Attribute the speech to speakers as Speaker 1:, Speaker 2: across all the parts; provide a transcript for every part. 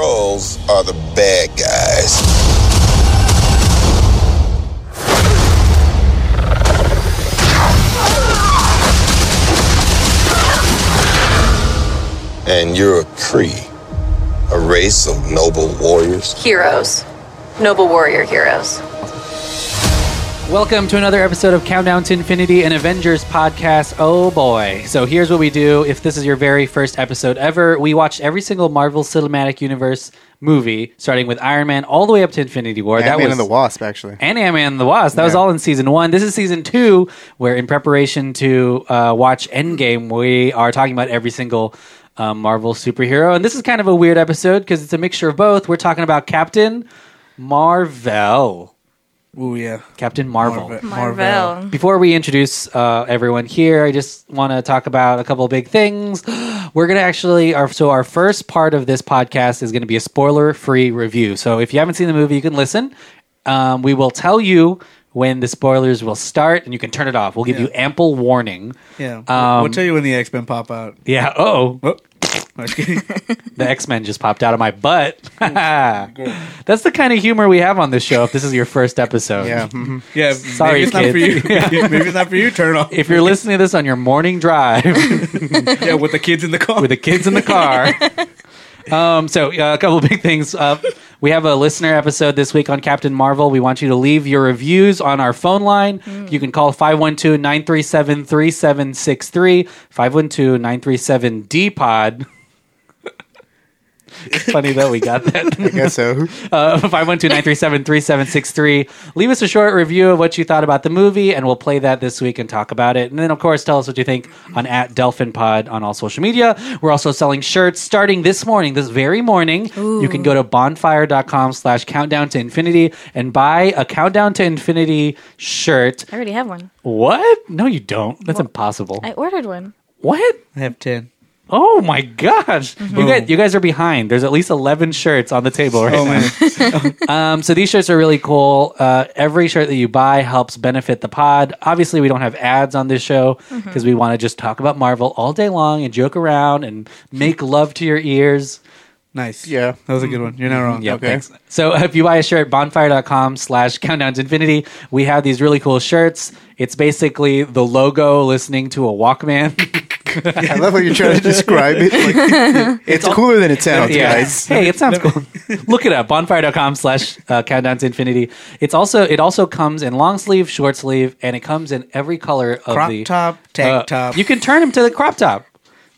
Speaker 1: are the bad guys. And you're a Cree, a race of noble warriors.
Speaker 2: Heroes. Noble warrior heroes.
Speaker 3: Welcome to another episode of Countdown to Infinity and Avengers podcast. Oh boy. So here's what we do. If this is your very first episode ever, we watched every single Marvel Cinematic Universe movie, starting with Iron Man all the way up to Infinity War.
Speaker 4: Ant-Man and the Wasp, actually.
Speaker 3: and Ant-Man and the Wasp. That was
Speaker 4: Yeah.
Speaker 3: all in season one. This is season two, where in preparation to uh, watch Endgame, we are talking about every single um, Marvel superhero. And this is kind of a weird episode because it's a mixture of both. We're talking about Captain Marvel.
Speaker 4: Ooh, yeah.
Speaker 3: Captain Marvel.
Speaker 4: Marvel.
Speaker 2: Marvel.
Speaker 3: Before we introduce uh, everyone here, I just want to talk about a couple of big things. We're going to actually, our, so our first part of this podcast is going to be a spoiler free review. So if you haven't seen the movie, you can listen. Um, we will tell you when the spoilers will start and you can turn it off. We'll give
Speaker 4: Yeah.
Speaker 3: you ample warning.
Speaker 4: Yeah.
Speaker 3: Um,
Speaker 4: we'll tell you when the X Men pop out.
Speaker 3: Yeah. Oh,
Speaker 4: Oh. I'm just kidding.
Speaker 3: the X Men just popped out of my butt. That's the kind of humor we have on this show if this is your first episode.
Speaker 4: yeah. mhm. Yeah.
Speaker 3: Sorry,
Speaker 4: maybe it's
Speaker 3: kids.
Speaker 4: not for you. maybe it's not for you. Turn it off.
Speaker 3: If you're listening to this on your morning drive,
Speaker 4: yeah, with the kids in the car.
Speaker 3: with the kids in the car. um, so uh, a couple of big things. Uh, we have a listener episode this week on Captain Marvel. We want you to leave your reviews on our phone line. You can call 512-937-3763, 512-937-D-POD. It's funny that we got that.
Speaker 4: I guess so.
Speaker 3: Uh, 512-937-3763. Leave us a short review of what you thought about the movie, and we'll play that this week and talk about it. And then, of course, tell us what you think on at Delphin Pod on all social media. We're also selling shirts starting this morning, this very morning. You can go to bonfire.com slash countdown to infinity and buy a countdown to infinity shirt.
Speaker 2: I already have one.
Speaker 3: What? No, you don't. That's impossible.
Speaker 2: I ordered one.
Speaker 3: what?
Speaker 4: I have 10.
Speaker 3: Oh my gosh. You guys you guys are behind. There's at least 11 shirts on the table right
Speaker 4: Oh,
Speaker 3: now.
Speaker 4: man.
Speaker 3: Um, so these shirts are really cool. Uh, every shirt that you buy helps benefit the pod. Obviously, we don't have ads on this show because we want to just talk about Marvel all day long and joke around and make love to your ears.
Speaker 4: Nice. Yeah. That was a good one. You're not wrong.
Speaker 3: Yeah,
Speaker 4: okay.
Speaker 3: thanks. So uh, if you buy a shirt, bonfire.com slash countdown to infinity, we have these really cool shirts. It's basically the logo listening to a Walkman.
Speaker 4: I love how you're trying to describe it. Like, it's cooler than it sounds, guys.
Speaker 3: Hey, it sounds cool. Look it up, bonfire.com slash uh, countdown to infinity. It's also, it also comes in long sleeve, short sleeve, and it comes in every color of
Speaker 4: Crop
Speaker 3: the...
Speaker 4: top,
Speaker 3: Uh,
Speaker 4: tank top.
Speaker 3: You can turn him to the crop top.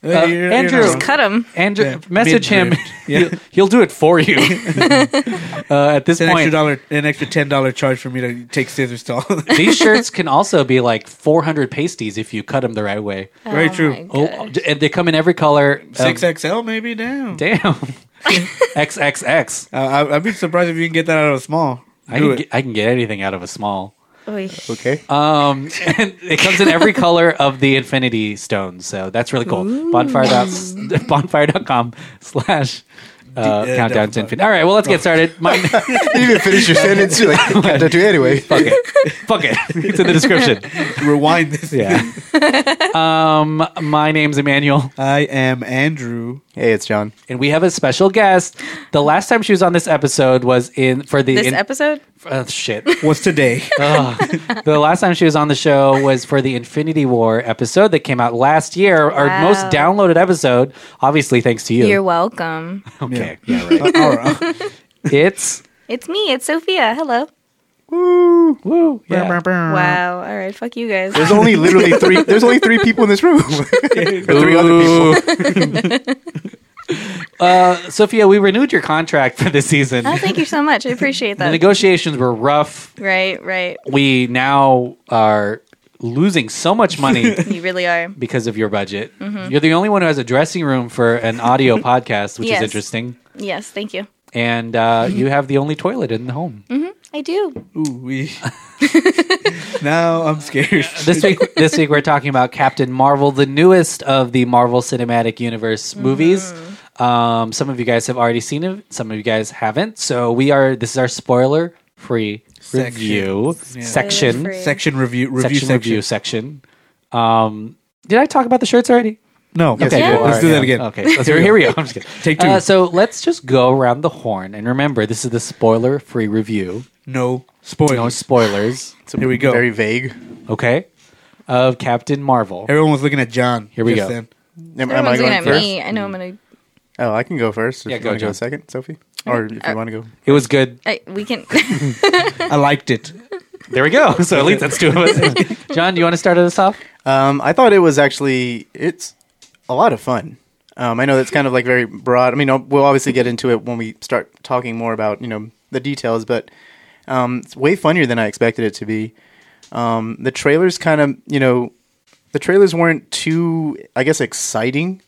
Speaker 4: Uh,
Speaker 3: uh,
Speaker 4: you're- you're
Speaker 3: Andrew.
Speaker 4: not wrong.
Speaker 2: Cut him.
Speaker 3: Andrew,
Speaker 4: Yeah,
Speaker 3: message him.
Speaker 4: mid-drift. Yeah.
Speaker 3: he'll, he'll do it for you. uh, at this
Speaker 4: It's an extra
Speaker 3: point,
Speaker 4: dollar, an extra ten dollar charge for me to take scissors to all.
Speaker 3: these shirts can also be like 400 pasties if you cut them the right way.
Speaker 4: Very
Speaker 2: Oh
Speaker 4: true.
Speaker 2: my
Speaker 3: Oh,
Speaker 2: God.
Speaker 3: and they come in every color. of-
Speaker 4: Six XL, maybe. Damn.
Speaker 3: damn. XXX.
Speaker 4: Uh, I, I'd be surprised if you can get that out of a small.
Speaker 3: I
Speaker 4: Do
Speaker 3: can,
Speaker 4: it.
Speaker 3: get, I can get anything out of a small.
Speaker 2: Oy.
Speaker 4: okay.
Speaker 3: Um, and it comes in every color of the Infinity Stones, so that's really cool. Bonfire dot bonfire.com slash uh,
Speaker 4: D- uh,
Speaker 3: countdown to
Speaker 4: Delphi.
Speaker 3: infinity. All right, well, let's get started. My,
Speaker 4: You didn't even finish your sentence. You're like, "Gotta do it anyway.
Speaker 3: fuck it, fuck it. It's in the description.
Speaker 4: Rewind this.
Speaker 3: Yeah. Um, my name's Emmanuel,
Speaker 4: I am Andrew. Hey, it's John.
Speaker 3: and we have a special guest. The last time she was on this episode was in for the
Speaker 2: This
Speaker 3: in-
Speaker 2: episode?
Speaker 3: uh, shit.
Speaker 4: What's today?
Speaker 3: Uh, Ugh. the last time she was on the show was for the Infinity War episode that came out last year, our
Speaker 2: Wow.
Speaker 3: most downloaded episode. Obviously, thanks to you.
Speaker 2: You're welcome.
Speaker 3: okay, yeah, right.
Speaker 4: All right.
Speaker 3: it's
Speaker 2: It's me. It's Sophia. Hello.
Speaker 3: woo. Yeah.
Speaker 2: Wow. All right. Fuck you guys.
Speaker 5: There's only literally three. There's only three people in this room. or three other people.
Speaker 3: Uh, Sophia, we renewed your contract for this season.
Speaker 2: Oh, thank you so much. I appreciate
Speaker 3: The
Speaker 2: that.
Speaker 3: negotiations were rough.
Speaker 2: right, right.
Speaker 3: We now are losing so much money
Speaker 2: You really are.
Speaker 3: because of your budget. You're the only one who has a dressing room for an audio podcast, which
Speaker 2: Yes.
Speaker 3: is interesting.
Speaker 2: Yes, thank you.
Speaker 3: And uh, you have the only toilet in the home.
Speaker 2: I do.
Speaker 4: Ooh, we. now I'm scared.
Speaker 3: this week this week we're talking about Captain Marvel, the newest of the Marvel Cinematic Universe movies. Um, some of you guys have already seen it, some of you guys haven't. So we are this is our spoiler free
Speaker 4: Section.
Speaker 3: review
Speaker 4: Yeah.
Speaker 3: section
Speaker 2: Spoiler-free.
Speaker 4: Section review. Review
Speaker 3: section
Speaker 4: section.
Speaker 3: review section. Um, did I talk about the shirts already?
Speaker 4: No.
Speaker 5: Yes,
Speaker 3: Okay,
Speaker 5: you
Speaker 3: good.
Speaker 5: are,
Speaker 3: Let's do
Speaker 4: that
Speaker 5: yeah.
Speaker 4: again.
Speaker 3: Okay, so here, we go. I'm just kidding.
Speaker 4: Take two.
Speaker 3: Uh, so let's just go around the horn, and remember, this is the spoiler-free review.
Speaker 4: No spoilers.
Speaker 3: No spoilers.
Speaker 4: Here we go.
Speaker 5: Very vague.
Speaker 3: Okay, of Captain Marvel.
Speaker 4: Everyone was looking at John.
Speaker 3: Here we
Speaker 4: just
Speaker 3: go.
Speaker 4: then.
Speaker 5: Am, am I
Speaker 2: Everyone's
Speaker 5: going
Speaker 2: looking at
Speaker 5: first?
Speaker 2: me. I know I'm gonna.
Speaker 5: Oh, I can go first. If
Speaker 3: Yeah,
Speaker 5: you
Speaker 3: go,
Speaker 5: want to go
Speaker 3: John.
Speaker 5: second, Sophie, or if you
Speaker 2: uh,
Speaker 5: want to go.
Speaker 3: It was good.
Speaker 2: I, we can.
Speaker 4: I liked it.
Speaker 3: There we go. So at least that's two of us. John, do you want to start us off?
Speaker 5: Um, I thought it was actually it's a lot of fun. Um, I know that's kind of like very broad. I mean, I'll- we'll obviously get into it when we start talking more about you know the details, but um, it's way funnier than I expected it to be. Um, the trailers kind of you know the trailers weren't too I guess exciting.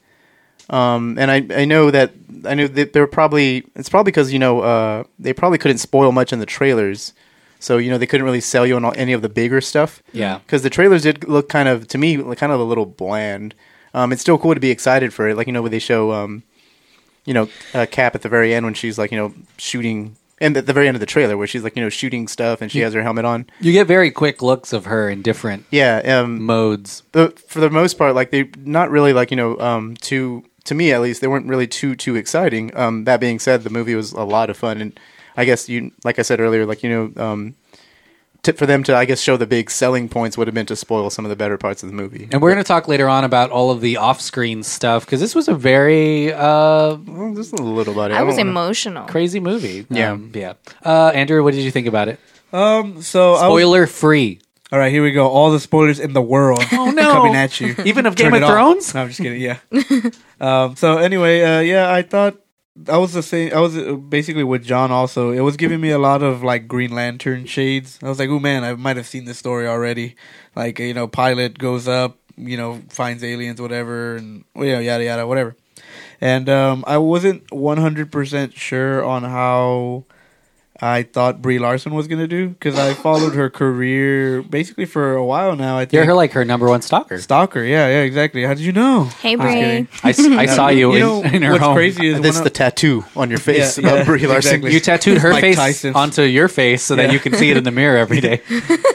Speaker 5: Um, and I, I know that I know that they're probably it's probably because you know uh, they probably couldn't spoil much in the trailers, so you know they couldn't really sell you on all- any of the bigger stuff.
Speaker 3: Yeah.
Speaker 5: because the trailers did look kind of to me like, kind of a little bland. Um, it's still cool to be excited for it, like you know when they show um, you know uh, Cap at the very end when she's like you know shooting, and at the very end of the trailer where she's like you know shooting stuff and she has her helmet on.
Speaker 3: You get very quick looks of her in different
Speaker 5: Yeah, um,
Speaker 3: modes.
Speaker 5: the for the most part, like they not really like you know um too to me at least they weren't really too too exciting. Um, that being said, the movie was a lot of fun, and I guess you like I said earlier, like you know um. To, for them to, I guess, show the big selling points would have been to spoil some of the better parts of the movie.
Speaker 3: And we're going to talk later on about all of the off-screen stuff because this was a very uh,
Speaker 5: Well, just a little about it.
Speaker 2: I was
Speaker 5: don't wanna-
Speaker 2: emotional.
Speaker 3: crazy movie.
Speaker 5: Yeah.
Speaker 3: Um, yeah. Uh, Andrew, what did you think about it?
Speaker 4: Um. So I was-
Speaker 3: Spoiler-free.
Speaker 4: all right. Here we go. All the spoilers in the world.
Speaker 3: Oh, no.
Speaker 4: coming at you.
Speaker 3: Even of Game
Speaker 4: Hmm. Turn
Speaker 3: of
Speaker 4: it off.
Speaker 3: Thrones?
Speaker 4: No, I'm just kidding. Yeah. um. So anyway, uh, yeah, I thought I was the same. I was uh, basically with John. Also, it was giving me a lot of like Green Lantern shades. I was like, oh man, I might have seen this story already. Like you know, pilot goes up, you know, finds aliens, whatever, and you know, yada yada, whatever. And um, I wasn't 100% sure on how I thought Brie Larson was gonna do because I followed her career basically for a while now. I think
Speaker 3: You're her like her number one stalker.
Speaker 4: Stalker. Yeah, yeah, exactly. How did you know?
Speaker 2: Hey,
Speaker 3: I,
Speaker 2: Brie.
Speaker 3: I saw you, in,
Speaker 4: know,
Speaker 3: in her
Speaker 4: what's
Speaker 3: home.
Speaker 4: crazy is
Speaker 5: That's
Speaker 4: when
Speaker 5: the
Speaker 4: I-
Speaker 5: tattoo on your face
Speaker 4: Yeah,
Speaker 5: about
Speaker 4: yeah,
Speaker 5: Brie Larson.
Speaker 4: exactly.
Speaker 3: You tattooed her
Speaker 4: Mike
Speaker 3: face
Speaker 4: Tyson.
Speaker 3: onto your face so that
Speaker 4: Yeah.
Speaker 3: you can see it in the mirror every day.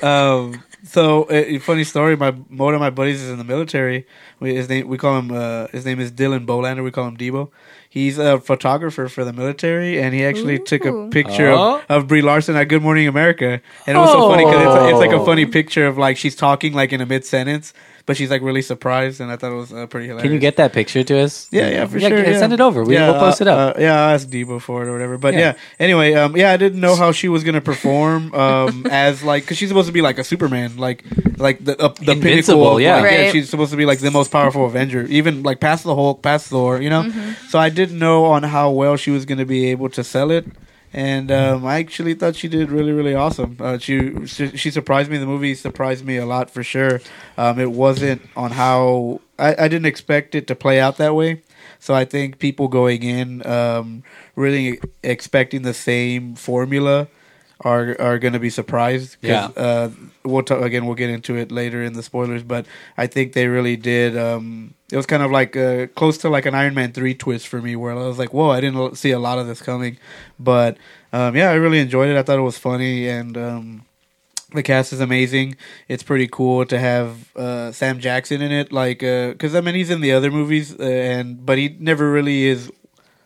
Speaker 4: um, so uh, funny story. My one of my buddies is in the military. We his name we call him uh, his name is Dylan Bolander. We call him Debo. He's a photographer for the military, and he actually took a
Speaker 2: Ooh.
Speaker 4: picture
Speaker 3: Oh.
Speaker 4: of, of Brie Larson at Good Morning America. And it was so funny because it's, it's
Speaker 3: Oh.
Speaker 4: like a funny picture of like she's talking like in a mid sentence, but she's like really surprised, and I thought it was uh, pretty hilarious.
Speaker 3: Can you get that picture to us?
Speaker 4: Yeah, yeah, for sure.
Speaker 3: g-
Speaker 4: yeah.
Speaker 3: Send it over. We,
Speaker 4: Yeah,
Speaker 3: will post it up.
Speaker 4: Uh, uh, yeah, I'll ask Debo for it or whatever. But
Speaker 3: Yeah.
Speaker 4: yeah, anyway, um, yeah, I didn't know how she was gonna perform um, as like because she's supposed to be like a Superman, like like the uh, the
Speaker 3: Invincible,
Speaker 4: pinnacle. Of,
Speaker 3: yeah.
Speaker 4: like, yeah,
Speaker 2: Right.
Speaker 4: she's supposed to be like the most powerful Avenger, even like past the Hulk, past Thor. You know, so I didn't know on how well she was gonna be able to sell it. And um, I actually thought she did really, really awesome. Uh, she she surprised me. The movie surprised me a lot for sure. Um, it wasn't on how I, I didn't expect it to play out that way. So I think people going in um, really expecting the same formula are are going to be surprised. 'Cause,
Speaker 3: Yeah.
Speaker 4: uh, we'll talk again. We'll get into it later in the spoilers, but I think they really did. Um, it was kind of like uh, close to like an Iron Man three twist for me, where I was like, "Whoa, I didn't l- see a lot of this coming," but um, yeah, I really enjoyed it. I thought it was funny and. Um, the cast is amazing. It's pretty cool to have uh, Sam Jackson in it, like because I mean he's in the other movies, uh, and but he never really is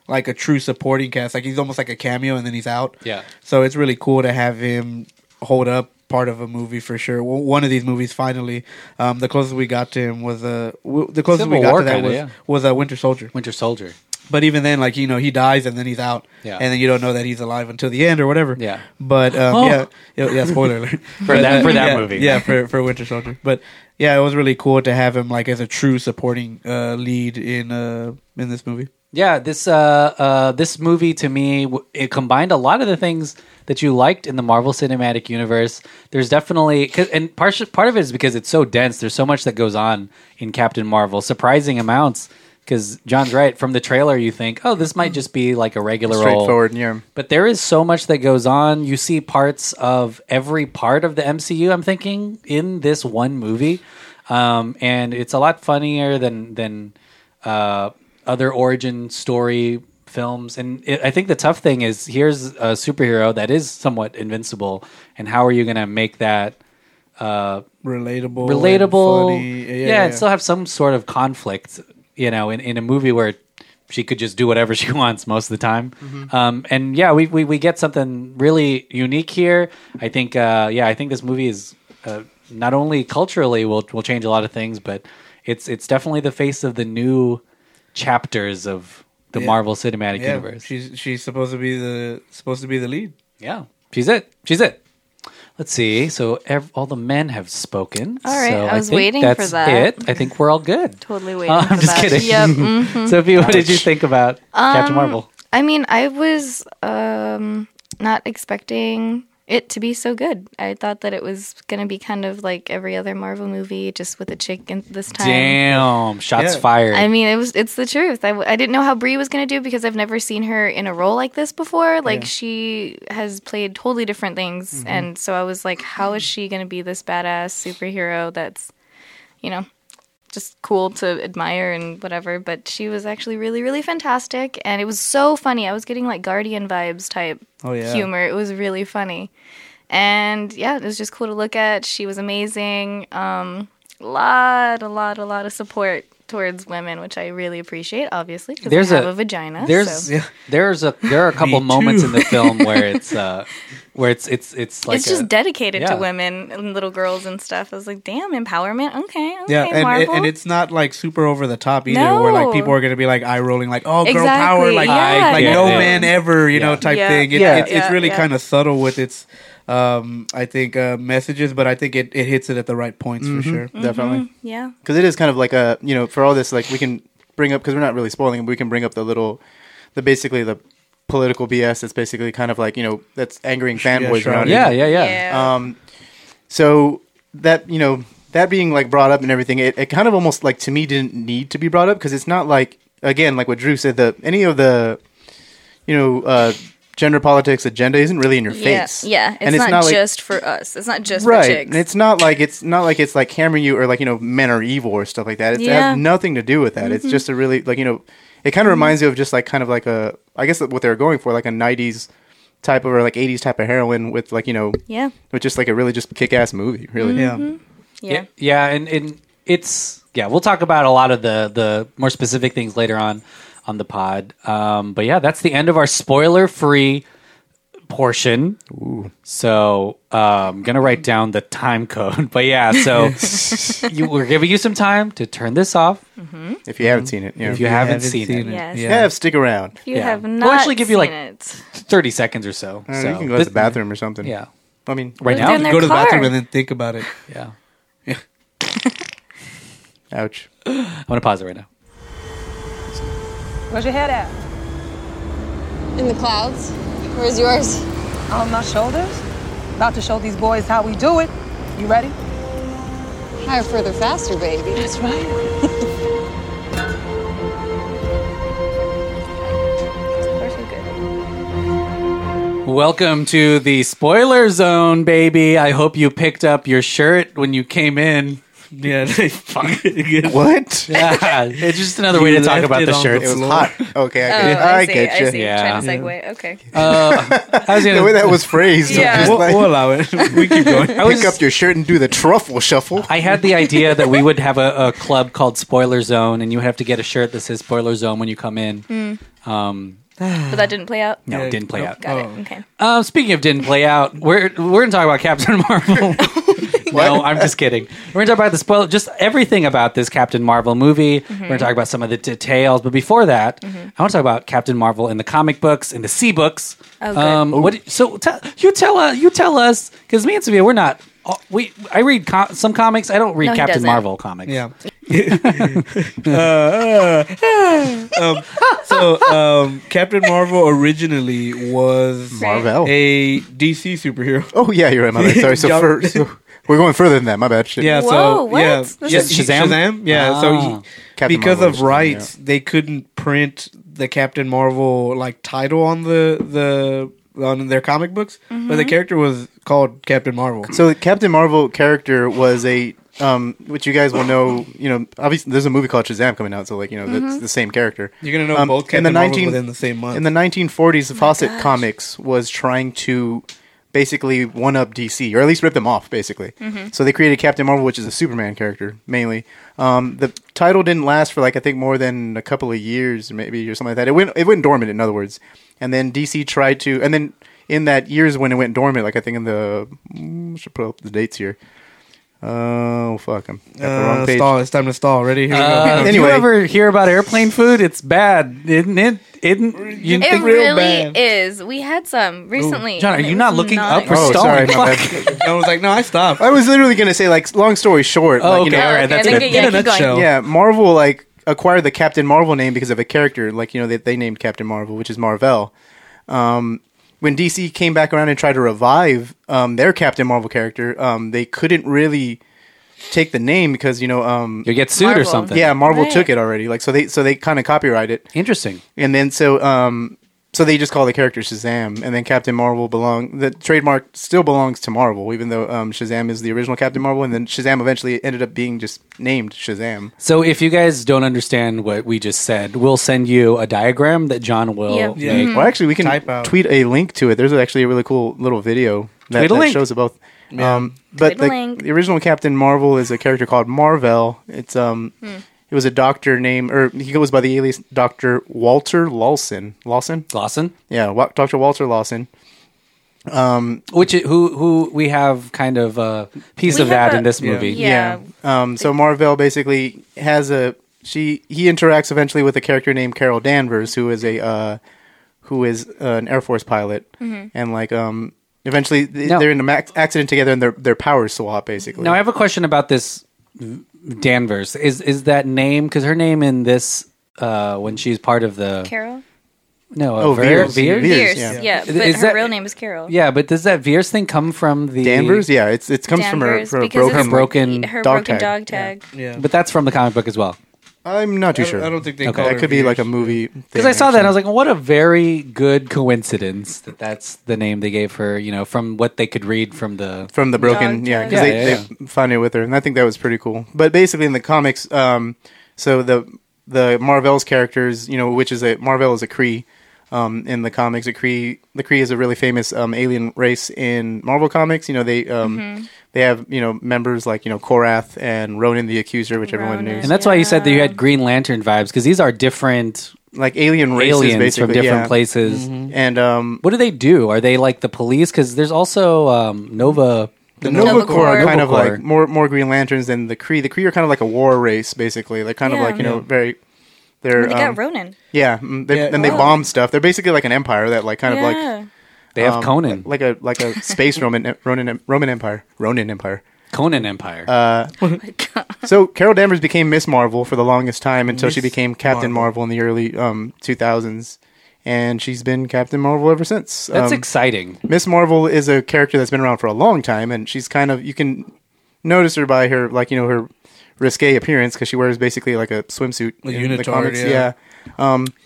Speaker 4: like a true supporting cast. Like he's almost like a cameo, and then he's out.
Speaker 3: Yeah.
Speaker 4: So it's really cool to have him hold up part of a movie for sure. W- One of these movies, finally, um, the closest we got to him was uh, w- the closest
Speaker 3: Civil
Speaker 4: we got
Speaker 3: War
Speaker 4: to that
Speaker 3: kinda,
Speaker 4: was
Speaker 3: yeah.
Speaker 4: was uh, Winter Soldier.
Speaker 3: Winter Soldier.
Speaker 4: But even then, like you know, he dies and then he's out,
Speaker 3: Yeah.
Speaker 4: and then you don't know that he's alive until the end or whatever.
Speaker 3: Yeah.
Speaker 4: But um,
Speaker 3: Oh.
Speaker 4: yeah, yeah, yeah, spoiler alert
Speaker 3: For that- for that
Speaker 4: yeah,
Speaker 3: movie.
Speaker 4: Yeah, for for Winter Soldier. But yeah, it was really cool to have him like as a true supporting uh, lead in uh, in this movie.
Speaker 3: Yeah, this uh, uh, this movie to me w- it combined a lot of the things that you liked in the Marvel Cinematic Universe. There's definitely 'cause- and part part of it is because it's so dense. There's so much that goes on in Captain Marvel, surprising amounts. Because John's right, from the trailer you think, oh, this might just be like a regular old-
Speaker 5: straightforward. Yeah.
Speaker 3: But there is so much that goes on. You see parts of every part of the MCU. I'm thinking in this one movie, um, and it's a lot funnier than than uh, other origin story films. And it, I think the tough thing is here's a superhero that is somewhat invincible, and how are you going to make that uh,
Speaker 4: Relatable, and
Speaker 3: relatable?
Speaker 4: funny.
Speaker 3: yeah, and still have some sort of conflict you know, in, in a movie where she could just do whatever she wants most of the time.
Speaker 4: Mm-hmm.
Speaker 3: Um, and yeah, we, we, we get something really unique here. I think, uh, yeah, I think this movie is uh, not only culturally will will change a lot of things, but it's it's definitely the face of the new chapters of the Marvel Cinematic
Speaker 4: Yeah,
Speaker 3: Universe.
Speaker 4: she's she's supposed to be the supposed to be the lead.
Speaker 3: Yeah, she's it. She's it. Let's see. So ev- all the men have spoken.
Speaker 2: All right,
Speaker 3: So
Speaker 2: I was
Speaker 3: think
Speaker 2: waiting for
Speaker 3: that's
Speaker 2: that.
Speaker 3: It. I think we're all good.
Speaker 2: Totally waiting.
Speaker 3: Uh,
Speaker 2: for
Speaker 3: I'm just
Speaker 2: that.
Speaker 3: kidding.
Speaker 2: Yep. Um, mm.
Speaker 3: Sophie, what did you think about Captain Marvel?
Speaker 2: I mean, I was um, not expecting it to be so good. I thought that it was going to be kind of like every other Marvel movie, just with a chick in this time.
Speaker 3: Damn, shots
Speaker 4: Yeah.
Speaker 3: fired.
Speaker 2: I mean, it was it's the truth. I, w- I didn't know how Brie was going to do because I've never seen her in a role like this before. Like she has played totally different things,
Speaker 4: Mm-hmm.
Speaker 2: and so I was like, how is she going to be this badass superhero that's, you know, just cool to admire and whatever? But she was actually really really fantastic, and it was so funny. I was getting like Guardian vibes type
Speaker 4: Oh, yeah.
Speaker 2: humor. It was really funny. And yeah, it was just cool to look at. She was amazing. Um, lot, a lot, a lot of support towards women, which I really appreciate, obviously, because
Speaker 3: There's
Speaker 2: I have
Speaker 3: a-
Speaker 2: a, vagina.
Speaker 3: there's
Speaker 2: so.
Speaker 4: Yeah.
Speaker 3: there's a there are a couple
Speaker 4: Me
Speaker 3: moments
Speaker 4: too.
Speaker 3: in the film where it's uh where it's it's it's like
Speaker 2: it's just
Speaker 3: a-
Speaker 2: dedicated
Speaker 3: yeah.
Speaker 2: to women and little girls and stuff. I was like, damn, empowerment. Okay, okay,
Speaker 4: Yeah, and it,
Speaker 2: Marvel.
Speaker 4: and it's not like super over the top either, where like
Speaker 2: No.
Speaker 4: people are gonna be like eye rolling, like oh girl
Speaker 2: Exactly,
Speaker 4: power, like
Speaker 2: yeah,
Speaker 4: like
Speaker 3: yeah.
Speaker 4: no
Speaker 3: Yeah.
Speaker 4: man ever, you know, type
Speaker 2: Yeah.
Speaker 4: thing. It,
Speaker 3: Yeah.
Speaker 4: it's, it's
Speaker 2: Yeah,
Speaker 4: really
Speaker 2: yeah.
Speaker 4: kind of subtle with its, um, I think uh, messages, but I think it, it hits it at the right points for
Speaker 3: Mm-hmm.
Speaker 4: sure.
Speaker 5: definitely
Speaker 2: yeah,
Speaker 5: because it is kind of like a you know for all this like we can bring up because we're not really spoiling it, but we can bring up the little the basically the political BS that's basically kind of like you know that's angering fanboys
Speaker 4: sure.
Speaker 5: around it.
Speaker 3: yeah, yeah, yeah,
Speaker 2: yeah.
Speaker 5: Um, so that you know that being like brought up and everything, it, it kind of almost like to me didn't need to be brought up because it's not like again like what Drew said the any of the you know uh, gender politics agenda isn't really in your
Speaker 2: yeah,
Speaker 5: face.
Speaker 2: yeah. It's,
Speaker 5: and
Speaker 2: not,
Speaker 5: like,
Speaker 2: just for us. It's not just
Speaker 5: right.
Speaker 2: for chicks.
Speaker 5: And it's not like it's not like it's like hammering you or like you know men are evil or stuff like that. It's, It
Speaker 2: Yeah. Mm-hmm.
Speaker 5: has nothing to do with that. It's just a really like you know it kind of reminds you of just like kind of like a I guess what they were going for like a '90s type of or like '80s type of heroin with like you know
Speaker 2: yeah, Mm-hmm.
Speaker 5: with just like a really just kick ass movie, really.
Speaker 4: Yeah,
Speaker 2: yeah,
Speaker 3: yeah, yeah, and, and it's yeah. We'll talk about a lot of the the more specific things later on on the pod. Um, but yeah, that's the end of our spoiler free portion. So um, I'm gonna write down the time code. But yeah, so you, we're giving you some time to turn this off
Speaker 5: If you haven't seen it, yeah.
Speaker 3: Mm-hmm. if you haven't, seen, it.
Speaker 2: Yes.
Speaker 4: Yeah.
Speaker 5: have, stick around.
Speaker 2: You
Speaker 3: Yeah.
Speaker 2: have
Speaker 3: We'll
Speaker 2: not.
Speaker 3: actually give you,
Speaker 2: seen
Speaker 3: like,
Speaker 2: it.
Speaker 3: Thirty seconds or so.
Speaker 5: Uh,
Speaker 3: so
Speaker 5: you can go to
Speaker 3: this-
Speaker 5: the bathroom or something.
Speaker 3: Yeah,
Speaker 5: I mean,
Speaker 3: right
Speaker 2: They're in
Speaker 3: now.
Speaker 2: their
Speaker 4: go to the
Speaker 2: car.
Speaker 4: bathroom and then think about it.
Speaker 3: Yeah,
Speaker 5: ouch.
Speaker 3: I'm gonna pause it right now.
Speaker 6: Where's your head at?
Speaker 7: In the clouds. Where's yours?
Speaker 6: On my shoulders. About to show these boys how we do it. You ready?
Speaker 7: Higher, further, faster, baby.
Speaker 6: That's right.
Speaker 3: Welcome to the spoiler zone, baby. I hope you picked up your shirt when you came in.
Speaker 4: Yeah, fuck. Well,
Speaker 5: What?
Speaker 3: Yeah, it's just another way
Speaker 4: You
Speaker 3: to talk
Speaker 4: left
Speaker 3: about
Speaker 4: it
Speaker 3: the
Speaker 4: on
Speaker 5: It
Speaker 3: shirts.
Speaker 5: was hot. Okay, I
Speaker 2: Oh,
Speaker 5: get it.
Speaker 2: I, see.
Speaker 5: get
Speaker 2: I
Speaker 5: you.
Speaker 2: see.
Speaker 3: Yeah.
Speaker 2: Trying to segue. Okay.
Speaker 3: I was
Speaker 5: The way
Speaker 3: gonna,
Speaker 5: that was phrased,
Speaker 2: Yeah.
Speaker 5: yeah. just
Speaker 4: we'll,
Speaker 5: like
Speaker 4: we'll allow it. We keep going.
Speaker 3: I
Speaker 5: pick
Speaker 3: was-
Speaker 5: up your shirt and do the truffle shuffle.
Speaker 3: I had the idea that we would have a, a club called Spoiler Zone, and you have to get a shirt that says Spoiler Zone when you come in. Um,
Speaker 2: But that didn't play out.
Speaker 3: no, didn't play out.
Speaker 2: Got it. Okay.
Speaker 3: Um, speaking of didn't play out, we're we're gonna talk about Captain Marvel. no, I'm just kidding. We're gonna talk about the spoil, just everything about this Captain Marvel movie. We're
Speaker 2: Mm-hmm.
Speaker 3: gonna talk about some of the details, but before that, I want to talk about Captain Marvel in the comic books, in the C books.
Speaker 2: Oh, good.
Speaker 3: um, what? do- So tell you tell us, you tell us, because me and Sophia, we're not. uh, We I read com- some comics. I don't read
Speaker 2: No, he
Speaker 3: Captain
Speaker 2: doesn't.
Speaker 3: Marvel comics.
Speaker 4: Yeah. Uh, uh, um, so um, Captain Marvel originally was
Speaker 5: Marvel.
Speaker 4: a DC superhero.
Speaker 5: Oh yeah, you're right. My bad. Sorry. So,
Speaker 4: Y'all-
Speaker 5: for, so we're going further than that. My bad. Shit.
Speaker 4: Yeah. so
Speaker 2: Whoa, what?
Speaker 4: yeah,
Speaker 2: This
Speaker 4: yeah,
Speaker 3: is-
Speaker 4: he-
Speaker 3: Shazam?
Speaker 4: Shazam. Yeah.
Speaker 3: Ah.
Speaker 4: So he,
Speaker 5: Captain
Speaker 4: because
Speaker 5: Marvel
Speaker 4: of
Speaker 5: was-
Speaker 4: rights, they couldn't print the Captain Marvel like title on the the on their comic books, but the character was called Captain Marvel.
Speaker 5: So the Captain Marvel character was a um, which you guys will know. You know, obviously there's a movie called Shazam coming out, so like you know that's the same character.
Speaker 4: Mm-hmm. You're gonna know
Speaker 5: Um,
Speaker 4: both
Speaker 5: in
Speaker 4: Captain
Speaker 5: the
Speaker 4: Marvel
Speaker 5: 19
Speaker 4: within the same month.
Speaker 5: In the 1940s, the Fawcett Comics was trying to basically one up DC, or at least rip them off, basically. So they created Captain Marvel, which is a Superman character mainly. Um, the title didn't last for like I think more than a couple of years, maybe or something like that. It went it went dormant, in other words. And then DC tried to, and then in that years when it went dormant, like I think in the mm, should put up the dates here. Oh fuck, I'm at the wrong
Speaker 4: Uh,
Speaker 5: page.
Speaker 4: stall. It's time to stall. Ready? Here we go.
Speaker 3: Uh,
Speaker 4: No.
Speaker 3: if you
Speaker 5: Anyway.
Speaker 3: ever hear about airplane food, it's bad, isn't it? Isn't you
Speaker 2: It
Speaker 3: think?
Speaker 4: real
Speaker 2: really
Speaker 4: bad.
Speaker 2: is. We had some recently.
Speaker 3: John, are
Speaker 2: and it
Speaker 3: you
Speaker 2: was
Speaker 3: not looking up or
Speaker 5: Oh, sorry,
Speaker 3: stalling?
Speaker 5: my
Speaker 3: Fuck.
Speaker 5: bad.
Speaker 4: I was like, no, I stopped.
Speaker 5: I was literally gonna say like, long story short,
Speaker 3: Oh,
Speaker 5: like,
Speaker 3: okay,
Speaker 5: you know,
Speaker 3: all right,
Speaker 2: okay,
Speaker 3: that's
Speaker 2: I think
Speaker 3: good.
Speaker 2: it- yeah,
Speaker 4: In a
Speaker 2: keep going.
Speaker 3: Oh.
Speaker 4: nutshell.
Speaker 5: yeah, Marvel like acquired the Captain Marvel name because of a character, like you know they, they named Captain Marvel, which is Marvel. Um, when DC came back around and tried to revive um, their Captain Marvel character, um, they couldn't really take the name because you know, um,
Speaker 3: You get sued or
Speaker 2: Marvel.
Speaker 3: something?
Speaker 5: yeah, Marvel
Speaker 2: Right.
Speaker 5: took it already. Like so they so they kind of copyrighted it,
Speaker 3: interesting.
Speaker 5: and then so um, so they just call the character Shazam, and then Captain Marvel belong the trademark still belongs to Marvel, even though um, Shazam is the original Captain Marvel, and then Shazam eventually ended up being just named Shazam.
Speaker 3: So if you guys don't understand what we just said, we'll send you a diagram that John will
Speaker 2: Yep.
Speaker 4: Yeah.
Speaker 3: make.
Speaker 5: Well, actually, we can
Speaker 4: Type out.
Speaker 5: tweet a link to it. There's actually a really cool little video that,
Speaker 3: Tweet a
Speaker 5: that
Speaker 3: link.
Speaker 5: shows about. Um, but the,
Speaker 2: Tweet-a-link.
Speaker 5: the original Captain Marvel is a character called Marvel. It's um, it was a doctor named, or he goes by the alias Doctor Walter Lawson. Lawson,
Speaker 3: Lawson,
Speaker 5: yeah, Wa- Doctor Walter Lawson.
Speaker 3: which i- who who we have kind of a piece
Speaker 2: We
Speaker 3: of that
Speaker 2: have a-
Speaker 3: in this
Speaker 4: Yeah.
Speaker 3: movie.
Speaker 2: Yeah.
Speaker 5: Um, so Marvel basically has a she he interacts eventually with a character named Carol Danvers, who is a uh, who is uh, an Air Force pilot,
Speaker 2: Mm-hmm.
Speaker 5: and like um, eventually th-
Speaker 3: No.
Speaker 5: they're in an ac- accident together and their their powers swap basically.
Speaker 3: Now I have a question about this Danvers. Is is that name? Because her name in this uh, when she's part of the
Speaker 2: Carol?
Speaker 3: no uh,
Speaker 5: Oh,
Speaker 3: Ver-
Speaker 5: Veers.
Speaker 3: Veers?
Speaker 5: Veers.
Speaker 2: Pierce,
Speaker 5: yeah.
Speaker 2: yeah.
Speaker 3: Is-
Speaker 2: But
Speaker 3: is
Speaker 2: her
Speaker 3: that-
Speaker 2: real name is Carol.
Speaker 3: Yeah, but does that Veers thing come from the
Speaker 5: Danvers, yeah, it's it comes
Speaker 2: Danvers,
Speaker 5: from her, her
Speaker 2: because
Speaker 5: broken.
Speaker 2: it's-
Speaker 3: her broken
Speaker 2: Her
Speaker 5: Dog
Speaker 2: broken
Speaker 5: tag.
Speaker 2: dog tag.
Speaker 4: yeah.
Speaker 3: But that's from the comic book as well.
Speaker 5: I'm not too
Speaker 4: I,
Speaker 5: sure.
Speaker 4: don't, I don't think they
Speaker 3: Okay.
Speaker 4: call
Speaker 5: that
Speaker 4: her
Speaker 5: could be like a
Speaker 4: Veers.
Speaker 5: movie.
Speaker 3: Because I saw that, and I was like, "What a very good coincidence that that's the name they gave her." You know, from what they could read from the
Speaker 5: from the broken
Speaker 2: Dog
Speaker 5: yeah
Speaker 2: tag.
Speaker 5: because they,
Speaker 3: Yeah, yeah,
Speaker 5: they found it with her and i think that was pretty cool but basically in the comics um so the the marvel's characters you know which is a marvel is a kree um in the comics a kree the kree is a really famous um alien race in marvel comics you know they um they have you know members like you know korath and ronan the accuser which everyone
Speaker 2: Ronan.
Speaker 5: knows
Speaker 3: And that's why you said that you had Green Lantern vibes because these are different
Speaker 5: like alien races
Speaker 3: aliens from
Speaker 5: basically
Speaker 3: different
Speaker 5: yeah.
Speaker 3: places.
Speaker 5: and um
Speaker 3: What do they do? Are they like the police? Because there's also um, Nova.
Speaker 5: the
Speaker 2: Nova
Speaker 5: Nova Corps are
Speaker 2: Corps.
Speaker 5: kind of
Speaker 3: Nova Corps.
Speaker 5: like more more Green Lanterns than the Kree. The Kree are kind of like a war race, basically. They're kind of
Speaker 2: Yeah.
Speaker 5: like you know very. They're
Speaker 2: They got
Speaker 5: um,
Speaker 2: Ronan.
Speaker 5: Yeah, mm, they,
Speaker 4: Yeah.
Speaker 5: then they
Speaker 4: Oh.
Speaker 5: bomb stuff. They're basically like an empire that like kind of like
Speaker 2: Yeah.
Speaker 3: They have
Speaker 5: um,
Speaker 3: Conan,
Speaker 5: like a like a space Roman Roman Roman Empire, Ronin Empire.
Speaker 3: Conan Empire.
Speaker 5: um, So Carol Danvers became Miss Marvel for the longest time until she became Captain Marvel. in the early um 2000s, and she's been Captain Marvel ever since.
Speaker 3: that's
Speaker 5: um,
Speaker 3: exciting.
Speaker 5: Miss Marvel is a character that's been around for a long time, and she's kind of you can notice her by her like you know her risque appearance because she wears basically like a swimsuit
Speaker 4: A
Speaker 5: in the
Speaker 4: unitard,
Speaker 5: comics.
Speaker 4: yeah.
Speaker 5: Yeah,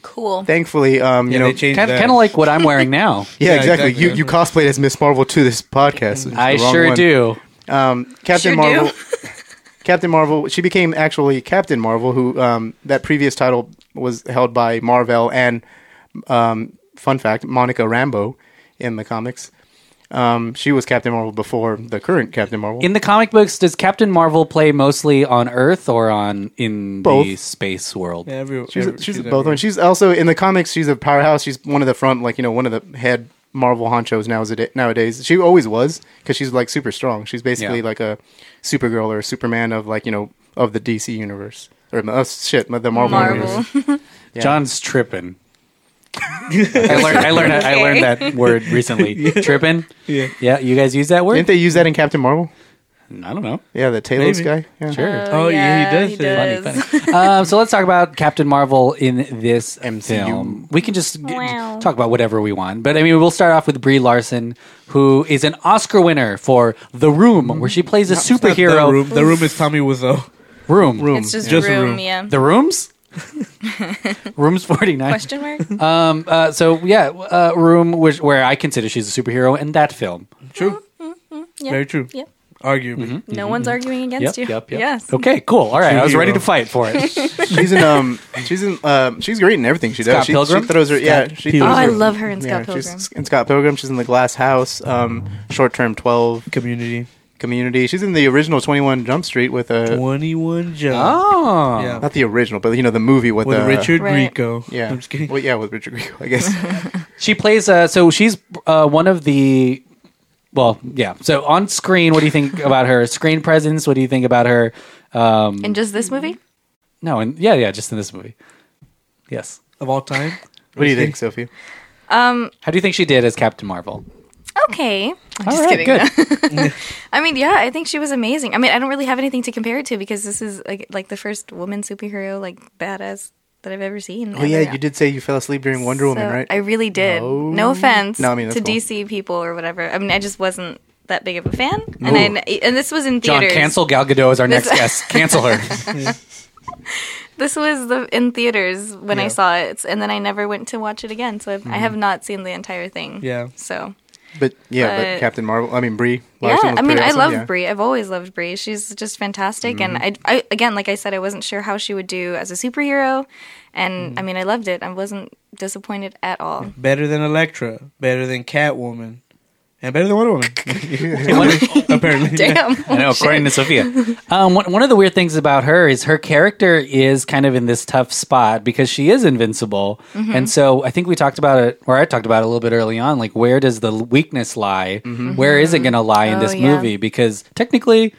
Speaker 2: Cool.
Speaker 5: thankfully, um, you
Speaker 4: Yeah,
Speaker 5: know,
Speaker 4: they changed
Speaker 3: Kind
Speaker 4: that.
Speaker 3: of like what I'm wearing now.
Speaker 5: yeah,
Speaker 4: Yeah,
Speaker 5: exactly.
Speaker 4: exactly.
Speaker 5: You you cosplayed as Miss Marvel to this podcast. It's
Speaker 3: I
Speaker 5: the wrong
Speaker 3: sure
Speaker 5: one.
Speaker 3: do.
Speaker 5: Captain
Speaker 2: Sure do.
Speaker 5: Marvel. Captain Marvel. She became actually Captain Marvel, who um, that previous title was held by Marvel and um, fun fact, Monica Rambo in the comics. Um, she was Captain Marvel before the current Captain Marvel.
Speaker 3: In the comic books, does Captain Marvel play mostly on Earth or on in the
Speaker 5: Both.
Speaker 3: space world?
Speaker 4: Yeah, every,
Speaker 5: she's
Speaker 4: every-
Speaker 5: she's, both.
Speaker 4: everywhere.
Speaker 5: And she's also in the comics. She's a powerhouse. She's one of the front, like you know, one of the head Marvel honchos nowadays. Nowadays, she always was because she's like super strong. She's basically
Speaker 3: Yeah.
Speaker 5: like a Supergirl or Superman of like you know of the DC universe or oh, shit, the Marvel,
Speaker 2: Marvel.
Speaker 5: universe.
Speaker 3: John's tripping. I learned. I learned. I learned that word recently. Tripping.
Speaker 4: Yeah.
Speaker 3: Yeah. You guys use that word?
Speaker 5: Didn't they use that in Captain Marvel?
Speaker 3: I don't know.
Speaker 5: Yeah, the Talos
Speaker 4: Maybe.
Speaker 5: guy. Yeah.
Speaker 3: Sure.
Speaker 2: Uh,
Speaker 4: Oh, yeah, he does
Speaker 2: He
Speaker 4: say funny
Speaker 2: does.
Speaker 3: um, so let's talk about Captain Marvel in this
Speaker 5: MCU.
Speaker 3: film. We can just g-
Speaker 2: Wow.
Speaker 3: talk about whatever we want, but I mean, we'll start off with Brie Larson, who is an Oscar winner for The Room, where she plays a
Speaker 4: It's Mm-hmm. not
Speaker 3: superhero.
Speaker 4: The room. the room is Tommy Wiseau.
Speaker 3: room.
Speaker 5: Room.
Speaker 2: It's just,
Speaker 4: Just
Speaker 2: room,
Speaker 4: room.
Speaker 2: yeah.
Speaker 3: The rooms. Rooms forty nine.
Speaker 2: Question mark?
Speaker 3: Um. Uh, so yeah, uh, room which where I consider she's a superhero in that film.
Speaker 4: True. Very true.
Speaker 2: Yep.
Speaker 4: arguably.
Speaker 2: No one's arguing against you. Yes.
Speaker 3: Okay, cool. All right. I was ready to
Speaker 4: Superhero.
Speaker 3: fight for it.
Speaker 5: She's in um she's in um she's great in everything she
Speaker 3: Scott
Speaker 5: does. She,
Speaker 3: Pilgrim?
Speaker 5: she throws her yeah,
Speaker 4: Scott
Speaker 5: she
Speaker 4: Pilgrim.
Speaker 5: throws
Speaker 2: Oh, I
Speaker 5: her,
Speaker 2: love her in Scott Pilgrim.
Speaker 5: She's in Scott Pilgrim, she's in the glass house, um short term twelve
Speaker 4: Community.
Speaker 5: community. She's in the original twenty one jump street with a
Speaker 4: 21 Jump.
Speaker 3: Oh.
Speaker 4: Yeah.
Speaker 5: not the original, but you know the movie with,
Speaker 4: With
Speaker 5: uh,
Speaker 4: Richard
Speaker 2: Right.
Speaker 4: Grieco.
Speaker 5: Yeah.
Speaker 4: I'm just kidding.
Speaker 5: Well yeah, with Richard Grieco, I guess.
Speaker 3: She plays. Uh, so she's uh, one of the. Well, yeah. So on screen, what do you think about her screen presence? What do you think about her? Um,
Speaker 2: In just this movie?
Speaker 3: no, and yeah, yeah, just in this movie. Yes.
Speaker 4: Of all time.
Speaker 5: what do you think, Sophie?
Speaker 3: How do you think she did as Captain Marvel?
Speaker 2: Okay. I'm
Speaker 3: All
Speaker 2: just
Speaker 3: right,
Speaker 2: kidding.
Speaker 3: good.
Speaker 2: I mean, yeah, I think she was amazing. I mean, I don't really have anything to compare it to because this is like like the first woman superhero like badass that I've ever seen.
Speaker 5: Oh yeah, you did say you fell asleep during Wonder Woman, right?
Speaker 2: I really did. No, offense
Speaker 5: No, I mean, that's
Speaker 2: to
Speaker 5: cool.
Speaker 2: DC people or whatever. I mean, I just wasn't that big of a fan. And I, and this was in
Speaker 3: John,
Speaker 2: theaters.
Speaker 3: cancel Gal Gadot as our
Speaker 2: This-
Speaker 3: next guest. Cancel her.
Speaker 2: This was the in theaters when I saw it and then I never went to watch it again. So I've,
Speaker 5: Mm-hmm.
Speaker 2: I have not seen the entire thing.
Speaker 4: Yeah.
Speaker 2: So
Speaker 5: but yeah, but
Speaker 2: but-
Speaker 5: Captain Marvel I mean Brie
Speaker 2: Yeah,
Speaker 5: Larson was
Speaker 2: I mean,
Speaker 5: pretty
Speaker 2: I
Speaker 5: awesome,
Speaker 2: love
Speaker 5: yeah. Mm-hmm.
Speaker 2: Brie. I've always loved Brie. She's just fantastic, and I, I, again, like I said, I wasn't sure how she would do as a superhero,
Speaker 5: Mm-hmm.
Speaker 2: and I mean, I loved it. I wasn't disappointed at all.
Speaker 4: Better than Elektra. Better than Catwoman. And better than Wonder Woman. Apparently.
Speaker 2: Damn.
Speaker 3: I know, according to Sophia. Um, one, one of the weird things about her is her character is kind of in this tough spot because she is invincible.
Speaker 2: Mm-hmm.
Speaker 3: And so I think we talked about it, or I talked about it a little bit early on. Like, where does the l- weakness lie? Where is it going to lie in
Speaker 2: Mm-hmm. Oh,
Speaker 3: this
Speaker 2: yeah.
Speaker 3: movie? Because technically,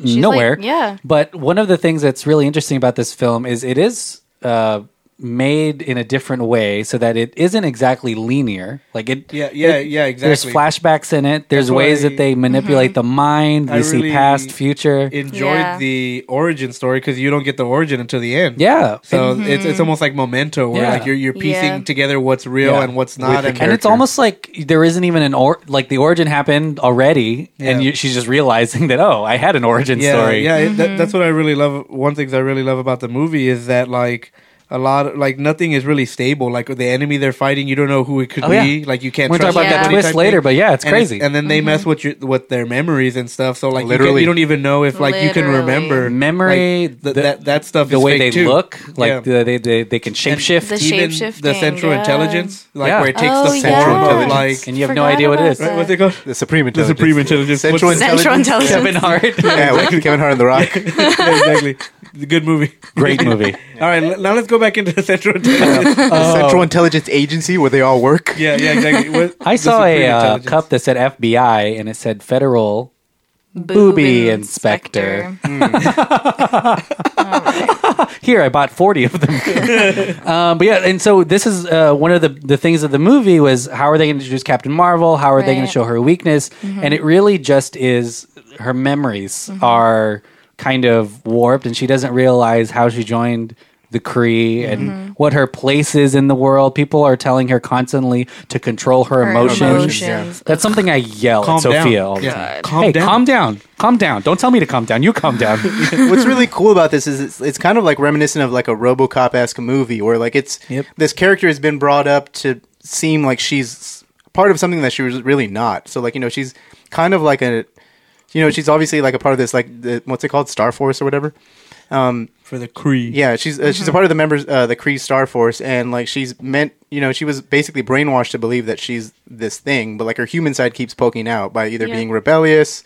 Speaker 2: like,
Speaker 3: nowhere.
Speaker 2: yeah.
Speaker 3: But one of the things that's really interesting about this film is it is. Uh, made in a different way so that it isn't exactly linear like it
Speaker 4: Yeah, yeah,
Speaker 3: it-
Speaker 4: yeah,
Speaker 3: there's
Speaker 4: exactly.
Speaker 3: flashbacks in it there's
Speaker 4: That's
Speaker 3: ways
Speaker 4: why- Mm-hmm.
Speaker 3: that they manipulate the mind
Speaker 4: I
Speaker 3: we see
Speaker 4: really-
Speaker 3: past future
Speaker 4: Enjoyed
Speaker 2: Yeah.
Speaker 4: the origin story because you don't get the origin until the end.
Speaker 3: Yeah.
Speaker 4: So it's it's almost like memento where
Speaker 3: Yeah.
Speaker 4: like you're you're piecing
Speaker 2: Mm-hmm. Yeah.
Speaker 4: together what's real
Speaker 3: Yeah.
Speaker 4: and what's
Speaker 5: With
Speaker 4: not
Speaker 5: the
Speaker 4: and
Speaker 3: and it's almost like there isn't even an or like the origin happened already, and
Speaker 4: Yeah.
Speaker 3: you, she's just realizing that oh, I had an origin
Speaker 4: yeah,
Speaker 3: story.
Speaker 4: Yeah, it-
Speaker 2: Mm-hmm.
Speaker 4: that, that's what I really love. One thing I really love about the movie is that like a lot of, like nothing is really stable. Like the enemy they're fighting, you don't know who it could
Speaker 3: Oh,
Speaker 4: be.
Speaker 3: yeah.
Speaker 4: Like you can't.
Speaker 3: We're gonna
Speaker 4: trust
Speaker 3: talk about
Speaker 2: that
Speaker 4: anybody
Speaker 3: twist
Speaker 4: type
Speaker 3: later,
Speaker 4: thing.
Speaker 3: but yeah, it's
Speaker 4: And
Speaker 3: crazy.
Speaker 4: and then they
Speaker 2: Mm-hmm.
Speaker 4: mess with your with their memories and stuff. So like literally,
Speaker 5: Literally.
Speaker 4: you, can, you don't even know if like you can
Speaker 2: Literally.
Speaker 4: remember
Speaker 3: Memory,
Speaker 4: like,
Speaker 3: the-
Speaker 4: th- that that stuff.
Speaker 3: the
Speaker 4: is
Speaker 3: way they
Speaker 4: fake, too.
Speaker 3: look, like
Speaker 4: Yeah.
Speaker 3: the, they, they they can shapeshift,
Speaker 2: The
Speaker 3: and,
Speaker 4: Even the
Speaker 2: shapeshifting,
Speaker 4: central
Speaker 2: yeah.
Speaker 4: intelligence, like
Speaker 3: Yeah.
Speaker 4: where it takes
Speaker 2: Oh,
Speaker 4: the
Speaker 2: yeah.
Speaker 4: form of
Speaker 5: Central
Speaker 4: like
Speaker 3: you have no
Speaker 2: Forgot
Speaker 3: idea what it
Speaker 2: about
Speaker 3: is.
Speaker 2: that.
Speaker 4: right, what's it called?
Speaker 5: The Supreme
Speaker 4: The
Speaker 5: Intelligence.
Speaker 4: Supreme Intelligence.
Speaker 5: Central
Speaker 4: What's-
Speaker 2: Central intelligence.
Speaker 3: Kevin Hart,
Speaker 5: yeah, with Kevin Hart and The Rock.
Speaker 4: yeah, exactly. Good movie.
Speaker 3: great movie.
Speaker 4: All right, l- now let's go back into the central intelligence.
Speaker 5: The Central Intelligence Agency where they all work.
Speaker 4: yeah, yeah, exactly. What-
Speaker 3: I
Speaker 4: the
Speaker 3: saw
Speaker 4: Supreme
Speaker 3: a uh,
Speaker 4: Intelligence.
Speaker 3: cup that said FBI and it said Federal. Booby inspector. Here, I bought forty of them. um, but yeah, and so this is uh, one of the the things of the movie was how are they going to introduce Captain Marvel? How are they going to
Speaker 2: Right. Mm-hmm.
Speaker 3: show her weakness? And it really just is her memories are kind of warped, and she doesn't realize how she joined the Kree
Speaker 2: Mm-hmm.
Speaker 3: and what her place is in the world. People are telling her constantly to control her,
Speaker 2: Her
Speaker 3: emotions.
Speaker 2: emotions.
Speaker 3: That's something I yell
Speaker 4: Calm
Speaker 3: at Sophia
Speaker 4: down.
Speaker 3: all the
Speaker 4: Yeah.
Speaker 3: time.
Speaker 4: Calm
Speaker 3: hey,
Speaker 4: down.
Speaker 3: calm down, calm down. Don't tell me to calm down. You calm down.
Speaker 5: What's really cool about this is it's, it's kind of like reminiscent of like a RoboCop esque movie where like it's
Speaker 4: Yep.
Speaker 5: this character has been brought up to seem like she's part of something that she was really not. So like you know she's kind of like a you know she's obviously like a part of this like the, what's it called Star Force or whatever.
Speaker 4: for the Cree.
Speaker 5: Yeah, she's uh,
Speaker 2: Mm-hmm.
Speaker 5: she's a part of the members uh, the Kree Star Force, and like she's meant, you know, she was basically brainwashed to believe that she's this thing, but like her human side keeps poking out by either
Speaker 2: Yeah.
Speaker 5: being rebellious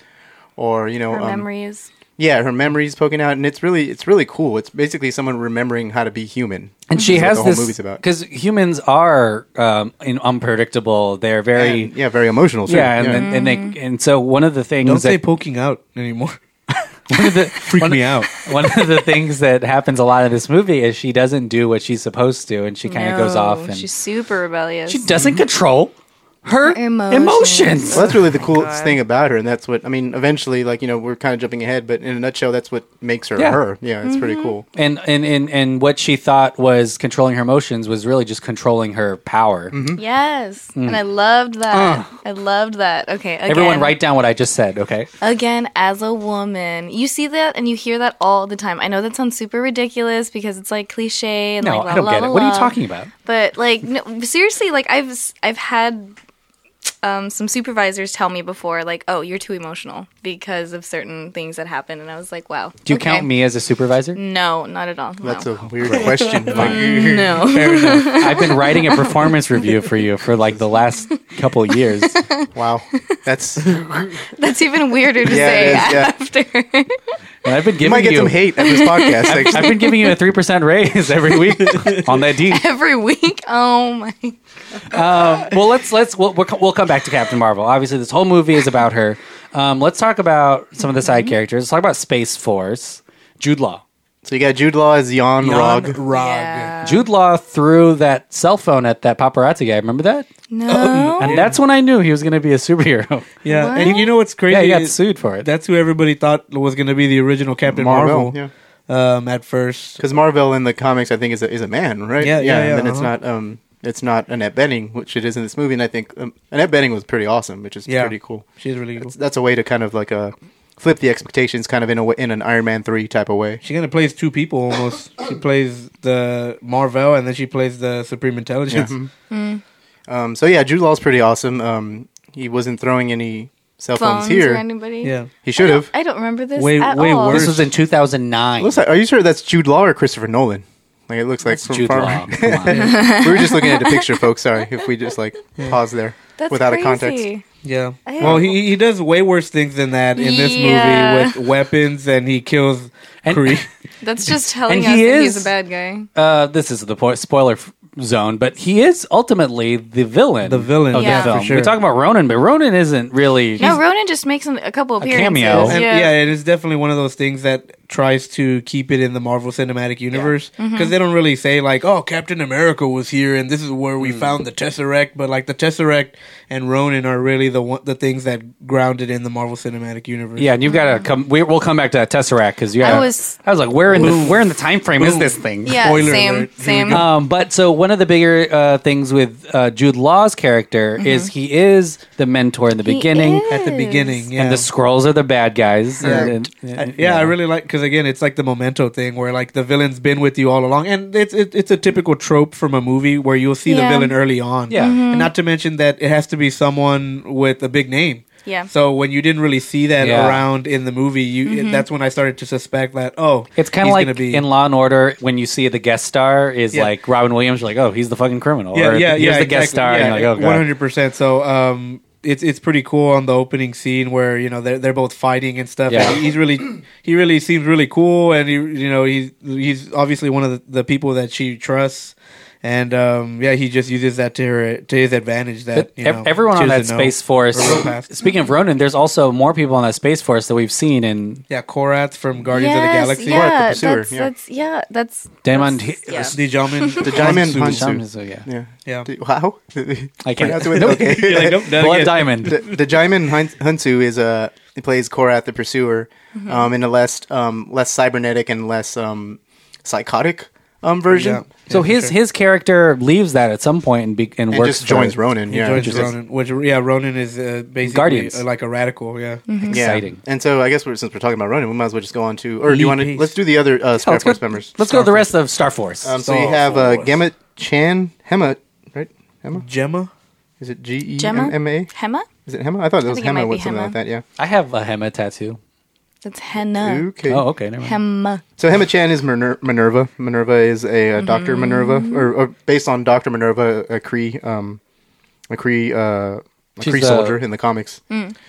Speaker 5: or you know,
Speaker 2: Her
Speaker 5: um,
Speaker 2: memories.
Speaker 5: yeah, her memories poking out, and it's really it's really cool. It's basically someone remembering how to be human,
Speaker 3: and she
Speaker 5: That's what
Speaker 3: has
Speaker 5: the whole
Speaker 3: this
Speaker 5: movie's about.
Speaker 3: because humans are um, in, unpredictable. They're very
Speaker 5: And, yeah, very emotional. Too.
Speaker 3: yeah, and then- and,
Speaker 2: Mm.
Speaker 3: they and so one of the things
Speaker 4: Don't
Speaker 3: that
Speaker 4: say poking out anymore.
Speaker 3: one of the
Speaker 4: Freak me out.
Speaker 3: one of the things that happens a lot in this movie is she doesn't do what she's supposed to, and she kind of goes
Speaker 2: No,
Speaker 3: off and
Speaker 2: she's super rebellious.
Speaker 3: she doesn't control her emotions.
Speaker 2: Emotions.
Speaker 5: Well, that's really the coolest thing about her, and that's what I mean. Eventually, like you know, we're kind of jumping ahead, but in a nutshell, that's what makes her
Speaker 3: Yeah.
Speaker 5: her. Yeah, it's pretty cool.
Speaker 3: And, and and and what she thought was controlling her emotions was really just controlling her power.
Speaker 2: yes, and I loved that. I loved that. Okay, again,
Speaker 3: Mm. Everyone, write down what I just said. Okay.
Speaker 2: again as a woman you see that and you hear that all the time i know that sounds super ridiculous because it's like cliche and
Speaker 3: No,
Speaker 2: like la,
Speaker 3: I don't
Speaker 2: la,
Speaker 3: get
Speaker 2: la,
Speaker 3: it. What are you
Speaker 2: la.
Speaker 3: talking about?
Speaker 2: but like no, seriously like i've i've had um, some supervisors tell me before, like, "Oh, you're too emotional because of certain things that happened," and I was like, "Wow."
Speaker 8: Do you
Speaker 2: okay.
Speaker 8: count me as a supervisor?
Speaker 2: No, not at all.
Speaker 5: That's
Speaker 2: no.
Speaker 5: a weird question. Like,
Speaker 2: no.
Speaker 8: Fair enough. I've been writing a performance review for you for like the last couple years.
Speaker 5: wow, that's
Speaker 2: That's even weirder to
Speaker 5: Yeah,
Speaker 2: say
Speaker 5: it is, yeah.
Speaker 2: after.
Speaker 8: And I've been
Speaker 5: you
Speaker 8: giving
Speaker 5: might get
Speaker 8: you
Speaker 5: some hate at this podcast.
Speaker 8: I've
Speaker 5: Actually.
Speaker 8: been giving you a three percent raise every week on that deal.
Speaker 2: Every week, oh my!
Speaker 3: well, let's let's we'll, we'll co- we'll come back to Captain Marvel. Obviously, this whole movie is about her. Um, let's talk about some of the
Speaker 2: Mm-hmm.
Speaker 3: side characters. Let's talk about Space Force. Jude Law.
Speaker 5: So you got Jude Law as Jan Rog. Ah,
Speaker 2: Yeah.
Speaker 4: Oh,
Speaker 3: Jude Law threw that cell phone at that paparazzi guy. Remember that?
Speaker 2: No,
Speaker 3: And that's when I knew he was going to be a superhero.
Speaker 4: Yeah, and you know what's
Speaker 3: yeah,
Speaker 4: crazy?
Speaker 3: he got
Speaker 4: is
Speaker 3: sued for it.
Speaker 4: That's who everybody thought was going to be the original Captain Marvel.
Speaker 5: yeah.
Speaker 4: um, at first.
Speaker 5: Because Marvel in the comics, I think, is a, is a man, right?
Speaker 4: Yeah, yeah,
Speaker 5: and
Speaker 4: yeah,
Speaker 5: then it's
Speaker 4: uh-huh.
Speaker 5: not um, it's not Annette Benning, which it is in this movie. And I think um, Annette Benning was pretty awesome, which is
Speaker 4: Yeah.
Speaker 5: pretty cool.
Speaker 4: She's really cool.
Speaker 5: It's- That's a way to kind of like uh, flip the expectations, kind of in a way, in an Iron Man three type of way.
Speaker 4: She kind of plays two people almost. she plays the Marvel and then she plays the Supreme Intelligence.
Speaker 5: Um, so yeah, Jude Law's pretty awesome. Um, he wasn't throwing any cell phones,
Speaker 2: phones or
Speaker 5: here.
Speaker 2: anybody?
Speaker 4: Yeah.
Speaker 5: He should have.
Speaker 2: I don't remember this
Speaker 4: Way-
Speaker 2: at
Speaker 4: way
Speaker 2: all.
Speaker 4: worse.
Speaker 3: this was in 2009.
Speaker 5: Looks like, are you sure that's Jude Law or Christopher Nolan? Like it looks like from
Speaker 3: Jude
Speaker 5: far-
Speaker 3: Law. Come on.
Speaker 5: we were just looking at the picture, folks. Sorry if we just like pause there
Speaker 2: That's
Speaker 5: without
Speaker 2: crazy.
Speaker 5: a context.
Speaker 4: Yeah.
Speaker 2: I-
Speaker 4: Well, he he does way worse things than that in this
Speaker 2: Yeah.
Speaker 4: movie with weapons and he kills
Speaker 3: And-
Speaker 4: Kree.
Speaker 2: That's just telling
Speaker 3: And
Speaker 2: us
Speaker 3: he
Speaker 2: that
Speaker 3: is-
Speaker 2: he's a bad guy.
Speaker 3: uh, this is the po- spoiler f- zone, but he is ultimately the villain.
Speaker 4: The villain,
Speaker 3: of
Speaker 2: yeah,
Speaker 3: the
Speaker 2: for
Speaker 3: film.
Speaker 4: sure.
Speaker 3: We talk about Ronan, but Ronan isn't really.
Speaker 2: No, Ronan just makes an- a couple appearances.
Speaker 3: cameo.
Speaker 4: And, yeah.
Speaker 2: Yeah.
Speaker 4: it is definitely one of those things that tries to keep it in the Marvel Cinematic Universe
Speaker 2: Mm-hmm.
Speaker 4: because they don't really say like, "Oh, Captain America was here and this is where
Speaker 3: Mm.
Speaker 4: we found the Tesseract," but like the Tesseract and Ronan are really the one, the things that grounded in the Marvel Cinematic Universe.
Speaker 3: Yeah, and you've got to come. We, we'll come back to that Tesseract because you.
Speaker 2: Mm-hmm. I
Speaker 3: gotta-
Speaker 2: was-
Speaker 3: I was like, where in the where in the time frame is this thing?
Speaker 2: Yeah,
Speaker 4: Spoiler
Speaker 2: same,
Speaker 4: alert. Here we
Speaker 2: same.
Speaker 3: Um, but so one of the bigger uh, things with uh, Jude Law's character
Speaker 2: Mm-hmm.
Speaker 3: is he is the mentor in the beginning,
Speaker 4: at the beginning, yeah.
Speaker 3: and the scrolls are the bad guys. And- and-
Speaker 4: I- yeah, I really like because again, it's like the memento thing where like the villain's been with you all along, and it's it, it's a typical trope from a movie where you'll see
Speaker 2: Yeah. Mm-hmm.
Speaker 4: the villain early on.
Speaker 3: Yeah. Mhm.
Speaker 4: and not to mention that it has to be someone with a big name.
Speaker 2: Yeah.
Speaker 4: So when you didn't really see that
Speaker 3: Yeah.
Speaker 4: around in the movie, you
Speaker 2: Mm-hmm.
Speaker 4: that's when I started to suspect that oh,
Speaker 3: It's kind
Speaker 4: he's
Speaker 3: of like
Speaker 4: gonna be-
Speaker 3: in Law and Order when you see the guest star is
Speaker 4: Yeah.
Speaker 3: like Robin Williams. You're like, oh, he's the fucking criminal.
Speaker 4: yeah,
Speaker 3: or,
Speaker 4: yeah,
Speaker 3: here's
Speaker 4: yeah.
Speaker 3: the guest star. and you're like, oh, God.
Speaker 4: one hundred percent. So um, it's it's pretty cool on the opening scene where you know they're they're both fighting and stuff.
Speaker 3: Yeah.
Speaker 4: And he's really he really seems really cool, and he you know he's he's obviously one of the, the people that she trusts. And um, yeah, he just uses that to her to his advantage. That you
Speaker 3: Ev-
Speaker 4: know,
Speaker 3: everyone
Speaker 4: she
Speaker 3: on that
Speaker 4: doesn't know
Speaker 3: Space
Speaker 4: her real
Speaker 3: Force.
Speaker 4: past.
Speaker 3: Speaking of Ronan, there's also more people on that Space Force that we've seen in
Speaker 4: Yeah, Korath from Guardians
Speaker 2: Yes,
Speaker 4: of the Galaxy.
Speaker 2: Yeah,
Speaker 5: Or the Pursuer,
Speaker 2: that's,
Speaker 5: yeah.
Speaker 2: that's yeah, that's
Speaker 3: Diamond.
Speaker 2: that's-
Speaker 3: Hi-
Speaker 2: yeah.
Speaker 4: The Jamin, the
Speaker 5: Diamond Hansu.
Speaker 3: Some- so, yeah.
Speaker 5: Yeah.
Speaker 4: Yeah.
Speaker 5: D- Wow.
Speaker 3: I can't.
Speaker 5: Pronounce it with- okay.
Speaker 4: You're like, nope, not
Speaker 3: Blood
Speaker 4: again.
Speaker 3: Diamond.
Speaker 5: the Jaimin Hun- Hunsu is a he plays Korath the Pursuer,
Speaker 2: Mm-hmm.
Speaker 5: um, in a less um, less cybernetic and less um, psychotic um, version.
Speaker 4: Yeah.
Speaker 3: So his his character leaves that at some point and, be, and,
Speaker 5: And
Speaker 3: works
Speaker 5: just
Speaker 3: for-
Speaker 5: joins Ronan.
Speaker 4: He
Speaker 5: yeah,
Speaker 4: joins
Speaker 5: Just-
Speaker 4: Ronan, which yeah, Ronan is uh, basically
Speaker 3: Guardians.
Speaker 4: like a radical. Yeah,
Speaker 2: Mm-hmm.
Speaker 5: yeah.
Speaker 3: Exciting.
Speaker 5: And so I guess we're, since we're talking about Ronan, we might as well just go on to, or do you
Speaker 4: Lee
Speaker 5: want to?
Speaker 4: Pace.
Speaker 5: Let's do the other uh,
Speaker 3: Oh,
Speaker 5: Star
Speaker 3: let's go,
Speaker 5: Force members.
Speaker 3: let's go to the rest of Star Force. Oh,
Speaker 5: Um, so you
Speaker 4: Star
Speaker 5: have uh,
Speaker 4: Force.
Speaker 5: Gemma Chan Hema, right? Hema
Speaker 4: Gemma.
Speaker 5: is it G E
Speaker 2: Gemma?
Speaker 5: M M A?
Speaker 2: Hema?
Speaker 5: Is it Hema? I thought that was
Speaker 2: think it might
Speaker 5: Hema
Speaker 2: be
Speaker 5: with something
Speaker 2: Hema.
Speaker 5: like that. Yeah.
Speaker 3: I have a Hema tattoo.
Speaker 2: That's henna.
Speaker 5: Okay.
Speaker 3: Oh, okay. Never mind.
Speaker 2: Hema.
Speaker 5: So Hema Chan is Miner- Minerva. Minerva is a uh, Doctor
Speaker 2: Mm-hmm.
Speaker 5: Minerva, or, or based on Doctor Minerva, a Cree, um, a Cree, uh, a
Speaker 3: She's
Speaker 5: Cree
Speaker 3: a-
Speaker 5: soldier in the comics.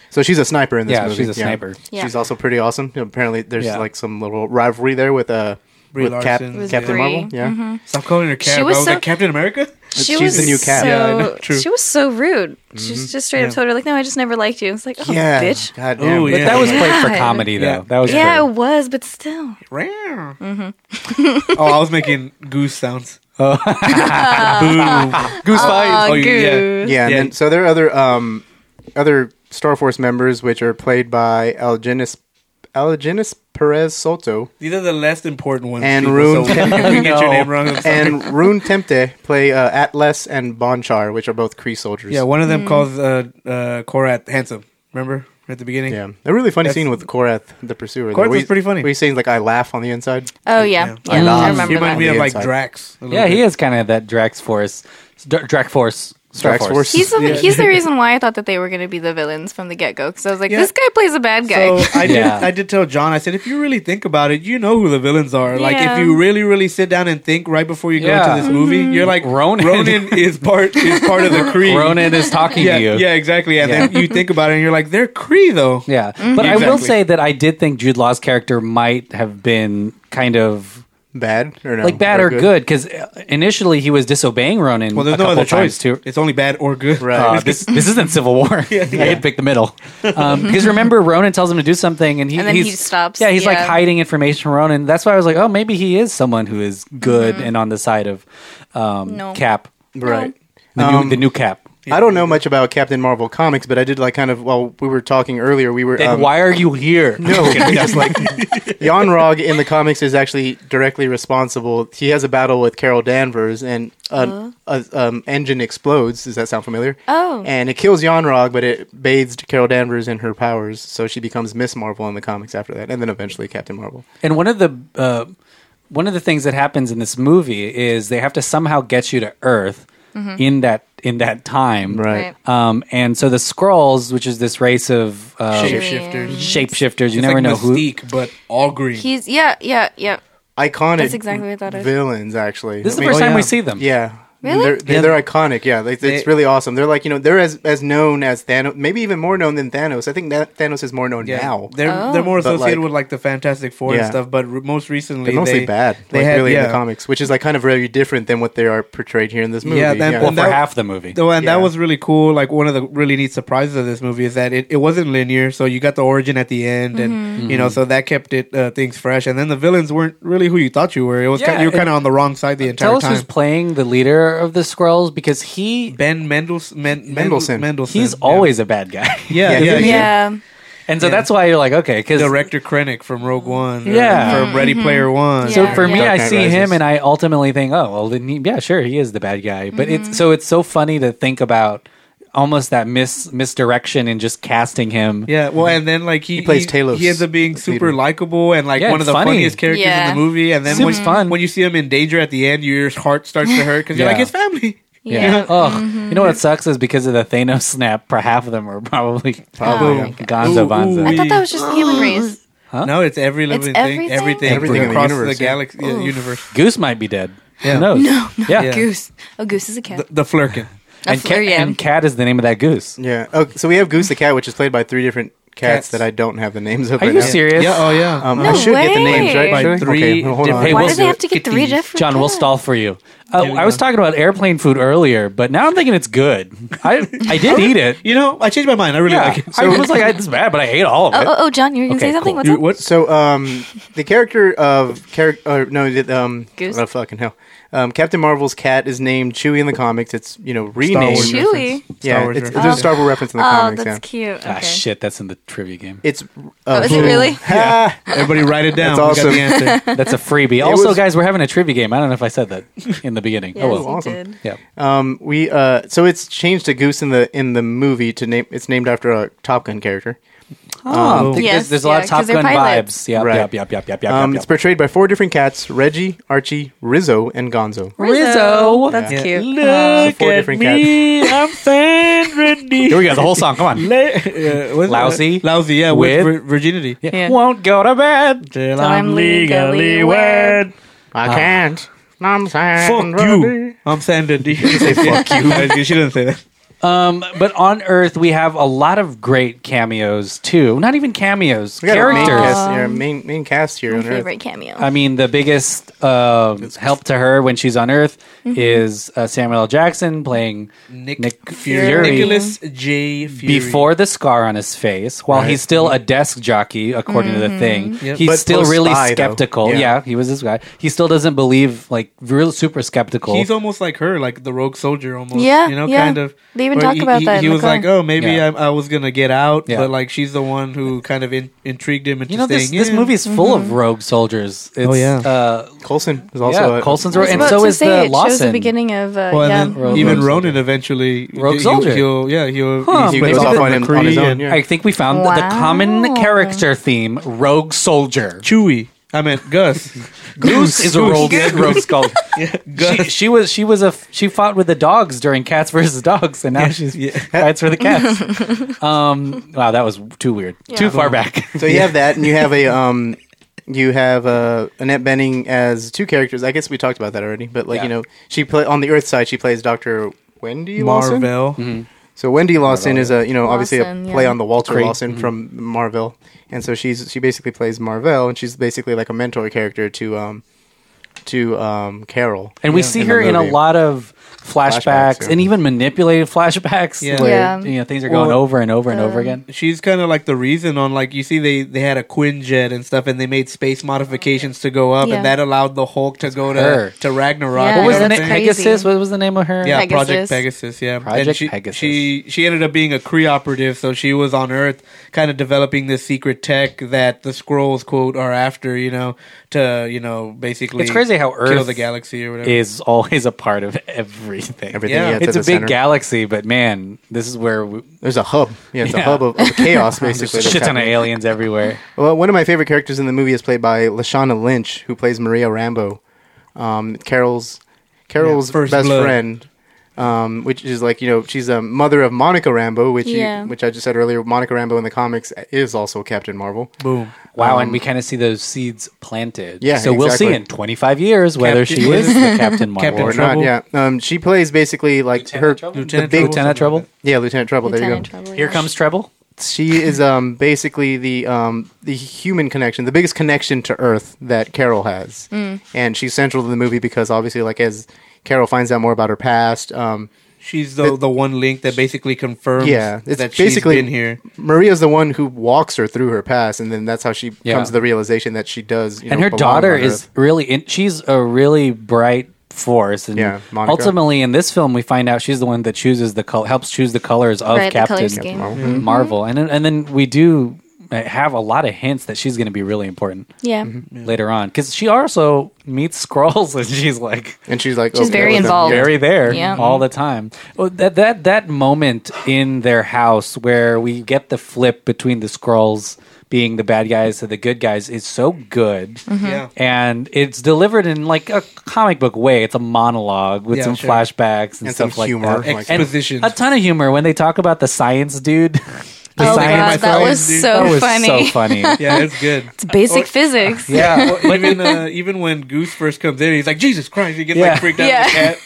Speaker 5: So she's a sniper in this
Speaker 3: Yeah,
Speaker 5: movie.
Speaker 3: she's a sniper.
Speaker 2: Mm. Yeah.
Speaker 5: She's also pretty awesome. Apparently, there's
Speaker 3: Yeah.
Speaker 5: like some little rivalry there with uh,
Speaker 4: Brie
Speaker 5: with Cap-
Speaker 4: Larson. With
Speaker 5: Captain
Speaker 2: Brie. Mm-hmm.
Speaker 5: Marvel. Yeah,
Speaker 4: Stop calling her Cap.
Speaker 2: She was
Speaker 4: I was
Speaker 2: so-
Speaker 4: like Captain America.
Speaker 2: She
Speaker 5: she's
Speaker 2: was
Speaker 5: the new cat.
Speaker 2: So,
Speaker 4: Yeah, I know. True.
Speaker 2: She was so rude. She's just straight up told her, like, no, I just never liked you. It's like, oh,
Speaker 5: yeah.
Speaker 2: bitch.
Speaker 5: God
Speaker 4: Ooh,
Speaker 5: damn.
Speaker 4: yeah.
Speaker 3: But that was played for
Speaker 2: Yeah.
Speaker 3: comedy, though.
Speaker 4: Yeah.
Speaker 3: That was
Speaker 2: Yeah,
Speaker 3: good.
Speaker 2: it was, but still.
Speaker 4: mm
Speaker 2: Mm-hmm.
Speaker 4: oh, I was making goose sounds.
Speaker 5: Oh. Goose
Speaker 2: Uh,
Speaker 4: Oh, you-
Speaker 2: goo.
Speaker 5: Yeah, and
Speaker 4: Yeah.
Speaker 5: Then, so there are other um, other Star Force members which are played by Algenis Algenis Perez Soto.
Speaker 4: These are the less important ones.
Speaker 5: And
Speaker 4: people,
Speaker 5: Rune-
Speaker 4: So if we get your
Speaker 3: No.
Speaker 4: name wrong. I'm sorry.
Speaker 5: and Rune Temte play uh, Atlas and Bonchar, which are both Kree soldiers.
Speaker 4: yeah, one of
Speaker 2: Hmm.
Speaker 4: them calls uh, uh, Korat handsome. Remember at the beginning?
Speaker 5: yeah. A really funny
Speaker 4: That's-
Speaker 5: scene with Korath, the pursuer.
Speaker 4: Korath
Speaker 5: though, where
Speaker 4: was
Speaker 5: he-
Speaker 4: pretty funny.
Speaker 5: Where he's saying like, "I laugh on the inside."
Speaker 2: Oh, yeah. Yeah,
Speaker 5: I
Speaker 2: I
Speaker 5: laugh.
Speaker 2: remember
Speaker 4: He
Speaker 2: that.
Speaker 4: reminded me
Speaker 5: On
Speaker 4: of
Speaker 5: the
Speaker 4: like
Speaker 5: inside.
Speaker 4: Drax. a little
Speaker 3: Yeah, he
Speaker 4: bit.
Speaker 3: is kind of that Drax Force, Dra- Drac Force
Speaker 5: Star
Speaker 3: Force.
Speaker 5: Force.
Speaker 2: He's the,
Speaker 4: Yeah.
Speaker 2: he's the reason why I thought that they were going to be the villains from the get go because I was like,
Speaker 4: Yeah.
Speaker 2: this guy plays a bad guy.
Speaker 4: So I did.
Speaker 3: Yeah.
Speaker 4: I did tell John. I said, if you really think about it, you know who the villains are. Like,
Speaker 2: Yeah. Mm-hmm.
Speaker 4: if you really, really sit down and think right before you go
Speaker 3: Yeah.
Speaker 4: into this movie, you're like,
Speaker 3: Ronin.
Speaker 4: Ronin is part is part of the Kree.
Speaker 9: Ronan is talking
Speaker 4: Yeah,
Speaker 9: to you.
Speaker 4: yeah, exactly. And then you think about it, and you're like, they're Kree though.
Speaker 3: Yeah,
Speaker 2: Mm-hmm.
Speaker 3: but I will
Speaker 4: Exactly.
Speaker 3: say that I did think Jude Law's character might have been kind of
Speaker 5: bad or no?
Speaker 3: like bad or good because initially he was disobeying Ronan.
Speaker 4: Well,
Speaker 3: a
Speaker 4: there's no
Speaker 3: couple
Speaker 4: other
Speaker 3: times
Speaker 4: choice.
Speaker 3: too.
Speaker 4: It's only bad or good.
Speaker 5: Right.
Speaker 3: Uh, this this isn't Civil War. I did pick the middle because remember Ronan tells him to do something and he
Speaker 2: And then he
Speaker 3: he's-
Speaker 2: stops,
Speaker 3: Yeah, he's like
Speaker 2: yeah.
Speaker 3: hiding information from Ronan. That's why I was like, oh, maybe he is someone who is good and on the side of um,
Speaker 2: Mm-hmm. No.
Speaker 3: Cap,
Speaker 5: Right.
Speaker 3: the, new,
Speaker 5: Um,
Speaker 3: the new Cap.
Speaker 5: I don't know much about Captain Marvel comics, but I did like kind of while we were talking earlier, we were
Speaker 3: Then
Speaker 5: um,
Speaker 3: why are you here?
Speaker 5: No, yes, like Yanrog in the comics is actually directly responsible. He has a battle with Carol Danvers, and an a, um, engine explodes. Does that sound familiar?
Speaker 2: Oh.
Speaker 5: and it kills Yanrog, but it bathes Carol Danvers in her powers, so she becomes Miss Marvel in the comics after that, and then eventually Captain Marvel.
Speaker 3: And one of the uh, one of the things that happens in this movie is they have to somehow get you to Earth in that in that time,
Speaker 5: Right.
Speaker 3: Um, and so the Skrulls, which is this race of uh,
Speaker 4: Shapeshifters.
Speaker 3: shapeshifters, you
Speaker 4: It's
Speaker 3: never
Speaker 4: like
Speaker 3: know who.
Speaker 4: Mystique, but all green.
Speaker 2: He's yeah, yeah, yeah.
Speaker 5: Iconic.
Speaker 2: That's exactly what I thought of.
Speaker 5: Villains, actually.
Speaker 3: This is the
Speaker 5: I mean-
Speaker 3: first
Speaker 4: oh,
Speaker 3: time we
Speaker 4: yeah.
Speaker 3: see them.
Speaker 5: Yeah.
Speaker 2: Really?
Speaker 5: They're, they're,
Speaker 4: Yeah.
Speaker 5: they're iconic. Yeah. Like, it's
Speaker 4: They-
Speaker 5: really awesome. They're like, you know, they're as, as known as Thanos, maybe even more known than Thanos. I think that Thanos is more known
Speaker 4: Yeah,
Speaker 5: now.
Speaker 4: they're
Speaker 2: Oh.
Speaker 4: they're more
Speaker 5: But,
Speaker 4: associated
Speaker 5: like-
Speaker 4: with like the Fantastic Four
Speaker 5: Yeah.
Speaker 4: and stuff, but re- most recently
Speaker 5: They're mostly
Speaker 4: they-
Speaker 5: bad,
Speaker 4: They
Speaker 5: like
Speaker 4: had
Speaker 5: really
Speaker 4: yeah,
Speaker 5: in the comics, which is like kind of very different than what they are portrayed here in this movie.
Speaker 4: Yeah, that-
Speaker 3: Well,
Speaker 4: And
Speaker 3: for
Speaker 4: that-
Speaker 3: half the movie.
Speaker 4: Oh, and
Speaker 5: Yeah.
Speaker 4: that was really cool. Like one of the really neat surprises of this movie is that it, it wasn't linear, so you got the origin at the end, and
Speaker 2: Mm-hmm.
Speaker 4: you
Speaker 3: Mm-hmm.
Speaker 4: know, so that kept it uh, things fresh. And then the villains weren't really who you thought you were. It was
Speaker 3: Yeah,
Speaker 4: kind, you were
Speaker 3: and- uh,
Speaker 4: kind of on the wrong side the
Speaker 3: Tell
Speaker 4: entire
Speaker 3: us who's
Speaker 4: time.
Speaker 3: playing the leader of the Skrulls because he
Speaker 4: Ben Mendels- Men-
Speaker 5: Mendelsohn.
Speaker 4: Mendelsohn. Mendelsohn.
Speaker 3: he's
Speaker 4: yeah.
Speaker 3: always a bad guy.
Speaker 4: yeah, yeah, yeah.
Speaker 2: Yeah.
Speaker 3: and so that's why you're like okay because
Speaker 4: Director Krennic from Rogue One, or
Speaker 3: Yeah.
Speaker 4: from Ready Player One.
Speaker 3: So
Speaker 2: Mm-hmm. Yeah.
Speaker 3: for me,
Speaker 5: Dark
Speaker 3: I
Speaker 5: Knight
Speaker 3: see
Speaker 5: Rises.
Speaker 3: him and I ultimately think, oh, well, then he, yeah, sure, he is the bad guy. But
Speaker 2: Mm-hmm.
Speaker 3: it's so it's so funny to think about almost that mis misdirection and just casting him.
Speaker 4: Yeah, well, and then like he,
Speaker 5: plays Talos,
Speaker 4: He ends up being
Speaker 5: the
Speaker 4: super
Speaker 5: leader.
Speaker 4: likable and like
Speaker 3: Yeah,
Speaker 4: one
Speaker 3: it's
Speaker 4: of the
Speaker 3: funny.
Speaker 4: funniest characters
Speaker 2: Yeah.
Speaker 4: in the movie. And then
Speaker 3: Super
Speaker 4: when,
Speaker 3: fun.
Speaker 4: when you see him in danger at the end, your heart starts to hurt because you're
Speaker 3: Yeah.
Speaker 4: like his family.
Speaker 2: Yeah. Mm-hmm.
Speaker 3: Ugh. You know what sucks is because of the Thanos snap, pro- half of them are probably
Speaker 2: Oh Probably.
Speaker 3: probably Gonzo
Speaker 4: Ooh,
Speaker 2: I
Speaker 3: Bonzo.
Speaker 4: ooh.
Speaker 2: thought that was just the human race.
Speaker 4: No, it's every living thing,
Speaker 2: everything?
Speaker 4: everything,
Speaker 5: Everything in the
Speaker 4: across the,
Speaker 5: universe, yeah.
Speaker 4: galaxy, yeah, universe.
Speaker 3: Goose might be dead.
Speaker 4: Yeah.
Speaker 3: Who knows? No, yeah.
Speaker 4: Yeah.
Speaker 2: Goose. Oh, goose is a
Speaker 4: The,
Speaker 2: cat.
Speaker 4: the Flurkin.
Speaker 2: A
Speaker 3: And,
Speaker 2: fl-
Speaker 3: cat,
Speaker 2: yeah.
Speaker 3: and cat is the name of that goose.
Speaker 5: Yeah. Oh, so we have Goose the Cat, which is played by three different cats,
Speaker 4: Cats.
Speaker 5: that I don't have the names of.
Speaker 3: Are
Speaker 5: right
Speaker 3: you
Speaker 5: now.
Speaker 3: serious?
Speaker 4: Yeah, oh yeah.
Speaker 5: Um,
Speaker 2: No
Speaker 5: I should get
Speaker 2: way.
Speaker 5: the names, right?
Speaker 4: By
Speaker 5: Should I?
Speaker 4: three
Speaker 5: Okay, well, hold on.
Speaker 4: different-
Speaker 2: Why
Speaker 3: we'll
Speaker 2: do they
Speaker 3: do
Speaker 2: have to get three
Speaker 4: fifties.
Speaker 2: different?
Speaker 3: John, we'll
Speaker 2: cats?
Speaker 3: stall for you. Uh,
Speaker 4: we
Speaker 3: I was
Speaker 4: go.
Speaker 3: talking about airplane food earlier, but now I'm thinking it's good. I I
Speaker 2: Oh,
Speaker 3: did eat it.
Speaker 4: You know, I changed my mind. I really
Speaker 3: Yeah,
Speaker 4: like it.
Speaker 3: I was like, it's bad, but I ate all of
Speaker 2: Oh,
Speaker 3: it.
Speaker 2: oh, oh, John, you were gonna
Speaker 3: Okay,
Speaker 2: say something?
Speaker 3: cool.
Speaker 2: What's
Speaker 4: You-
Speaker 2: up?
Speaker 5: So,
Speaker 4: what?
Speaker 5: um, the character of character, no, the, um,
Speaker 2: Goose?
Speaker 5: oh fucking hell, um, Captain Marvel's cat is named Chewie in the comics. It's you know renamed.
Speaker 4: Wars.
Speaker 2: Chewie?
Speaker 4: reference.
Speaker 5: Yeah,
Speaker 4: Star Wars
Speaker 5: it's,
Speaker 4: reference.
Speaker 5: there's a Star Wars reference in the
Speaker 2: Oh,
Speaker 5: comics.
Speaker 2: that's
Speaker 5: yeah.
Speaker 2: cute. Okay.
Speaker 3: Ah, shit, that's in the trivia game.
Speaker 5: It's
Speaker 2: Oh,
Speaker 5: uh,
Speaker 2: is it really?
Speaker 5: Ah,
Speaker 4: Everybody write it down.
Speaker 5: That's
Speaker 4: We got the
Speaker 5: awesome.
Speaker 4: answer.
Speaker 3: That's a freebie. also,
Speaker 5: was-
Speaker 3: guys, we're having a trivia game. I don't know if I said that in the beginning.
Speaker 2: Yes, you
Speaker 3: oh well.
Speaker 5: awesome.
Speaker 2: did.
Speaker 3: Yeah.
Speaker 5: Um, we uh, so it's changed to Goose in the in the movie to name. It's named after a Top Gun character.
Speaker 3: Oh,
Speaker 4: Yes,
Speaker 3: there's, there's a lot of
Speaker 2: yeah,
Speaker 3: Top
Speaker 2: 'cause they're
Speaker 3: Gun
Speaker 2: pilots.
Speaker 3: vibes. Yep,
Speaker 5: Right.
Speaker 3: yep, yep, yep, yep, yep,
Speaker 5: Um,
Speaker 3: yep,
Speaker 5: It's portrayed by four different cats: Reggie, Archie, Rizzo, and Gonzo.
Speaker 3: Rizzo.
Speaker 2: That's
Speaker 4: Yeah.
Speaker 2: cute.
Speaker 5: So four different cats.
Speaker 4: I'm Sandra D.
Speaker 3: Here we go. The whole song. Come on.
Speaker 4: uh, what's-
Speaker 3: Lousy.
Speaker 4: Lousy, yeah, with,
Speaker 3: With-
Speaker 4: vir- virginity.
Speaker 2: Yeah.
Speaker 3: Won't go to bed.
Speaker 4: Till
Speaker 2: I'm legally wed.
Speaker 5: I
Speaker 3: Ah.
Speaker 5: can't. I'm saying,
Speaker 4: Fuck you. I'm Sandra D. She didn't say fuck you. she didn't say that.
Speaker 3: Um, but on Earth, we have a lot of great cameos too. Not even cameos.
Speaker 5: We got our main
Speaker 3: Characters.
Speaker 5: cast, our main, main cast here.
Speaker 2: Um, My
Speaker 5: on Earth.
Speaker 2: favorite cameo.
Speaker 3: I mean, the biggest uh, help to her when she's on Earth
Speaker 2: Mm-hmm.
Speaker 3: is uh, Samuel L. Jackson playing Nick, Fury.
Speaker 4: Nicholas J. Fury.
Speaker 3: before the scar on his face, while he's still a desk jockey, according to the thing,
Speaker 4: Yep.
Speaker 3: he's
Speaker 5: But
Speaker 3: still
Speaker 5: post
Speaker 3: really
Speaker 5: spy, though.
Speaker 3: skeptical.
Speaker 5: Yeah.
Speaker 3: Yeah. he was this guy. He still doesn't believe, like, real super skeptical.
Speaker 4: He's almost like her, like the rogue soldier, almost.
Speaker 2: Yeah,
Speaker 4: you know,
Speaker 2: yeah.
Speaker 4: kind of.
Speaker 2: They even
Speaker 4: where
Speaker 2: talk
Speaker 4: he-
Speaker 2: about
Speaker 4: he,
Speaker 2: that in
Speaker 4: He
Speaker 2: the
Speaker 4: was
Speaker 2: car.
Speaker 4: like, "Oh, maybe
Speaker 3: Yeah.
Speaker 4: I, I was gonna get out,"
Speaker 3: Yeah.
Speaker 4: but like she's the one who kind of in, intrigued him into
Speaker 3: you know, this,
Speaker 4: staying
Speaker 3: this
Speaker 4: in.
Speaker 3: movie is full of rogue soldiers. It's,
Speaker 4: yeah.
Speaker 3: Uh,
Speaker 5: Colson is also
Speaker 3: also yeah,
Speaker 5: a,
Speaker 3: Colson's
Speaker 2: I
Speaker 3: rogue,
Speaker 2: was
Speaker 3: and
Speaker 2: about
Speaker 3: so
Speaker 2: to
Speaker 3: is
Speaker 2: say
Speaker 3: the
Speaker 2: it shows
Speaker 3: Lawson.
Speaker 2: the beginning of uh,
Speaker 4: Well,
Speaker 2: yeah.
Speaker 4: and then even
Speaker 3: Rogue
Speaker 4: Ronin eventually.
Speaker 3: Rogue
Speaker 4: he-
Speaker 3: soldier.
Speaker 4: He'll, yeah, he'll.
Speaker 3: Huh.
Speaker 4: he
Speaker 5: He
Speaker 4: splits
Speaker 5: goes
Speaker 4: off
Speaker 5: off on
Speaker 4: from
Speaker 5: him on his
Speaker 4: Kree
Speaker 5: own.
Speaker 4: and
Speaker 5: Yeah.
Speaker 3: I think we found the
Speaker 2: Wow.
Speaker 3: common character theme: rogue soldier.
Speaker 4: Chewie. I meant Gus.
Speaker 3: Goose is a rogue, rogue skull. she,
Speaker 4: Gus.
Speaker 3: she was she was a f- she fought with the dogs during Cats versus Dogs, and now she's fights for the cats. um, wow, that was too weird, too far back.
Speaker 5: So you have that, and you have a um, you have uh, Annette Benning as two characters. I guess we talked about that already, but like
Speaker 3: Yeah.
Speaker 5: you know, she play on the Earth side. She plays Doctor Wendy Lawson.
Speaker 4: Marvel.
Speaker 3: Mm-hmm.
Speaker 5: So Wendy Lawson is a you know obviously
Speaker 2: Lawson,
Speaker 5: a play
Speaker 2: yeah.
Speaker 5: on the Walter Lawson
Speaker 3: Mm-hmm.
Speaker 5: from Marvel, and so she's she basically plays Marvel, and she's basically like a mentor character to um to um Carol.
Speaker 3: And we see
Speaker 5: in the
Speaker 3: her in a
Speaker 5: movie.
Speaker 3: lot of flashbacks,
Speaker 5: Flashbacks, yeah.
Speaker 3: and even manipulated flashbacks
Speaker 4: Yeah.
Speaker 3: where
Speaker 2: Yeah.
Speaker 3: you know things are
Speaker 4: Well,
Speaker 3: going over and over and over again.
Speaker 4: She's kind of like the reason on like you see they they had a Quinjet and stuff and they made space modifications to go up
Speaker 2: Yeah.
Speaker 4: and that allowed the Hulk to go
Speaker 3: her.
Speaker 4: to to Ragnarok.
Speaker 2: Yeah,
Speaker 4: and
Speaker 3: What was the
Speaker 2: that's
Speaker 3: name?
Speaker 4: everything.
Speaker 2: crazy.
Speaker 3: Pegasus. What was the name of her?
Speaker 4: Yeah,
Speaker 2: Pegasus.
Speaker 4: Project Pegasus. Yeah,
Speaker 3: Project
Speaker 4: and she,
Speaker 3: Pegasus.
Speaker 4: She she ended up being a Kree operative, so she was on Earth, kind of developing this secret tech that the Scrolls quote are after. You know, to you know basically
Speaker 3: It's crazy how
Speaker 4: kill
Speaker 3: Earth
Speaker 4: the galaxy or whatever.
Speaker 3: is always a part of everything.
Speaker 5: Everything
Speaker 4: Yeah.
Speaker 5: yeah,
Speaker 3: It's a
Speaker 5: the
Speaker 3: big
Speaker 5: center.
Speaker 3: galaxy, but man, this is where we,
Speaker 5: There's a hub. Yeah, it's
Speaker 3: Yeah.
Speaker 5: a hub of, of chaos
Speaker 3: there's
Speaker 5: basically.
Speaker 3: a
Speaker 5: that's
Speaker 3: shit ton of
Speaker 5: happening.
Speaker 3: aliens everywhere.
Speaker 5: Well, one of my favorite characters in the movie is played by Lashana Lynch, who plays Maria Rambo, um, Carol's Carol's
Speaker 4: Yeah, first
Speaker 5: best
Speaker 4: blood.
Speaker 5: friend, um, which is like you know she's a mother of Monica Rambo, which
Speaker 2: Yeah.
Speaker 5: you, which I just said earlier. Monica Rambo in the comics is also Captain Marvel.
Speaker 4: Boom.
Speaker 3: Wow, and we kind of see those seeds planted.
Speaker 5: Um, Yeah,
Speaker 3: so we'll see
Speaker 5: exactly.
Speaker 3: in 25 years whether
Speaker 4: Captain-
Speaker 3: she is the Captain Marvel
Speaker 4: Captain
Speaker 5: Or
Speaker 3: or
Speaker 4: Trouble.
Speaker 3: not.
Speaker 5: not? Yeah, um, she plays basically like her
Speaker 4: Lieutenant
Speaker 5: the big
Speaker 4: Trouble.
Speaker 3: Lieutenant Trouble.
Speaker 5: yeah Lieutenant Trouble.
Speaker 2: Lieutenant
Speaker 5: there you go.
Speaker 2: Trouble,
Speaker 3: Here
Speaker 2: yeah.
Speaker 3: comes Treble.
Speaker 5: She is um, basically the um, the human connection, the biggest connection to Earth that Carol has, and she's central to the movie because obviously, like as Carol finds out more about her past, um,
Speaker 4: She's the the one link that basically confirms
Speaker 5: Yeah, it's
Speaker 4: that
Speaker 5: basically-
Speaker 4: she's been here.
Speaker 5: Maria's the one who walks her through her past, and then that's how she
Speaker 3: Yeah.
Speaker 5: comes to the realization that she does. You
Speaker 3: and
Speaker 5: know,
Speaker 3: her
Speaker 5: belong
Speaker 3: daughter
Speaker 5: on
Speaker 3: is
Speaker 5: Earth.
Speaker 3: really, in, she's a really bright force. And
Speaker 5: Yeah, Monica.
Speaker 3: ultimately, in this film, we find out she's the one that chooses the color, helps choose the colors of
Speaker 2: Right, the color
Speaker 3: Captain
Speaker 2: scheme. Mm-hmm.
Speaker 3: Marvel. And, then- and then we do uh, have a lot of hints that she's going to be really important
Speaker 2: Yeah.
Speaker 3: later on because she also meets Skrulls and she's like,
Speaker 5: and she's like
Speaker 2: She's
Speaker 5: okay
Speaker 2: very
Speaker 5: with them.
Speaker 2: involved.
Speaker 5: Yeah.
Speaker 3: very there
Speaker 2: Oh. Yeah. Mm-hmm.
Speaker 3: all the time. Well, that that that moment in their house where we get the flip between the scrolls being the bad guys to the good guys is so good.
Speaker 2: Mm-hmm.
Speaker 4: Yeah.
Speaker 3: And it's delivered in like a comic book way. It's a monologue with
Speaker 4: Yeah,
Speaker 3: some
Speaker 4: sure.
Speaker 3: flashbacks and,
Speaker 5: And some
Speaker 3: stuff like
Speaker 5: humor,
Speaker 3: that.
Speaker 5: like
Speaker 3: And
Speaker 4: expositions.
Speaker 3: a ton of humor when they talk about the science dude. the
Speaker 2: Oh god, that
Speaker 4: science- myself,
Speaker 2: was
Speaker 4: dude.
Speaker 2: so
Speaker 3: that was
Speaker 2: Oh, funny.
Speaker 3: so funny.
Speaker 4: yeah, it's good.
Speaker 2: It's basic physics.
Speaker 3: Yeah.
Speaker 4: Well, even uh, even when Goose first comes in, he's like, "Jesus Christ!" He gets
Speaker 3: Yeah.
Speaker 4: like freaked out.
Speaker 2: Yeah.
Speaker 4: At the cat.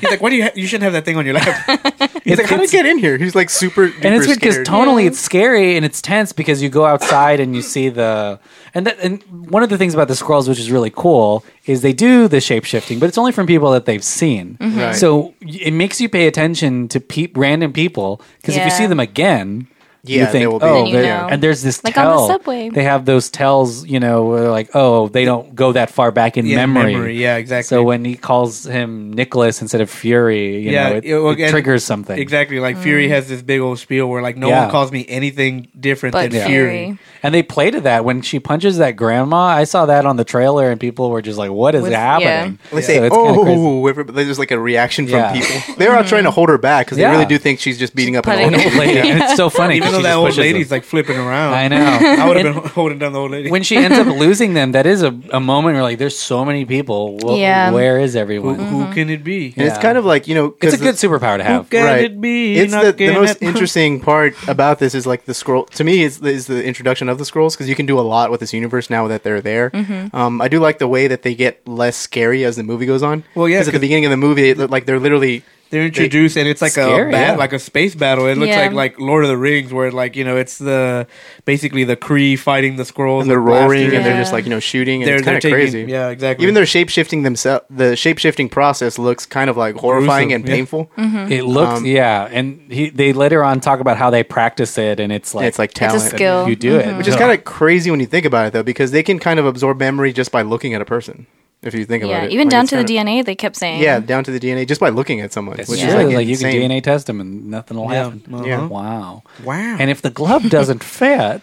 Speaker 4: He's like, "What do you? Ha- you shouldn't have that thing on your lap."
Speaker 5: He's like, how did I get in here? He's like super.
Speaker 3: and it's
Speaker 5: duper
Speaker 3: good because
Speaker 5: scared.
Speaker 3: tonally it's scary and it's tense because you go outside and you see the and that, and one of the things about the scrolls which is really cool is they do the shape shifting but it's only from people that they've seen
Speaker 2: Mm-hmm.
Speaker 5: Right.
Speaker 3: so y- it makes you pay attention to peep random people because if you
Speaker 2: Yeah.
Speaker 3: see them again
Speaker 5: Yeah,
Speaker 3: you think
Speaker 5: they will be-
Speaker 3: oh
Speaker 5: Then you
Speaker 3: they're-
Speaker 2: know.
Speaker 3: and there's this
Speaker 2: Like on the
Speaker 3: tell
Speaker 2: subway.
Speaker 3: they have those tells you know where they're like oh they don't go that far back in
Speaker 4: Yeah,
Speaker 3: memory.
Speaker 4: Yeah, exactly.
Speaker 3: so when he calls him Nicholas instead of Fury, you know, it,
Speaker 4: it- well,
Speaker 3: it
Speaker 4: and-
Speaker 3: triggers something.
Speaker 4: Exactly. Like
Speaker 2: Mm.
Speaker 4: Fury has this big old spiel where like no
Speaker 3: Yeah.
Speaker 4: one calls me anything different
Speaker 2: But
Speaker 4: than
Speaker 2: Fury.
Speaker 4: Fury.
Speaker 3: And they play to that when she punches that grandma. I saw that on the trailer, and people were just like, "What is
Speaker 2: With-
Speaker 3: happening?"
Speaker 5: They
Speaker 3: So
Speaker 5: say,
Speaker 3: it's kinda crazy.
Speaker 5: "Oh!" everybody- There's like a reaction from
Speaker 3: Yeah.
Speaker 5: people. They're all trying to hold her back because
Speaker 3: Yeah.
Speaker 5: they really do think she's just beating up an
Speaker 2: putting-
Speaker 5: old
Speaker 3: Old lady. And it's so funny.
Speaker 4: Even
Speaker 3: 'cause
Speaker 4: though
Speaker 3: she
Speaker 4: that
Speaker 3: just
Speaker 4: old
Speaker 3: pushes
Speaker 4: lady's
Speaker 3: them.
Speaker 4: like flipping around.
Speaker 3: I know.
Speaker 4: I would have
Speaker 3: And
Speaker 4: been holding down the old lady.
Speaker 3: when she ends up losing them, that is a, a moment where like, there's so many people. Wh-
Speaker 2: Yeah. Mm-hmm.
Speaker 3: Where is
Speaker 4: who,
Speaker 3: everyone?
Speaker 4: who can it be?
Speaker 5: And it's
Speaker 3: Yeah.
Speaker 5: kind of like you know,
Speaker 3: It's
Speaker 5: 'cause
Speaker 3: a good superpower to have.
Speaker 4: can it be
Speaker 5: It's the, the
Speaker 4: knocking
Speaker 5: most
Speaker 4: at my-
Speaker 5: interesting part about this is like the scroll. To me, is the, is the introduction of the scrolls because you can do a lot with this universe now that they're there.
Speaker 4: Mm-hmm.
Speaker 5: Um, I do like the way that they get less scary as the movie goes on.
Speaker 4: Well, yeah,
Speaker 5: because at the
Speaker 4: 'cause-
Speaker 5: beginning of the movie, it looked like they're literally
Speaker 4: They're introduced and it's like
Speaker 3: Scary,
Speaker 4: a bat,
Speaker 3: yeah.
Speaker 4: like a space battle. It looks
Speaker 2: Yeah.
Speaker 4: like like Lord of the Rings, where like you know it's the basically the Kree fighting the scrolls
Speaker 5: and they're
Speaker 4: with blaster.
Speaker 5: roaring and they're
Speaker 2: Yeah.
Speaker 5: just like you know shooting. And
Speaker 4: They're-
Speaker 5: it's kind of
Speaker 4: they're taking-
Speaker 5: crazy.
Speaker 4: yeah, exactly.
Speaker 5: Even their shape shifting themselves, the shape shifting process looks kind of like horrifying
Speaker 4: Gruesome,
Speaker 5: and
Speaker 4: yeah. Mm-hmm.
Speaker 5: painful.
Speaker 3: It looked,
Speaker 5: Um,
Speaker 3: yeah. And he, they later on talk about how they practice it, and it's like,
Speaker 5: And it's like
Speaker 2: It's
Speaker 5: talent.
Speaker 2: a skill. Mm-hmm.
Speaker 3: you do it,
Speaker 5: Which is kind of crazy when you think about it, though, because they can kind of absorb memory just by looking at a person. If you think
Speaker 2: Yeah,
Speaker 5: about it,
Speaker 2: even
Speaker 5: Like,
Speaker 2: down
Speaker 5: it's
Speaker 2: to the
Speaker 5: kinda-
Speaker 2: DNA they kept saying.
Speaker 5: Yeah, down to the DNA just by looking at someone.
Speaker 3: It's
Speaker 5: which
Speaker 3: true.
Speaker 5: is like,
Speaker 3: like, you can
Speaker 5: insane.
Speaker 3: DNA test them and nothing will
Speaker 4: Yeah.
Speaker 3: happen.
Speaker 5: Yeah. Uh-huh.
Speaker 3: Wow.
Speaker 4: Wow.
Speaker 3: And if the glove doesn't fit,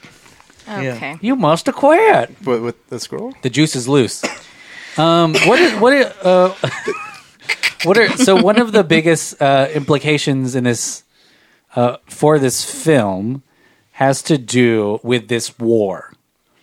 Speaker 2: Okay.
Speaker 3: you must acquit.
Speaker 5: With, with the scroll.
Speaker 3: The juice is loose. Um, what is what? Is, uh, what are so one of the biggest uh, implications in this uh, for this film has to do with this war.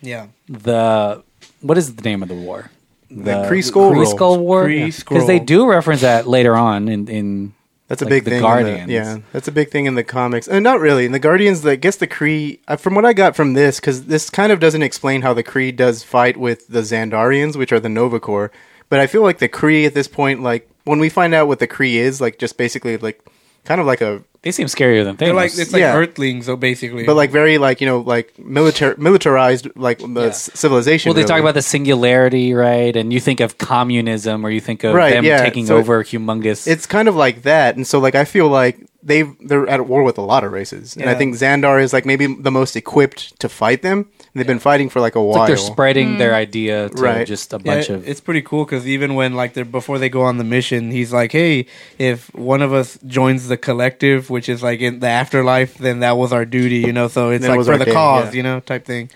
Speaker 4: yeah.
Speaker 3: The what is the name of the war?
Speaker 5: The, Kree-Skull
Speaker 3: Kree Skull
Speaker 5: Rule.
Speaker 3: War.
Speaker 4: Kree
Speaker 3: Because they
Speaker 4: Skrull.
Speaker 3: do reference that later on in. in
Speaker 5: That's a
Speaker 3: like,
Speaker 5: big
Speaker 3: the
Speaker 5: thing. in
Speaker 3: Guardians.
Speaker 5: yeah, that's a big thing in the comics. Uh, not really. In the Guardians, the, I guess the Kree, uh, from what I got from this, because this kind of doesn't explain how the Kree does fight with the Zandarians, which are the Nova Corps. But I feel like the Kree at this point, like, when we find out what the Kree is, like, just basically, like, kind of like a,
Speaker 3: They seem scarier than Thanos.
Speaker 4: They're like it's like
Speaker 5: Yeah.
Speaker 4: Earthlings, so basically.
Speaker 5: but like very, like, you know, like militar- militarized, like, the s- civilization.
Speaker 3: well, they talk
Speaker 5: really.
Speaker 3: about the singularity, right? And you think of communism, or you think of
Speaker 5: Right,
Speaker 3: them
Speaker 5: yeah.
Speaker 3: taking
Speaker 5: So
Speaker 3: over humongous.
Speaker 5: it's kind of like that and so like i feel like they they're at war with a lot of races and i
Speaker 4: Yeah.
Speaker 5: think xandar is like maybe the most equipped to fight them and they've been fighting for like a
Speaker 3: It's
Speaker 5: while
Speaker 3: like they're spreading their idea to
Speaker 5: Right.
Speaker 3: just a
Speaker 4: Yeah,
Speaker 3: bunch of.
Speaker 4: it's pretty cool because even when like they're before they go on the mission, he's like, "Hey, if one of us joins the collective, which is like in the afterlife, then that was our duty, you know. So it's
Speaker 5: That
Speaker 4: like
Speaker 5: was
Speaker 4: for
Speaker 5: our
Speaker 4: the
Speaker 5: thing,
Speaker 4: cause,
Speaker 5: yeah.
Speaker 4: you know, type thing.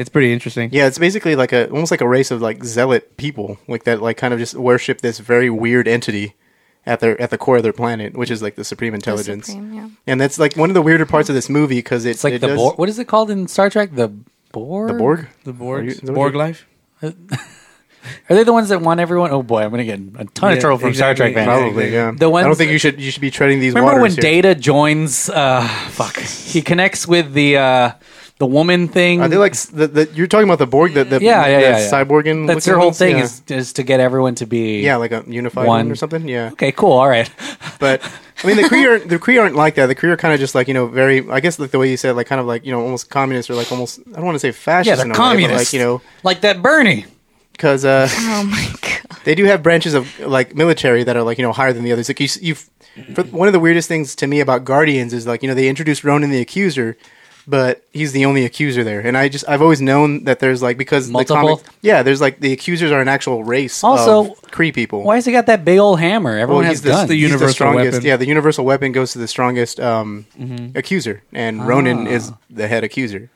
Speaker 4: It's pretty interesting.
Speaker 5: yeah it's basically like a almost like a race of like zealot people like that like kind of just worship this very weird entity at their at the core of their planet which is like the supreme intelligence
Speaker 2: Supreme, yeah.
Speaker 5: and that's like one of the weirder parts of this movie because
Speaker 3: It's like
Speaker 5: it
Speaker 3: the
Speaker 5: does-
Speaker 3: Borg. What is it called in Star Trek? The Borg.
Speaker 5: the Borg.
Speaker 4: The
Speaker 5: Are you- is that
Speaker 4: Borg,
Speaker 5: what
Speaker 4: Borg
Speaker 5: you-
Speaker 4: life.
Speaker 3: Are they the ones that want everyone? Oh boy, I'm gonna get a ton
Speaker 4: Yeah,
Speaker 3: of trouble from Star
Speaker 4: exactly,
Speaker 3: Trek fans.
Speaker 4: exactly.
Speaker 5: Probably, yeah.
Speaker 3: The
Speaker 5: I don't
Speaker 3: ones-
Speaker 5: think you should you should be treading these
Speaker 3: Remember when
Speaker 5: waters. here.
Speaker 3: Data joins? Uh, fuck. He connects with the uh, the woman thing.
Speaker 5: Are they like s- the, the you're talking about the Borg? The, the
Speaker 3: yeah, yeah,
Speaker 5: the
Speaker 3: yeah, yeah.
Speaker 5: Cyborgan.
Speaker 3: That's
Speaker 5: looking
Speaker 3: their whole
Speaker 5: ones?
Speaker 3: thing
Speaker 5: Yeah.
Speaker 3: is is to get everyone to be
Speaker 5: yeah, like a unified
Speaker 3: one.
Speaker 5: one, or something. Yeah,
Speaker 3: Okay, cool. All right.
Speaker 5: but I mean the Kree aren't the Kree aren't like that. The Kree are kind of just like you know very I guess like the way you said like kind of like you know almost communist or like almost I don't want to say fascist.
Speaker 3: Yeah,
Speaker 5: in
Speaker 3: they're
Speaker 5: a way, but,
Speaker 3: communists.
Speaker 5: like you know
Speaker 3: like that Bernie.
Speaker 5: because uh,
Speaker 2: Oh my god.
Speaker 5: they do have branches of like military that are like you know higher than the others. Like you, s- you for, one of the weirdest things to me about Guardians is like you know they introduced Ronan the Accuser, but he's the only accuser there, and I just I've always known that there's like because
Speaker 3: Multiple?
Speaker 5: the comic, yeah, there's like the accusers are an actual race.
Speaker 3: Also,
Speaker 5: of Kree people.
Speaker 3: Why has he got that big old hammer? Everyone
Speaker 5: Well,
Speaker 3: has
Speaker 5: he's the,
Speaker 3: guns.
Speaker 4: the
Speaker 5: he's
Speaker 4: universal
Speaker 5: strongest,
Speaker 4: weapon.
Speaker 5: Yeah, the universal weapon goes to the strongest um,
Speaker 3: Mm-hmm.
Speaker 5: accuser, and Ronan is the head accuser.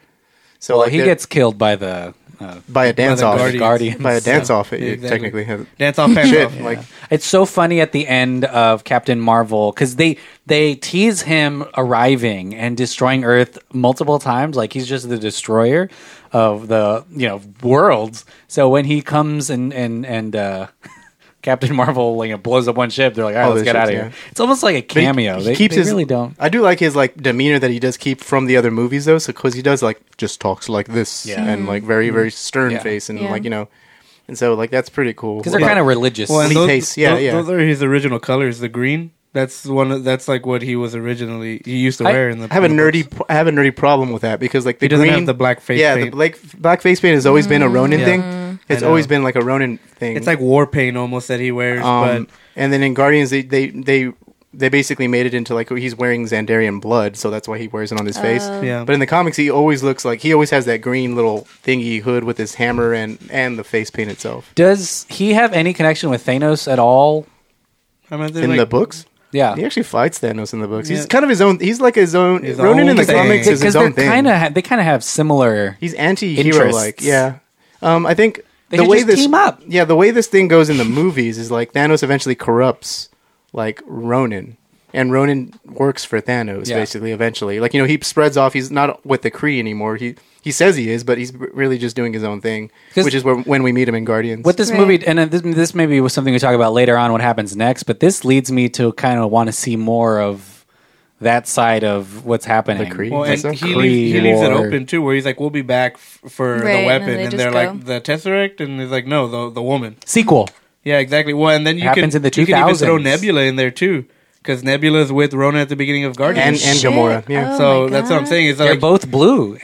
Speaker 3: Ah.
Speaker 5: So
Speaker 3: well,
Speaker 5: like,
Speaker 3: he
Speaker 5: they're-
Speaker 3: gets killed by the. Uh,
Speaker 5: by a dance off,
Speaker 4: Guardians.
Speaker 3: Guardians.
Speaker 5: by a dance off.
Speaker 4: Yeah, exactly.
Speaker 5: Technically,
Speaker 4: Dance off, pants
Speaker 5: shit.
Speaker 4: off.
Speaker 5: Like
Speaker 3: It's so funny at the end of Captain Marvel because they they tease him arriving and destroying Earth multiple times. Like he's just the destroyer of the you know worlds. So when he comes and and and uh, Captain Marvel you know, blows up one ship, they're like, all right,
Speaker 5: All
Speaker 3: let's
Speaker 5: the
Speaker 3: get out of
Speaker 5: ships,
Speaker 3: here.
Speaker 5: yeah.
Speaker 3: It's almost like a
Speaker 5: but he-
Speaker 3: cameo.
Speaker 5: he
Speaker 3: they they really don't.
Speaker 5: I do like his like demeanor that he does keep from the other movies though, so because he does like just talks like this
Speaker 3: Yeah.
Speaker 5: and like very
Speaker 4: Mm-hmm.
Speaker 5: very stern
Speaker 3: Yeah.
Speaker 5: face and
Speaker 2: Yeah.
Speaker 5: like you know, and so like that's pretty cool.
Speaker 3: Because they're
Speaker 5: But-
Speaker 3: kind of religious.
Speaker 4: Well, and
Speaker 5: Lee
Speaker 4: those,
Speaker 5: Pace, yeah,
Speaker 4: tho-
Speaker 5: yeah.
Speaker 4: those are his original colors. The green. That's one. Of, that's like what he was originally. He used to
Speaker 3: I-
Speaker 4: wear in the.
Speaker 5: I have a
Speaker 4: in the books.
Speaker 5: nerdy, I have a nerdy problem with that because like the
Speaker 4: He doesn't
Speaker 5: green,
Speaker 4: have the black face
Speaker 5: Yeah, the
Speaker 4: paint.
Speaker 5: black black face paint has always been a Ronin
Speaker 4: Yeah.
Speaker 5: thing. It's
Speaker 4: I know.
Speaker 5: always been like a Ronin thing.
Speaker 4: It's like war paint almost that he wears,
Speaker 5: um,
Speaker 4: but
Speaker 5: and then in Guardians they they they they basically made it into like he's wearing Xandarian blood, so that's why he wears it on his face.
Speaker 3: Oh.
Speaker 4: yeah.
Speaker 5: But in the comics, he always looks like he always has that green little thingy hood with his hammer and and the face paint itself.
Speaker 3: Does he have any connection with Thanos at all?
Speaker 4: I mean, they're
Speaker 5: In the
Speaker 4: like-
Speaker 5: books,
Speaker 3: Yeah.
Speaker 5: he actually fights Thanos in the books.
Speaker 4: Yeah.
Speaker 5: He's kind of his own. He's like his own.
Speaker 4: His
Speaker 5: Ronin
Speaker 4: own
Speaker 5: in the
Speaker 4: thing.
Speaker 5: comics is
Speaker 3: Because
Speaker 5: his
Speaker 3: they're
Speaker 5: own thing.
Speaker 3: kind of ha- they kind of have similar.
Speaker 5: He's anti-hero like.
Speaker 3: Interests.
Speaker 5: Yeah. Um, I think
Speaker 3: They
Speaker 5: the
Speaker 3: should
Speaker 5: way
Speaker 3: just
Speaker 5: this
Speaker 3: team up.
Speaker 5: yeah the way this thing goes in the movies is like Thanos eventually corrupts like Ronan. And Ronan works for Thanos
Speaker 3: Yeah.
Speaker 5: basically eventually. Like you know he spreads off. He's not with the Kree anymore. He he says he is, but he's r- really just doing his own thing,
Speaker 3: 'Cause-
Speaker 5: which is where, when we meet him in Guardians.
Speaker 3: What this
Speaker 2: Right.
Speaker 3: movie, and uh, this, this maybe was something we talk about later on, what happens next, but this leads me to kind of want to see more of that side of what's happening.
Speaker 5: The Kree?
Speaker 4: Well, and
Speaker 5: That's
Speaker 4: he,
Speaker 5: a
Speaker 4: leaves,
Speaker 3: Kree
Speaker 4: he leaves it
Speaker 3: war.
Speaker 4: open too, where he's like, "We'll be back f-
Speaker 2: Right,
Speaker 4: for
Speaker 2: and
Speaker 4: the
Speaker 2: then
Speaker 4: weapon,"
Speaker 2: they
Speaker 4: and,
Speaker 2: just
Speaker 4: they're like,
Speaker 2: go.
Speaker 4: "The tesseract," and he's like, "No, the the woman."
Speaker 3: Sequel.
Speaker 4: Yeah, exactly. Well, and then you
Speaker 3: happens
Speaker 4: can
Speaker 3: in the
Speaker 4: you can even throw
Speaker 3: 2000s.
Speaker 4: Nebula in there too, because Nebula's with Ronan at the beginning of
Speaker 5: and
Speaker 4: Guardians.
Speaker 5: and Gamora. Yeah.
Speaker 2: Oh
Speaker 4: so that's what I'm saying. Is
Speaker 3: They're
Speaker 4: like,
Speaker 3: both blue.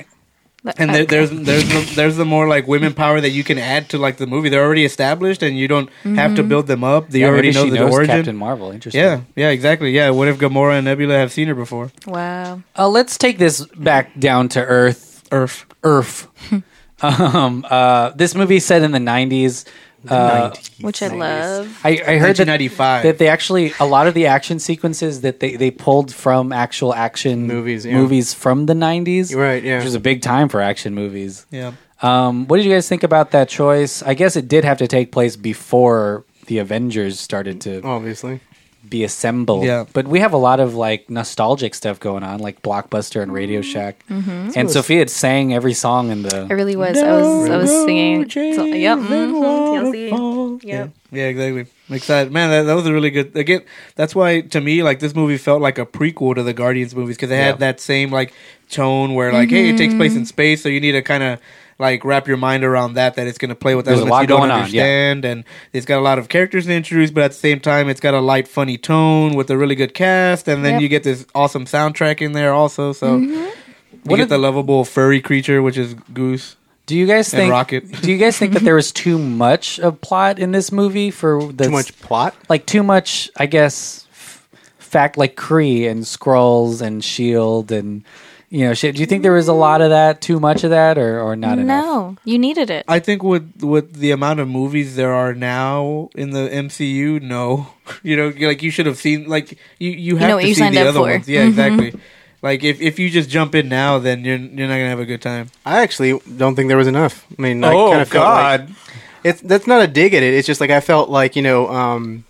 Speaker 4: and there, there's there's the, there's the more like women power that you can add to like the movie. They're already established, and you don't have to
Speaker 2: Mm-hmm.
Speaker 4: build them up. They
Speaker 3: Yeah,
Speaker 4: already
Speaker 3: maybe
Speaker 4: know
Speaker 3: she
Speaker 4: the
Speaker 3: knows
Speaker 4: origin.
Speaker 3: Captain Marvel. Interesting.
Speaker 4: yeah, yeah, exactly. Yeah, what if Gamora and Nebula have seen her before?
Speaker 2: Wow.
Speaker 3: Uh, let's take this back down to earth.
Speaker 4: Earth.
Speaker 3: Earth. um, uh, this movie is set in the 90s. Uh,
Speaker 2: Which I love.
Speaker 3: I, I heard that,
Speaker 4: 1995.
Speaker 3: that they actually a lot of the action sequences that they, they pulled from actual action
Speaker 5: Movies, yeah.
Speaker 3: movies from the 90s
Speaker 5: Right, yeah.
Speaker 3: which was a big time for action movies
Speaker 4: Yeah.
Speaker 3: um, what did you guys think about that
Speaker 5: Oh.
Speaker 3: choice i guess it did have to take place before the avengers started to
Speaker 5: Obviously,
Speaker 3: be assembled.
Speaker 4: Yeah.
Speaker 3: But we have a lot of like nostalgic stuff going on, like Blockbuster and Radio
Speaker 4: Mm-hmm.
Speaker 3: Shack. And Sophia had sang every song in the.
Speaker 2: I really was. I was. I was singing. So, yep. mhm, TLC. Yep.
Speaker 4: Yeah, exactly. I'm excited, man. That, that was a really good. Again, that's why to me, like this movie felt like a prequel to the Guardians movies because they had that same like tone where like, hey, it takes
Speaker 2: Mm-hmm.
Speaker 4: place in space, so you need to kind of like wrap your mind around that that it's going to play with
Speaker 3: There's a
Speaker 4: elements
Speaker 3: lot
Speaker 4: you don't
Speaker 3: going on, yeah.
Speaker 4: understand, and it's got a lot of characters to introduce, but at the same time, it's got a light, funny tone with a really good cast, and
Speaker 2: Yep.
Speaker 4: then
Speaker 2: Mm-hmm.
Speaker 4: you get this awesome soundtrack in there also. So. You
Speaker 3: What
Speaker 4: get
Speaker 3: if-
Speaker 4: the lovable furry creature, which is Goose.
Speaker 3: Do you guys
Speaker 4: And
Speaker 3: think?
Speaker 4: Rocket.
Speaker 3: do you guys think that there was too much of plot in this movie for the
Speaker 5: Too much plot.
Speaker 3: like too much? I guess f- fact like Kree and Scrolls and Shield and you know shit. Do you think there was a lot of that? Too much of that, or or not enough?
Speaker 2: No, you needed it.
Speaker 4: I think with with the amount of movies there are now in the MCU, no, you know, like you should have seen, like you you have
Speaker 2: know what
Speaker 4: to
Speaker 2: you
Speaker 4: see
Speaker 2: signed
Speaker 4: the
Speaker 2: up
Speaker 4: other
Speaker 2: for. Mm-hmm.
Speaker 4: ones. Yeah, exactly. Like if, if you just jump in now, then you're you're not gonna have a good time.
Speaker 5: I actually don't think there was enough. I mean,
Speaker 3: Oh,
Speaker 5: I kind of felt like it's that's not a dig at it. It's just like I felt like you know, um,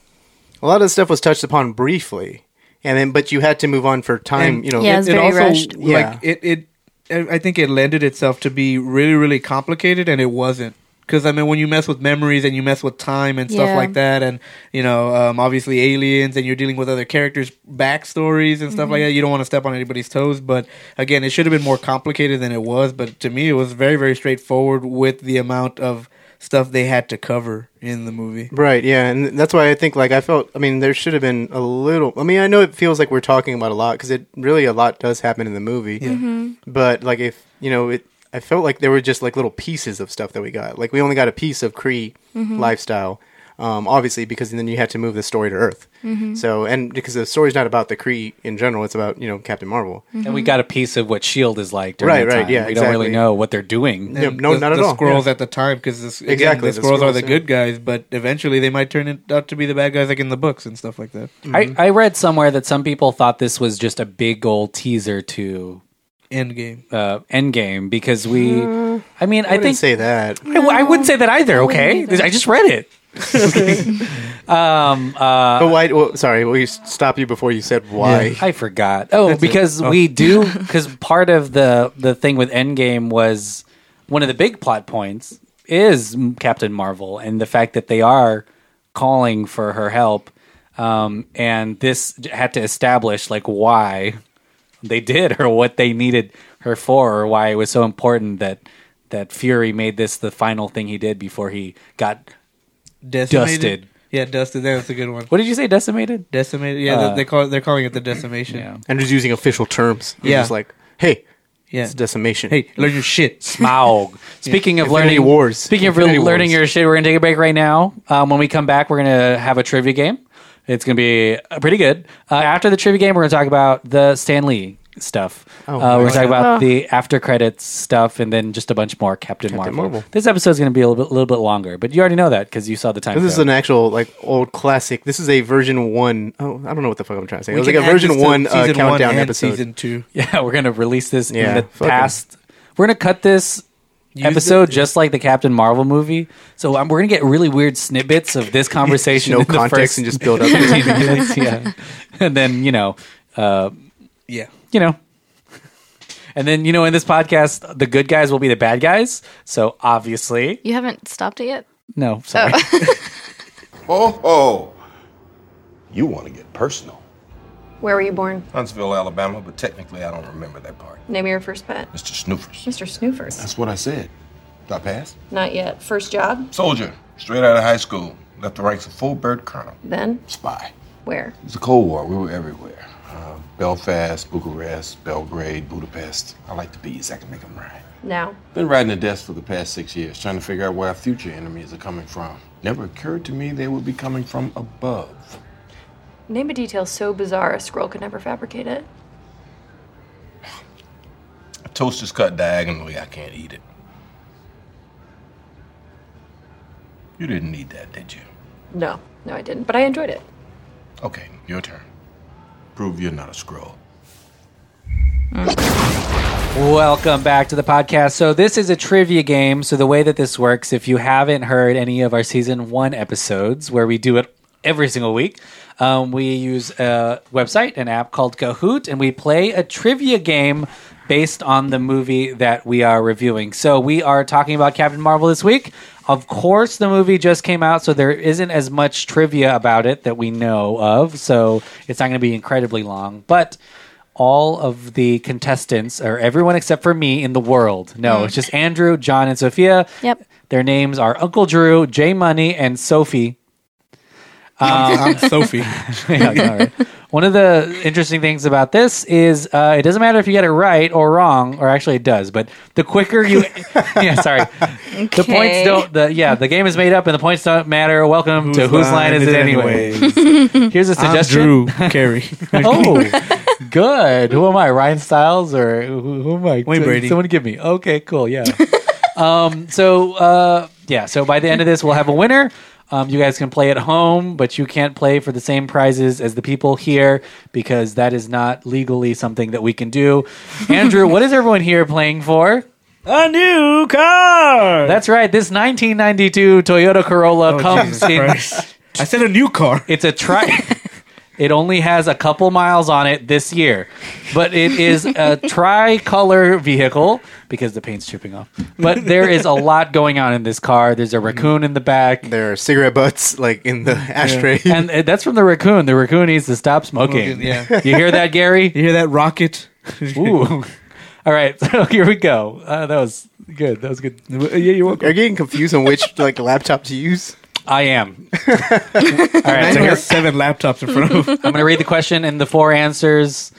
Speaker 5: a lot of the stuff was touched upon briefly, and then but you had to move on for time.
Speaker 4: And
Speaker 5: you know,
Speaker 2: Yeah, it's very rushed.
Speaker 4: Like it, it, I I think it lended itself to be really, really complicated, and it wasn't. Because I mean, when you mess with memories and you mess with time and stuff
Speaker 2: Yeah.
Speaker 4: like that, and you know, um, obviously aliens, and you're dealing with other characters' backstories and stuff like
Speaker 2: Mm-hmm.
Speaker 4: that, you don't want to step on anybody's toes. But again, it should have been more complicated than it was. But to me, it was very, very straightforward with the amount of stuff they had to cover in the movie.
Speaker 5: Right, yeah, and that's why I think like I felt. I mean, there should have been a little. I mean, I know it feels like we're talking about a lot because it really a lot does happen in the movie. But like if you know it, I felt like there were just like little pieces of stuff that we got. Like we only got a piece of Cree lifestyle, um, obviously because then you had to move the story to Earth. So and because the story's not about the Cree in general, it's about you know Captain Marvel.
Speaker 3: And we got a piece of what Shield is like. During
Speaker 5: Right,
Speaker 3: that
Speaker 5: right,
Speaker 3: time.
Speaker 5: yeah,
Speaker 3: We don't really
Speaker 5: exactly.
Speaker 3: know what they're doing.
Speaker 5: No,
Speaker 4: and
Speaker 5: no,
Speaker 4: the,
Speaker 5: not at
Speaker 4: the
Speaker 5: all.
Speaker 4: Squirrels
Speaker 5: Yeah.
Speaker 4: at the time because
Speaker 5: Exactly,
Speaker 4: exactly the
Speaker 5: the
Speaker 4: squirrels,
Speaker 5: squirrels,
Speaker 4: are the
Speaker 5: yeah.
Speaker 4: good guys, but eventually they might turn it out to be the bad guys, like in the books and stuff like that.
Speaker 3: I, I read somewhere that some people thought this was just a big old teaser to
Speaker 4: Endgame.
Speaker 3: uh, Endgame because we. I mean, I,
Speaker 5: I didn't
Speaker 3: think
Speaker 5: say that.
Speaker 3: I, w- I wouldn't say that either. okay,
Speaker 2: either.
Speaker 3: I just read it.
Speaker 5: but why? Well, sorry, we stop you before you said why.
Speaker 3: I forgot. Oh, because we do because part of the the thing with Endgame was one of the big plot points is M- Captain Marvel and the fact that they are calling for her help, um, and this had to establish like why they did or what they needed her for or why it was so important that that Fury made this the final thing he did before he got
Speaker 4: Decimated.
Speaker 3: Dusted.
Speaker 4: Yeah, dusted. That's a good one.
Speaker 3: what did you say decimated?
Speaker 4: Decimated. Yeah,
Speaker 3: Uh,
Speaker 4: they call it, they're calling it the decimation.
Speaker 3: Yeah.
Speaker 4: Yeah.
Speaker 5: And just using official terms. You're
Speaker 4: Yeah.
Speaker 5: just like, hey, it's decimation.
Speaker 4: hey, learn your shit.
Speaker 3: Smaug. Speaking of
Speaker 5: Infinity
Speaker 3: learning
Speaker 5: Wars.
Speaker 3: Speaking of
Speaker 5: Infinity
Speaker 3: learning
Speaker 5: Wars.
Speaker 3: your shit, we're gonna take a break right now. Um, when we come back, we're gonna have a trivia game. It's gonna be uh, pretty good. Uh, after the trivia game, we're gonna talk about the Stan Lee stuff.
Speaker 5: Oh,
Speaker 3: uh, we're gonna talk about the after credits stuff, and then just a bunch more Captain, Marvel.
Speaker 5: Marvel.
Speaker 3: This episode's gonna be a little bit, little bit longer, but you already know that because you saw the time.
Speaker 5: This is
Speaker 3: code.
Speaker 5: an actual like old classic. This is a version one oh I don't know what the fuck I'm trying to say. it was like
Speaker 4: can
Speaker 5: a
Speaker 4: add this
Speaker 5: version
Speaker 4: to
Speaker 5: one uh,
Speaker 4: season
Speaker 5: countdown
Speaker 4: and
Speaker 5: episode.
Speaker 4: Season two.
Speaker 3: yeah, we're gonna release this in
Speaker 5: Yeah,
Speaker 3: the
Speaker 5: fucking-
Speaker 3: past. We're gonna cut this
Speaker 4: the-
Speaker 3: episode just like the Captain Marvel movie. So um, we're gonna get really weird snippets of this conversation,
Speaker 5: no
Speaker 3: in the
Speaker 5: context
Speaker 3: first-
Speaker 5: and just build up.
Speaker 3: 15 minutes, yeah. And then, you know, uh,
Speaker 4: Yeah.
Speaker 3: you know. And then, you know, in this podcast, the good guys will be the bad guys. So obviously,
Speaker 2: You haven't stopped it yet.
Speaker 3: no, sorry.
Speaker 10: Oh, oh. You want to get personal.
Speaker 11: Where were you born?
Speaker 10: Huntsville, Alabama, but technically I don't remember that part.
Speaker 11: Name of your first pet.
Speaker 10: Mr. Snoofers.
Speaker 11: Mr. Snoofers.
Speaker 10: That's what I said. Did I pass?
Speaker 11: Not yet. First job?
Speaker 10: Soldier, straight out of high school. Left the ranks of full bird colonel.
Speaker 11: Then?
Speaker 10: Spy.
Speaker 11: Where?
Speaker 10: It was the Cold War. We were everywhere. Uh, Belfast, Bucharest, Belgrade, Budapest. I like the bees. I can make them rhyme.
Speaker 11: Now?
Speaker 10: Been riding the desk for the past six years, trying to figure out where our future enemies are coming from. Never occurred to me they would be coming from above.
Speaker 11: Name a detail so bizarre a scroll could never fabricate it.
Speaker 10: A toast is cut diagonally. I can't eat it. You didn't need that, did you?
Speaker 11: No. No, I didn't. But I enjoyed it.
Speaker 10: Okay, your turn. Prove you're not a scroll.
Speaker 3: Welcome back to the podcast. So, this is a trivia game. So, the way that this works, if you haven't heard any of our season one episodes where we do it every single week. Um, we use a website, an app called Kahoot, and we play a trivia game based on the movie that we are reviewing. So we are talking about Captain Marvel this week. Of course, the movie just came out, so there isn't as much trivia about it that we know of. So it's not going to be incredibly long, but all of the contestants, or everyone except for me in the world. No, it's just Andrew, John, and Sophia.
Speaker 2: Mm. Yep.
Speaker 3: Their names are Uncle Drew, J Money, and Sophie.
Speaker 4: I'm Sophie.
Speaker 3: Yeah, all right. One of the interesting things about this is uh, it doesn't matter if you get it right or wrong, or actually it does, but the quicker you, yeah, sorry, the points
Speaker 2: Okay.
Speaker 3: don't. The yeah, the game is made up and the points don't matter. Welcome to whose line, is it anyway? Here's a
Speaker 4: I'm
Speaker 3: suggestion.
Speaker 4: Drew Carey.
Speaker 3: Oh, good. Who am I? Ryan Styles or who, who am I?
Speaker 4: Wayne
Speaker 3: So-
Speaker 4: Brady.
Speaker 3: Someone give me. Okay, cool. Yeah. um. So, uh, yeah. So by the end of this, we'll have a winner. Um, you guys can play at home, but you can't play for the same prizes as the people here because that is not legally something that we can do. Andrew, what is everyone here playing for?
Speaker 4: A new car.
Speaker 3: That's right. This 1992 Toyota Corolla comes
Speaker 4: Oh, Jesus
Speaker 3: in
Speaker 4: Christ. I said a new car.
Speaker 3: it's a tri. it only has a couple miles on it this year, but it is a tricolor vehicle because the paint's chipping off. But there is a lot going on in this car. There's a raccoon in Mm-hmm. the back.
Speaker 5: There are cigarette butts like in the ashtray.
Speaker 3: And uh, that's from the raccoon. The raccoon needs to stop smoking.
Speaker 4: Yeah.
Speaker 3: You hear that, Gary?
Speaker 4: You hear that rocket?
Speaker 3: Ooh. All right. So here we go. Uh, that was good. That was good.
Speaker 4: yeah, you're welcome.
Speaker 5: Are you getting confused on which like laptop to use?
Speaker 3: I am. All right.
Speaker 4: I
Speaker 3: So
Speaker 4: got
Speaker 3: here,
Speaker 4: seven laptops in front of.
Speaker 3: I'm going to read the question and the four answers,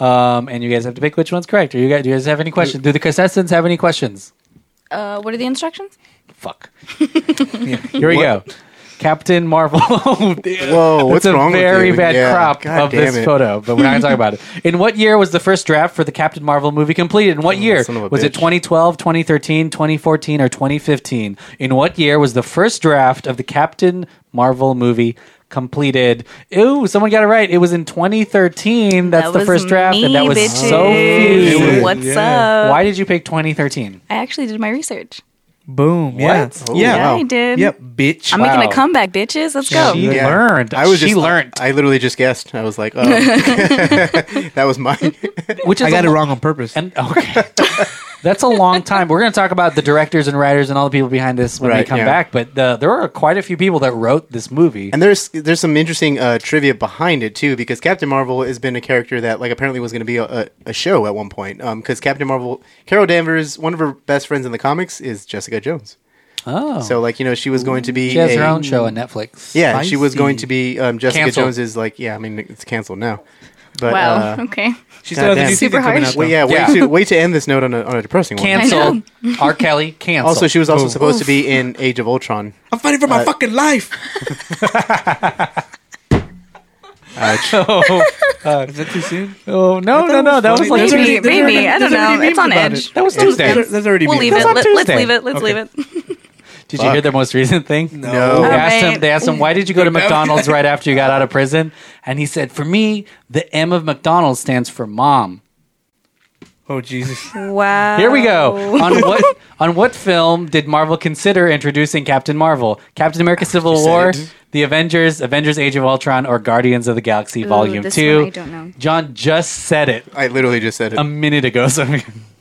Speaker 3: um, and you guys have to pick which one's correct. Are you guys, do you guys have any questions? Do the contestants have any questions?
Speaker 2: Uh, what are the instructions?
Speaker 3: Fuck. Here we go. Captain Marvel.
Speaker 5: Whoa,
Speaker 3: That's
Speaker 5: what's
Speaker 3: a
Speaker 5: wrong with
Speaker 3: very
Speaker 5: you?
Speaker 3: bad
Speaker 5: Yeah,
Speaker 3: crop
Speaker 5: God
Speaker 3: of this
Speaker 5: damn it.
Speaker 3: photo, but we're not going to talk about it. In what year was the first draft for the Captain Marvel movie completed? In what year?
Speaker 5: Oh, son of a
Speaker 3: Was it
Speaker 5: bitch.
Speaker 3: 2012, 2013, 2014, or 2015? In what year was the first draft of the Captain Marvel movie completed? Ooh, someone got it right. It was in 2013. That's
Speaker 2: That
Speaker 3: the
Speaker 2: was
Speaker 3: first draft, and
Speaker 2: me,
Speaker 3: that was
Speaker 2: bitches.
Speaker 5: Oh.
Speaker 3: Sophie.
Speaker 4: It was,
Speaker 2: What's
Speaker 4: yeah.
Speaker 2: up?
Speaker 3: Why did you pick 2013?
Speaker 2: I actually did my research.
Speaker 4: Boom. Yeah.
Speaker 3: What?
Speaker 5: Oh,
Speaker 4: Yeah.
Speaker 2: Yeah, I did.
Speaker 4: Yep. Bitch.
Speaker 2: I'm
Speaker 3: Wow.
Speaker 2: making a comeback, bitches. Let's go.
Speaker 3: She learned.
Speaker 5: I was
Speaker 3: she
Speaker 5: just,
Speaker 3: learned.
Speaker 5: I literally just guessed. I was like, oh, that was mine.
Speaker 3: Which is
Speaker 4: I got
Speaker 3: a-
Speaker 4: it wrong on purpose.
Speaker 3: And okay. That's a long time. We're going to talk about the directors and writers and all the people behind this when we
Speaker 5: Right,
Speaker 3: come
Speaker 5: yeah.
Speaker 3: back. But uh, there are quite a few people that wrote this movie.
Speaker 5: And there's there's some interesting uh, trivia behind it too, because Captain Marvel has been a character that like apparently was going to be a, a, a show at one point. Because Captain Marvel, Carol Danvers, one of her best friends in the comics is Jessica Jones.
Speaker 3: oh,
Speaker 5: So like you know she was going to be
Speaker 3: she has
Speaker 5: a-
Speaker 3: her own show on Netflix.
Speaker 5: Yeah, she was
Speaker 4: Spicy.
Speaker 5: going to be um, Jessica
Speaker 3: Canceled.
Speaker 5: Jones is like yeah I mean it's canceled now. But,
Speaker 2: wow.
Speaker 5: Uh,
Speaker 2: okay.
Speaker 4: She still has a
Speaker 5: goddamn.
Speaker 4: new
Speaker 2: Super
Speaker 4: season coming
Speaker 2: harsh.
Speaker 4: out.
Speaker 5: well,
Speaker 4: though.
Speaker 5: yeah,
Speaker 3: Yeah.
Speaker 5: Way, to, way to end this note on a, on a depressing one.
Speaker 3: Canceled. R. Kelly canceled.
Speaker 5: Also, she was also supposed to be in Age of Ultron.
Speaker 4: I'm fighting for my fucking life.
Speaker 3: oh,
Speaker 4: Is that too soon?
Speaker 3: oh, no, no, no. That was like
Speaker 4: There's
Speaker 2: Maybe,
Speaker 4: already- there's
Speaker 2: maybe.
Speaker 4: already-
Speaker 2: I don't
Speaker 4: there's already
Speaker 2: know. It's
Speaker 4: memes
Speaker 2: on
Speaker 4: about
Speaker 2: edge.
Speaker 4: it.
Speaker 3: that was Tuesday.
Speaker 4: There's, there's already
Speaker 2: We'll
Speaker 4: memes.
Speaker 2: leave
Speaker 3: That's
Speaker 2: it.
Speaker 3: on
Speaker 2: Let,
Speaker 3: Tuesday.
Speaker 2: let's leave it. Let's leave it.
Speaker 3: Did you hear their most recent thing?
Speaker 5: No.
Speaker 3: They
Speaker 5: All
Speaker 3: asked
Speaker 2: right.
Speaker 3: him. They asked him why did you go to McDonald's right after you got out of prison, and he said, "For me, the M of McDonald's stands for mom."
Speaker 4: Oh Jesus.
Speaker 2: Wow.
Speaker 3: Here we go. On what on what film did Marvel consider introducing Captain Marvel? Captain America: Civil War, The Avengers, Avengers: Age of Ultron, or Guardians of the Galaxy Volume
Speaker 2: this
Speaker 3: Two?
Speaker 2: one I don't know.
Speaker 3: John just said it
Speaker 5: I literally just said it.
Speaker 3: a minute ago. So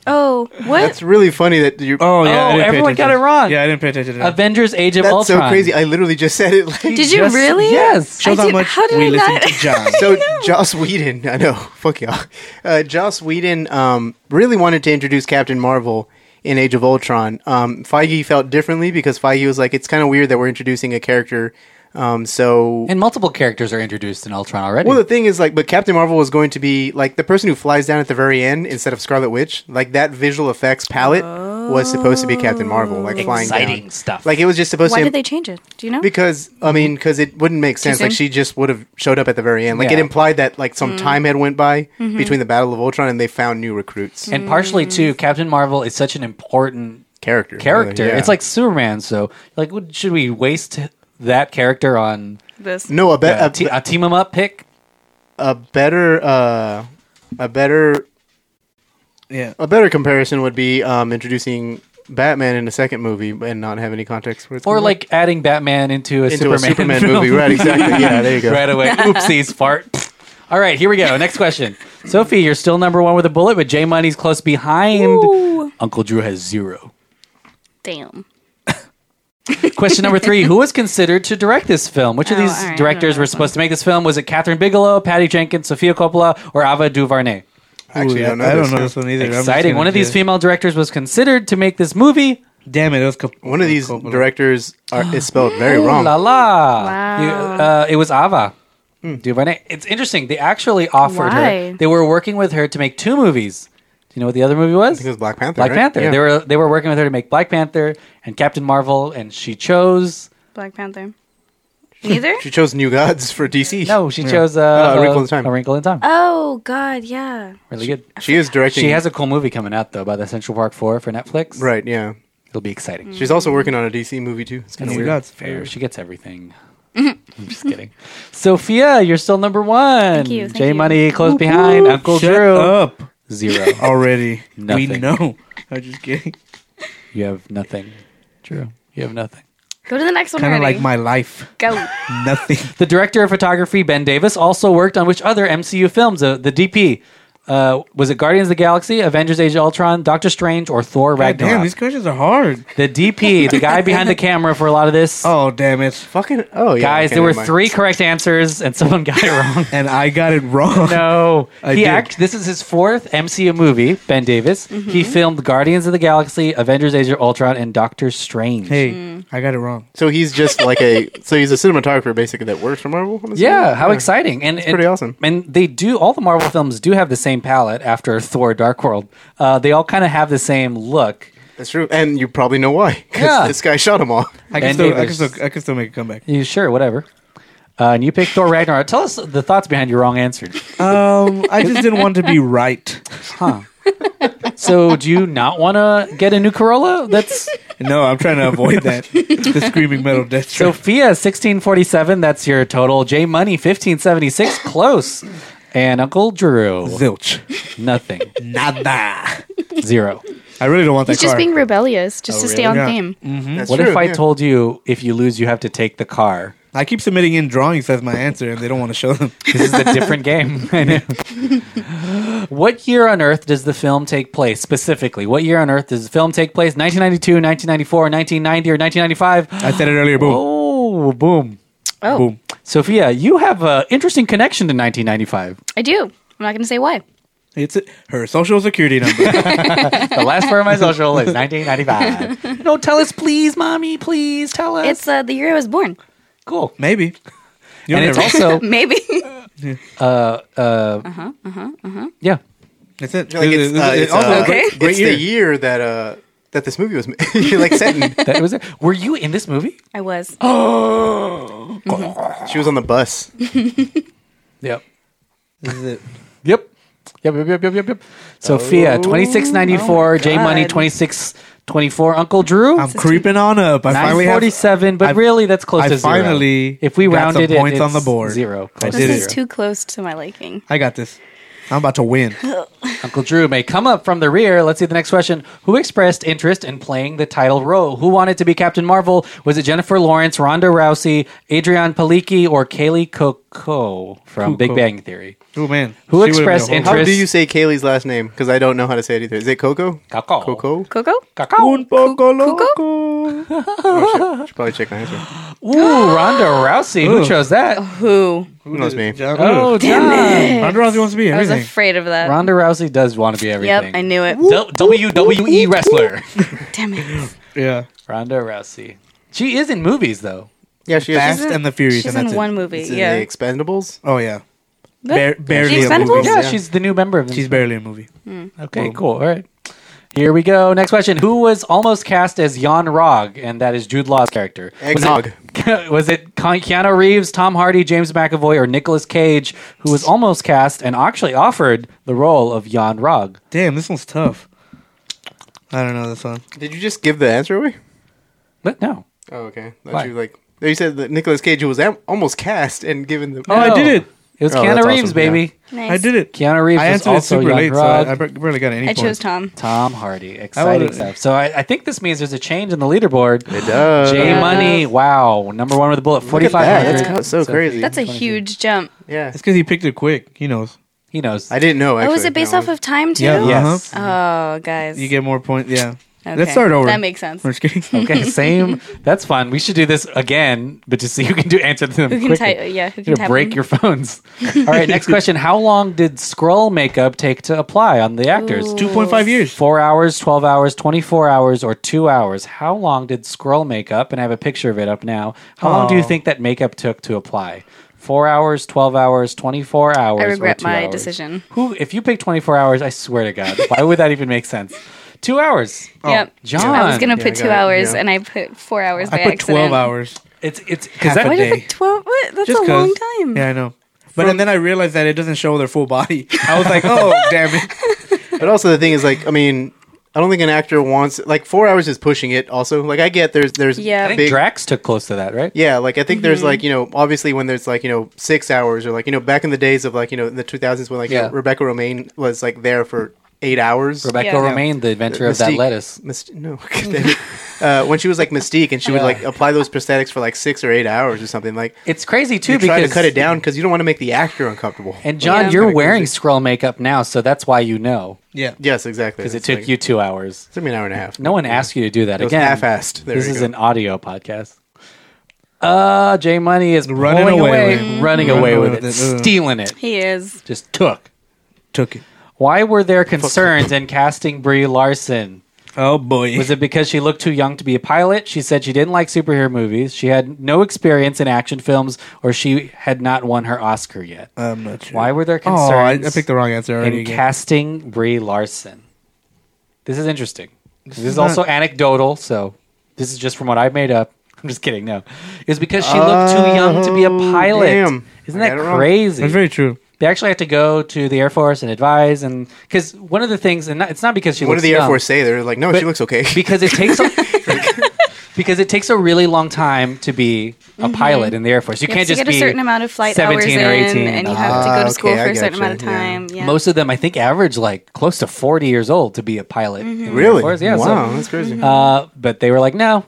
Speaker 2: Oh, what?
Speaker 5: That's really funny that you.
Speaker 4: Oh yeah.
Speaker 3: Oh,
Speaker 4: I didn't pay
Speaker 3: everyone got
Speaker 4: attention.
Speaker 3: it wrong.
Speaker 4: Yeah, I didn't pay attention. To that.
Speaker 3: Avengers: Age of
Speaker 5: that's
Speaker 3: Ultron.
Speaker 5: so crazy. I literally just said it. Like,
Speaker 2: Did you
Speaker 3: Just-
Speaker 2: really?
Speaker 3: Yes.
Speaker 2: I
Speaker 4: Shows how
Speaker 2: did-
Speaker 4: much
Speaker 2: how did
Speaker 4: we
Speaker 2: I
Speaker 4: listen
Speaker 2: not-
Speaker 4: to John.
Speaker 5: so Joss Whedon, I know, fuck y'all. Uh, Joss Whedon um, really wanted to introduce Captain Marvel in Age of Ultron. Um, Feige felt differently because Feige was like, it's kind of weird that we're introducing a character. Um, so
Speaker 3: And multiple characters are introduced in Ultron already.
Speaker 5: well, the thing is, like, but Captain Marvel was going to be like the person who flies down at the very end instead of Scarlet Witch. Like that visual effects palette was supposed to be Captain Marvel, like flying
Speaker 3: Exciting
Speaker 5: down.
Speaker 3: stuff.
Speaker 5: Like it was just supposed
Speaker 2: Why
Speaker 5: to
Speaker 2: did they change it? Do you know?
Speaker 5: because
Speaker 3: Mm-hmm.
Speaker 5: I mean, because it wouldn't make sense. Like
Speaker 2: soon?
Speaker 5: she just would have showed up at the very end. Like it
Speaker 3: Yeah. Mm. Mm-hmm.
Speaker 5: implied that like some time had went by between the Battle of Ultron and they found new recruits
Speaker 3: and partially too, Captain Marvel is such an important
Speaker 5: character.
Speaker 3: character.
Speaker 5: Yeah.
Speaker 3: It's like Superman. So, like, what- should we waste that character on
Speaker 2: this.
Speaker 5: no a, be-
Speaker 3: a
Speaker 5: a,
Speaker 3: te- a team 'em up pick?
Speaker 5: a better uh, a better
Speaker 4: yeah.
Speaker 5: a better comparison would be um, introducing Batman in the second movie and not have any context for it.
Speaker 3: Or like adding Batman into a
Speaker 5: into
Speaker 3: Superman,
Speaker 5: a Superman
Speaker 3: film.
Speaker 5: movie, right? Exactly. Yeah, there you go.
Speaker 3: right away. Oopsies, fart. All right, here we go. Next question. Sophie, you're still number one with a bullet, but J Money's close behind. Uncle Drew has zero.
Speaker 12: Damn.
Speaker 3: Question number three Who was considered to direct this film? Which of
Speaker 12: Oh,
Speaker 3: these
Speaker 12: all right, I
Speaker 3: directors
Speaker 12: don't know
Speaker 3: were
Speaker 12: that
Speaker 3: supposed to make this film? Was it Catherine Bigelow, Patty Jenkins, Sophia Coppola, or Ava DuVernay?
Speaker 5: Actually, I don't know.
Speaker 4: I
Speaker 5: this.
Speaker 4: don't know this one either. I'm just
Speaker 3: Exciting.
Speaker 4: gonna
Speaker 3: One of these
Speaker 4: guess.
Speaker 3: female directors was considered to make this movie.
Speaker 4: Damn it! It was Cop-
Speaker 5: One of these
Speaker 4: Coppola.
Speaker 5: directors are, is spelled very
Speaker 3: Ooh, Oh, La
Speaker 5: wrong.
Speaker 3: la.
Speaker 2: Wow.
Speaker 3: You- uh, it was Ava.
Speaker 5: Hmm.
Speaker 3: DuVernay. It's interesting. They actually offered
Speaker 2: Why?
Speaker 3: her. They were working with her to make two movies. Do you know what the other movie was?
Speaker 5: It was Black Panther.
Speaker 3: Black
Speaker 5: right?
Speaker 3: Panther.
Speaker 5: Yeah.
Speaker 3: They were they were working with her to make Black Panther and Captain Marvel, and she chose
Speaker 12: Black Panther. Neither?
Speaker 5: She chose New Gods for DC.
Speaker 3: no, she
Speaker 5: Yeah.
Speaker 3: chose uh,
Speaker 5: Uh, A Wrinkle in Time.
Speaker 3: A Wrinkle in Time.
Speaker 2: Oh God, yeah.
Speaker 3: really good.
Speaker 5: She is directing.
Speaker 3: She has a cool movie coming out though by the Central Park Four for Netflix.
Speaker 5: right. Yeah,
Speaker 3: it'll be
Speaker 2: Mm.
Speaker 3: exciting.
Speaker 5: she's also working on a DC movie too. It's kind
Speaker 4: Oh
Speaker 5: of
Speaker 4: my
Speaker 5: weird.
Speaker 4: God, it's
Speaker 3: Fair. She gets everything. I'm just kidding. Sophia, you're still number one.
Speaker 2: you, thank
Speaker 3: J
Speaker 2: you.
Speaker 3: Money close behind. Uncle
Speaker 4: Shut
Speaker 3: Drew
Speaker 5: Oh,
Speaker 4: up
Speaker 3: zero.
Speaker 4: already. we
Speaker 3: Nothing.
Speaker 4: know. I'm just kidding.
Speaker 3: you have nothing. Drew, you have nothing.
Speaker 12: Go to the next one
Speaker 4: Kind of
Speaker 12: already.
Speaker 4: like my life.
Speaker 12: Go.
Speaker 4: Nothing.
Speaker 3: The director of photography, Ben Davis, also worked on which other MCU films? Uh, the DP. Uh, was it Guardians of the Galaxy, Avengers Age of Ultron, Doctor Strange, or Thor
Speaker 4: God damn,
Speaker 3: Ragnarok?
Speaker 4: these questions are hard.
Speaker 3: the DP, the guy behind the camera for a lot of this.
Speaker 4: Oh damn it!
Speaker 5: Fucking oh yeah.
Speaker 3: Guys,
Speaker 5: okay,
Speaker 3: there were
Speaker 5: never mind.
Speaker 3: three correct answers and someone got it wrong.
Speaker 4: And I got it wrong.
Speaker 3: No.
Speaker 4: I
Speaker 3: he
Speaker 4: did.
Speaker 3: act this is his fourth MCU movie, Ben Davis. He filmed Guardians of the Galaxy, Avengers Age of Ultron, and Doctor Strange.
Speaker 4: Hey, I got it wrong.
Speaker 5: So he's just like a so he's a cinematographer basically that works for Marvel. I'm assuming?
Speaker 3: Yeah, how exciting! And and-
Speaker 5: pretty awesome.
Speaker 3: And they do all the Marvel films do have the same palette after Thor: Dark World. Uh, they all kind of have the same look.
Speaker 5: That's true. And you probably know why. 'cause
Speaker 3: Yeah.
Speaker 5: This guy shot him all.
Speaker 4: I
Speaker 3: Ben
Speaker 4: can, still, I, can
Speaker 3: Davis.
Speaker 4: still, I can still make a comeback.
Speaker 3: You sure? Whatever. Uh, and you picked Thor Ragnarok. Tell us the thoughts behind your wrong answer.
Speaker 4: Um, I just didn't want to be right.
Speaker 3: So, do you not want to get a new Corolla? That's
Speaker 4: No, I'm trying to avoid that. the screaming metal death trap.
Speaker 3: Sophia sixteen forty seven. That's your total. J Money fifteen seventy six. Close. And Uncle Drew
Speaker 4: Zilch.
Speaker 3: nothing
Speaker 4: Nada.
Speaker 3: zero.
Speaker 4: I really don't want that
Speaker 2: He's just
Speaker 4: car.
Speaker 2: being rebellious, just to stay on
Speaker 4: Oh, Yeah.
Speaker 2: theme.
Speaker 4: Mm.
Speaker 5: That's
Speaker 3: Hmm? What
Speaker 5: true,
Speaker 3: if I
Speaker 5: yeah.
Speaker 3: told you if you lose you have to take the car?
Speaker 4: I keep submitting in drawings as my answer, and they don't want to show them.
Speaker 3: This is a different game. I know. what year on earth does the film take place specifically? What year on earth does the film take place? 1992, 1994, 1990, or 1995?
Speaker 4: I said it earlier. Boom.
Speaker 3: Oh, boom.
Speaker 12: Oh,
Speaker 4: Boom.
Speaker 3: Sophia, you have an interesting connection to 1995.
Speaker 12: I do. I'm not going to say why.
Speaker 4: It's a, her social security number.
Speaker 3: The last part of my social is 1995. no, tell us, please, mommy. Please tell us.
Speaker 12: It's uh, the year I was born.
Speaker 3: cool.
Speaker 4: Maybe. You
Speaker 3: And
Speaker 4: don't
Speaker 3: it's
Speaker 4: ever-
Speaker 3: also,
Speaker 12: Maybe.
Speaker 3: yeah.
Speaker 4: That's it.
Speaker 5: Like it's, uh, it's,
Speaker 4: also,
Speaker 5: uh,
Speaker 12: Okay.
Speaker 4: great, great
Speaker 5: it's
Speaker 4: year.
Speaker 5: the year that uh that this movie was made. like set in.
Speaker 3: That was it. Were you in this movie?
Speaker 12: I was.
Speaker 4: Oh,
Speaker 5: She was on the bus.
Speaker 3: Yep.
Speaker 4: This is it.
Speaker 3: Yep. Yep, yep, yep, yep, yep, yep. Sophia,
Speaker 4: Oh,
Speaker 3: 2694, J Money,
Speaker 12: God.
Speaker 3: 2624, Uncle Drew,
Speaker 4: I'm creeping on up. I finally have.
Speaker 3: 947, but
Speaker 4: I-
Speaker 3: really that's close
Speaker 4: I
Speaker 3: to zero.
Speaker 4: finally
Speaker 3: if we
Speaker 4: got
Speaker 3: rounded
Speaker 4: some
Speaker 3: it,
Speaker 4: points on
Speaker 3: it's
Speaker 4: the board.
Speaker 3: Zero.
Speaker 4: I
Speaker 3: Close
Speaker 4: did
Speaker 12: this is
Speaker 4: it.
Speaker 12: too close to my liking.
Speaker 4: I got this. I'm about to win.
Speaker 3: Uncle Drew may come up from the rear. Let's see the next question. Who expressed interest in playing the title role? Who wanted to be Captain Marvel? Was it Jennifer Lawrence, Ronda Rousey, Adrian Palicki, or Kaylee Coco from Big
Speaker 4: Cuoco.
Speaker 3: Bang Theory?
Speaker 4: Oh man.
Speaker 3: Who
Speaker 4: She would've been a
Speaker 3: expressed
Speaker 4: whole-
Speaker 3: interest-
Speaker 5: How do you say Kaylee's last name? Because I don't know how to say it either. Is it Coco?
Speaker 3: Coco.
Speaker 5: Coco?
Speaker 12: Coco?
Speaker 3: Coco.
Speaker 4: Un poco
Speaker 12: Cuoco?
Speaker 4: loco.
Speaker 5: Oh, shit. Should probably check my answer.
Speaker 3: Ooh, Ronda Rousey. Who
Speaker 4: Ooh.
Speaker 3: chose that?
Speaker 2: Oh,
Speaker 12: Who?
Speaker 5: Who knows me?
Speaker 4: John-
Speaker 3: Oh, damn
Speaker 4: Ronda Rousey wants to be
Speaker 12: I was
Speaker 4: everything.
Speaker 12: afraid of that.
Speaker 3: Ronda Rousey does want to be
Speaker 12: yep,
Speaker 3: everything.
Speaker 12: I knew it.
Speaker 3: W- WWE wrestler.
Speaker 12: Damn it.
Speaker 4: yeah.
Speaker 3: Ronda Rousey. She is in movies though.
Speaker 5: Yeah, she is.
Speaker 4: Fast and the Furious.
Speaker 12: She's
Speaker 4: and that's
Speaker 12: in
Speaker 4: it.
Speaker 12: one movie.
Speaker 5: It's in
Speaker 12: yeah.
Speaker 5: the Expendables.
Speaker 4: Oh yeah.
Speaker 12: But-
Speaker 4: Bare- barely
Speaker 12: She
Speaker 4: a movie.
Speaker 12: Expendables?
Speaker 3: Yeah,
Speaker 5: Yeah.
Speaker 3: she's the new member of the
Speaker 4: She's barely a movie.
Speaker 3: Okay, cool. All right. Here we go. Next question. Who was almost cast as Jan Rog, and that is Jude Law's character? Was
Speaker 5: Eggnog.
Speaker 3: it, was it Ke- Keanu Reeves, Tom Hardy, James McAvoy, or Nicolas Cage, who was almost cast and actually offered the role of Jan Rog?
Speaker 4: Damn, this one's tough. I don't know this one.
Speaker 5: Did you just give the answer away?
Speaker 3: But no.
Speaker 5: Oh, okay. Thought
Speaker 3: Why?
Speaker 2: Oh,
Speaker 5: you like you said that Nicolas Cage was am- almost cast and given the.
Speaker 3: No.
Speaker 4: I did it.
Speaker 3: It was
Speaker 13: Oh,
Speaker 3: Keanu
Speaker 13: that's
Speaker 3: Reeves,
Speaker 13: awesome.
Speaker 3: baby.
Speaker 13: Yeah.
Speaker 2: Nice.
Speaker 4: I did it.
Speaker 3: Keanu Reeves
Speaker 4: I
Speaker 3: was
Speaker 4: answered
Speaker 3: also
Speaker 4: it super
Speaker 3: Young
Speaker 4: late,
Speaker 3: Rod.
Speaker 4: so I bar- barely got any.
Speaker 2: I chose
Speaker 4: points.
Speaker 2: Tom.
Speaker 3: Tom Hardy, exciting
Speaker 4: would've-
Speaker 3: stuff. So I, I think this means there's a change in the leaderboard. It
Speaker 5: does.
Speaker 3: J Money, wow, number one with a bullet,
Speaker 5: Look
Speaker 3: forty
Speaker 5: at
Speaker 3: five
Speaker 5: that. That's
Speaker 3: hundred.
Speaker 5: kind of so crazy.
Speaker 2: That's a huge jump.
Speaker 5: yeah.
Speaker 4: It's because he picked it quick. He knows.
Speaker 3: He knows.
Speaker 5: I didn't know.
Speaker 2: Oh,
Speaker 5: Actually,
Speaker 2: was it based
Speaker 5: No.
Speaker 2: off of time too?
Speaker 4: Yeah.
Speaker 3: Yes.
Speaker 4: Uh-huh.
Speaker 2: Oh, guys.
Speaker 4: You get more points. Yeah.
Speaker 2: Okay.
Speaker 4: Let's start over.
Speaker 2: That makes sense.
Speaker 4: I'm just kidding.
Speaker 3: Okay, same. That's fun. We should do this again, but just so you can do answer them.
Speaker 2: Who can
Speaker 3: quickly.
Speaker 2: type? Yeah, who can
Speaker 3: You're gonna
Speaker 2: type?
Speaker 3: break your phones. All right, next question. How long did scroll makeup take to apply on the actors?
Speaker 4: Two point five years.
Speaker 3: Four hours, 12 hours, 24 hours, or two hours. How long did scroll makeup, and I have a picture of it up now, how long do you
Speaker 4: Oh.
Speaker 3: think that makeup took to apply? Four hours, 12 hours, 24 hours.
Speaker 2: I
Speaker 3: or
Speaker 2: regret
Speaker 3: two
Speaker 2: my
Speaker 3: hours?
Speaker 2: decision.
Speaker 3: Who, if you pick 24 hours, I swear to God, why would that even make sense? Two hours.
Speaker 2: Yep.
Speaker 3: John.
Speaker 2: I was gonna
Speaker 3: Yeah,
Speaker 2: put
Speaker 5: I
Speaker 2: two
Speaker 5: got it.
Speaker 2: hours,
Speaker 5: Yeah.
Speaker 2: and I put four hours.
Speaker 4: I
Speaker 2: by
Speaker 4: put
Speaker 2: accident.
Speaker 4: twelve hours.
Speaker 3: It's, it's, because
Speaker 4: Half
Speaker 3: that,
Speaker 4: a
Speaker 2: Why did I
Speaker 4: day.
Speaker 2: put twelve? What? That's a
Speaker 4: 'cause.
Speaker 2: long time.
Speaker 4: Yeah, I know. But and then I realized that it doesn't show their full body. I was like, oh damn it.
Speaker 5: But also the thing is, like, I mean, I don't think an actor wants like four hours is pushing it. Also, like, I get there's there's
Speaker 2: Yeah. Mm-hmm.
Speaker 3: I think Drax took close to that, right?
Speaker 5: Yeah, like I think there's like you know obviously when there's like you know six hours or like you know back in the days of like you know in the 2000s when like you
Speaker 3: Yeah.
Speaker 5: know, Rebecca Romaine was like there for eight hours.
Speaker 3: Rebecca
Speaker 2: Yeah.
Speaker 3: Romaine, the inventor of that
Speaker 5: Mystique-
Speaker 3: lettuce.
Speaker 5: Myst- no, uh, when she was like Mystique and she would like apply those prosthetics for like six or eight hours or something. Like
Speaker 3: It's crazy too
Speaker 5: you
Speaker 3: because
Speaker 5: try to cut it down because you don't want to make the actor uncomfortable.
Speaker 3: And John,
Speaker 2: Yeah.
Speaker 3: you're
Speaker 5: Kinda
Speaker 3: wearing
Speaker 5: crazy.
Speaker 3: scroll makeup now, so that's why you know
Speaker 4: Yeah.
Speaker 5: yes, exactly.
Speaker 3: because it
Speaker 5: It's
Speaker 3: took
Speaker 5: like-
Speaker 3: you two hours.
Speaker 5: It took me an hour and a half.
Speaker 3: No one asked you to do that
Speaker 5: It was
Speaker 3: again.
Speaker 5: half-assed. There
Speaker 3: this
Speaker 5: you
Speaker 3: is
Speaker 5: go.
Speaker 3: an audio podcast. Uh, Jay Money is running
Speaker 4: Running
Speaker 3: away,
Speaker 4: away
Speaker 3: with
Speaker 4: with
Speaker 3: it. running away with it,
Speaker 4: Ugh.
Speaker 3: stealing it.
Speaker 2: He is.
Speaker 3: Just took.
Speaker 4: Took it.
Speaker 3: Why were there concerns in casting Brie Larson?
Speaker 4: Oh boy.
Speaker 3: Was it because she looked too young to be a pilot? She said she didn't like superhero movies. She had no experience in action films, or she had not won her Oscar yet.
Speaker 4: I'm not sure.
Speaker 3: Why were there
Speaker 4: Oh, I, I
Speaker 3: concerns?
Speaker 4: picked the wrong answer already.
Speaker 3: in
Speaker 4: again.
Speaker 3: casting Brie Larson. This is interesting. This, is,
Speaker 4: is
Speaker 3: also
Speaker 4: not-
Speaker 3: anecdotal, so this is just from what I've made up. I'm just kidding. No, it's because she looked too young to be a
Speaker 5: Oh,
Speaker 3: pilot.
Speaker 5: damn.
Speaker 3: Isn't
Speaker 5: I
Speaker 3: that
Speaker 5: got it wrong.
Speaker 3: crazy?
Speaker 4: That's very true.
Speaker 3: they actually had to go to the Air Force and advise, and because one of the things, and not, it's not because she
Speaker 5: What
Speaker 3: looks
Speaker 5: did the Air
Speaker 3: young,
Speaker 5: Force say? They're like, no,
Speaker 3: but-
Speaker 5: she looks okay.
Speaker 3: because it takes a, because it takes a really long time to be a
Speaker 5: Mm-hmm.
Speaker 3: pilot in the Air Force.
Speaker 2: You
Speaker 3: You can't
Speaker 2: have to
Speaker 3: just
Speaker 2: get
Speaker 3: be
Speaker 2: a certain amount of flight hours
Speaker 3: 17
Speaker 2: in,
Speaker 3: or 18.
Speaker 2: and you have to
Speaker 5: Ah,
Speaker 2: go to
Speaker 5: okay,
Speaker 2: school
Speaker 5: I
Speaker 2: for a certain
Speaker 5: gotcha,
Speaker 2: amount of
Speaker 5: yeah.
Speaker 2: time. Yeah.
Speaker 3: Most of them, I think, average like close to 40 years old to be a pilot. in the Air
Speaker 5: really?
Speaker 3: Force. Yeah, so-
Speaker 5: wow, that's crazy.
Speaker 3: Uh, but they were like, no.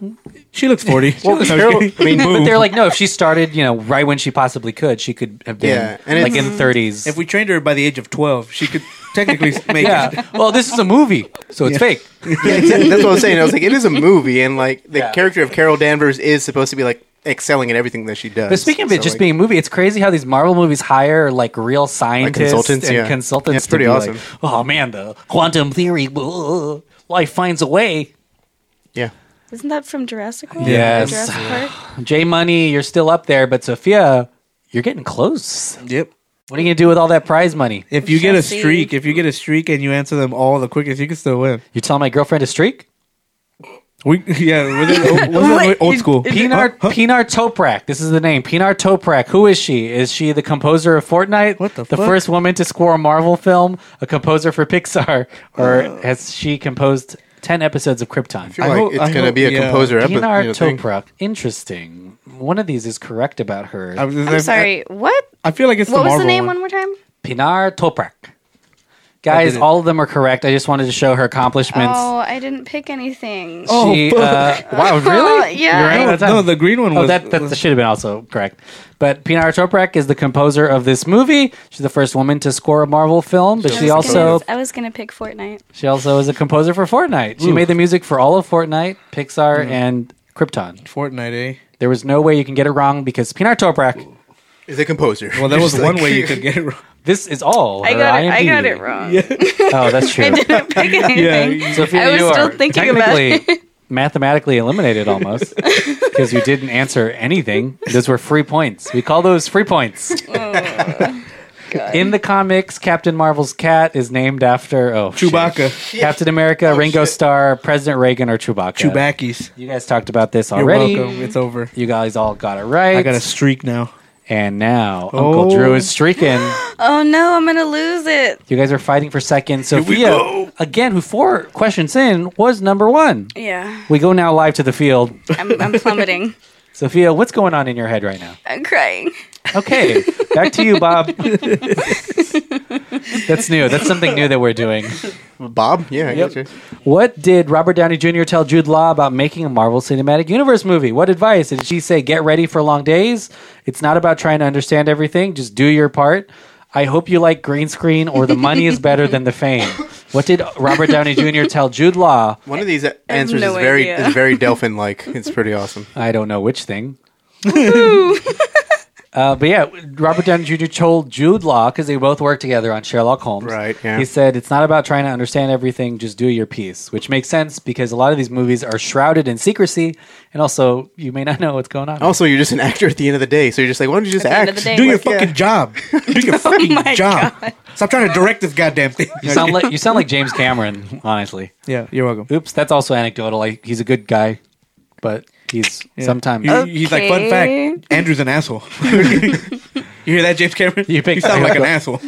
Speaker 4: She looks forty.
Speaker 5: Well, Carol- I mean,
Speaker 3: But they're like, no. If she started, you know, right when she possibly could, she could have been
Speaker 5: Yeah, and
Speaker 3: like in
Speaker 5: it's-
Speaker 3: the thirties.
Speaker 4: if we trained her by the age of twelve, she could technically make it.
Speaker 3: yeah. Well, this is a movie, so it's fake.
Speaker 5: Yeah, exactly. That's what I was saying. I was like, it is a movie, and like the
Speaker 3: Yeah.
Speaker 5: character of Carol Danvers is supposed to be like excelling at everything that she does.
Speaker 3: But speaking of it
Speaker 5: So,
Speaker 3: just
Speaker 5: like,
Speaker 3: being a movie, it's crazy how these Marvel movies hire like real scientists
Speaker 5: consultants,
Speaker 3: and
Speaker 5: yeah.
Speaker 3: consultants.
Speaker 5: Yeah, it's
Speaker 3: to
Speaker 5: pretty
Speaker 3: be
Speaker 5: awesome.
Speaker 3: like, oh man, the quantum theory, uh, life finds a way.
Speaker 5: yeah,
Speaker 2: Isn't that from Jurassic World?
Speaker 3: Yes.
Speaker 2: Jurassic Park.
Speaker 3: J Money, you're still up there, but Sophia, you're getting close.
Speaker 4: Yep.
Speaker 3: What are you gonna do with all that prize money?
Speaker 4: If you get
Speaker 2: shall
Speaker 4: a
Speaker 2: see.
Speaker 4: streak, if you get a streak and you answer them all the quickest, you can still win.
Speaker 3: You telling my girlfriend to streak?
Speaker 4: We yeah, was it, was it old school?
Speaker 3: Pinar Pinar Toprak. This is the name. Pinar Toprak. Who is she? Is she the composer of Fortnite?
Speaker 4: What the
Speaker 3: The
Speaker 4: fuck?
Speaker 3: first woman to score a Marvel film, a composer for Pixar, or
Speaker 4: Uh.
Speaker 3: has she composed ten episodes of Krypton? Uh,
Speaker 5: I feel like
Speaker 4: hope-
Speaker 5: it's
Speaker 4: I
Speaker 5: gonna
Speaker 4: hope- uh,
Speaker 5: be a
Speaker 4: yeah.
Speaker 5: composer epi- you
Speaker 3: Pinar
Speaker 5: know, thing.
Speaker 3: Toprak. Interesting. One of these is correct about her.
Speaker 4: I was-
Speaker 2: I'm sorry. What?
Speaker 4: I, I feel like it's
Speaker 2: What
Speaker 4: the
Speaker 2: was the
Speaker 4: Marvel
Speaker 2: name
Speaker 4: one.
Speaker 2: one more time?
Speaker 3: Pinar Toprak. Guys,
Speaker 4: it.
Speaker 3: all of them are correct. I just wanted to show her accomplishments.
Speaker 2: Oh, I didn't pick anything.
Speaker 3: She,
Speaker 4: Oh,
Speaker 3: uh, wow, Oh, really?
Speaker 2: yeah.
Speaker 3: You're right
Speaker 2: No,
Speaker 3: about that?
Speaker 4: no, the green one
Speaker 3: Oh,
Speaker 4: was-
Speaker 3: that, that should have been also correct. But Pinar Toprak is the composer of this movie. She's the first woman to score a Marvel film, but
Speaker 2: I
Speaker 3: she
Speaker 2: was
Speaker 3: also
Speaker 2: gonna- I was gonna pick Fortnite.
Speaker 3: she also is a composer for Fortnite. She made the music for all of Fortnite,
Speaker 4: Mm.
Speaker 3: Pixar, and Krypton.
Speaker 4: Fortnite, eh?
Speaker 3: There was no way you can get it wrong because Pinar Toprak.
Speaker 5: is a composer.
Speaker 4: Well, that was
Speaker 5: Just
Speaker 4: one
Speaker 5: like-
Speaker 4: way you could get it wrong.
Speaker 3: This is all.
Speaker 2: I
Speaker 3: her
Speaker 2: got it. I
Speaker 3: IMDb.
Speaker 2: got it wrong.
Speaker 3: Oh, that's true.
Speaker 2: I didn't pick anything.
Speaker 3: Sophia,
Speaker 2: I was
Speaker 3: you
Speaker 2: still
Speaker 3: are
Speaker 2: thinking about
Speaker 3: technically mathematically eliminated almost because you didn't answer anything. Those were free points. We call those free points.
Speaker 2: Oh,
Speaker 3: In the comics, Captain Marvel's cat is named after oh shit.
Speaker 4: Chewbacca. Oh,
Speaker 3: Captain America, Ringo Starr, President Reagan, or Chewbacca.
Speaker 4: Chewbacky's.
Speaker 3: You guys talked about this
Speaker 4: You're
Speaker 3: already.
Speaker 4: welcome. It's over.
Speaker 3: You guys all got it right.
Speaker 4: I got a streak now.
Speaker 3: and now
Speaker 4: Oh.
Speaker 3: Uncle Drew is streaking.
Speaker 2: Oh no, I'm gonna lose it.
Speaker 3: you guys are fighting for second. Sophia, again, who four questions in was number one.
Speaker 2: Yeah,
Speaker 3: We go now live to the field.
Speaker 2: I'm, I'm plummeting.
Speaker 3: Sophia, what's going on in your head right now?
Speaker 2: I'm crying.
Speaker 14: Okay, back to you, Bob.
Speaker 3: That's new. That's something new that we're doing.
Speaker 5: Bob? Yeah, I gotcha.
Speaker 3: What did Robert Downey Jr. tell Jude Law about making a Marvel Cinematic Universe movie? What advice? Did she say, get ready for long days? It's not about trying to understand everything, just do your part. I hope you like green screen or the money is better than the fame. What did Robert Downey Jr. tell Jude Law?
Speaker 5: One of these answers
Speaker 12: no
Speaker 5: is very
Speaker 12: idea.
Speaker 5: is very Delphin like. It's pretty awesome.
Speaker 3: I don't know which thing. uh, but yeah, Robert Downey Jr. told Jude Law because they both worked together on Sherlock Holmes.
Speaker 5: Right, yeah.
Speaker 3: He said it's not about trying to understand everything; just do your piece, which makes sense because a lot of these movies are shrouded in secrecy, and also you may not know what's going on.
Speaker 5: Also, you're just an actor at the end of the day, so you're just like, why don't you just
Speaker 12: the
Speaker 5: act?
Speaker 12: end of the day. Oh
Speaker 4: Do your
Speaker 5: Like, yeah.
Speaker 4: fucking job. Do your fucking
Speaker 12: my
Speaker 4: job. Stop trying to direct this goddamn thing.
Speaker 3: You sound like you sound like James Cameron, honestly.
Speaker 4: yeah, you're welcome.
Speaker 3: Oops, that's also anecdotal. Like he's a good guy, but he's sometimes.
Speaker 4: You- He's like, fun
Speaker 12: Okay.
Speaker 4: fact, Andrew's an asshole. you hear that, James Cameron?
Speaker 3: You picked-
Speaker 4: sound like an
Speaker 3: Okay.
Speaker 4: asshole.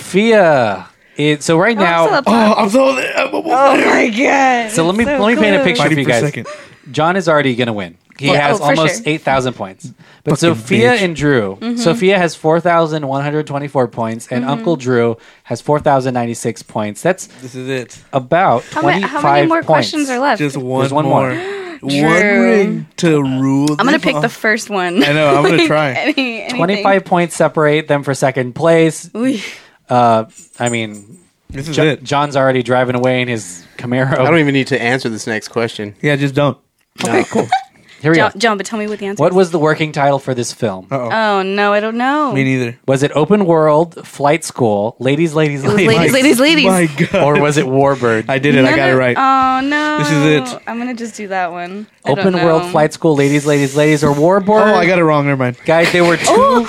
Speaker 3: Sophia. It, so right now,
Speaker 12: What's up?
Speaker 4: oh, I'm so. I'm almost there.
Speaker 12: my god.
Speaker 3: So let me let me paint a picture
Speaker 4: Fighting
Speaker 3: for you
Speaker 4: for
Speaker 3: guys.
Speaker 4: second.
Speaker 3: John is already going to win. He
Speaker 12: Yeah,
Speaker 3: has
Speaker 12: oh, for
Speaker 3: almost
Speaker 12: sure. Mm-hmm.
Speaker 3: eight thousand points. But
Speaker 4: Fucking
Speaker 3: Sophia
Speaker 4: bitch.
Speaker 3: and Drew, Sophia has four thousand one hundred twenty-four points, and Uncle Drew has four thousand ninety-six points. That's
Speaker 4: This is it.
Speaker 3: about
Speaker 12: How, ma-
Speaker 3: twenty-five
Speaker 12: how many more
Speaker 3: points.
Speaker 12: questions are left?
Speaker 4: Just one,
Speaker 3: There's one
Speaker 4: more. one ring to rule.
Speaker 12: I'm gonna pick the first one.
Speaker 4: I know. I'm gonna try.
Speaker 12: Any, anything.
Speaker 3: Twenty-five points separate them for second place.
Speaker 12: Ooh.
Speaker 3: Uh, I mean,
Speaker 4: This is
Speaker 3: Jo-
Speaker 4: it.
Speaker 3: John's already driving away in his Camaro.
Speaker 5: I don't even need to answer this next question.
Speaker 4: Yeah, just don't.
Speaker 5: Okay, cool.
Speaker 3: Here we go.
Speaker 12: John, John, but tell me what the answer.
Speaker 3: What
Speaker 12: What?
Speaker 3: was the working title for this film?
Speaker 12: Oh no, I don't know.
Speaker 4: Me neither.
Speaker 3: Was it Open World, Flight School, Ladies, Ladies, Ladies,
Speaker 12: ladies, ladies, ladies.
Speaker 4: My God,
Speaker 3: or was it Warbird?
Speaker 4: I did it. I got it
Speaker 12: Another-
Speaker 4: right.
Speaker 12: Oh no.
Speaker 4: This is it.
Speaker 12: I'm gonna just do that one. I don't
Speaker 3: Open World
Speaker 12: know.
Speaker 3: Flight School, Ladies, Ladies, Ladies, or Warbird?
Speaker 4: oh, I got it wrong. Never mind.
Speaker 3: Guys, there were two.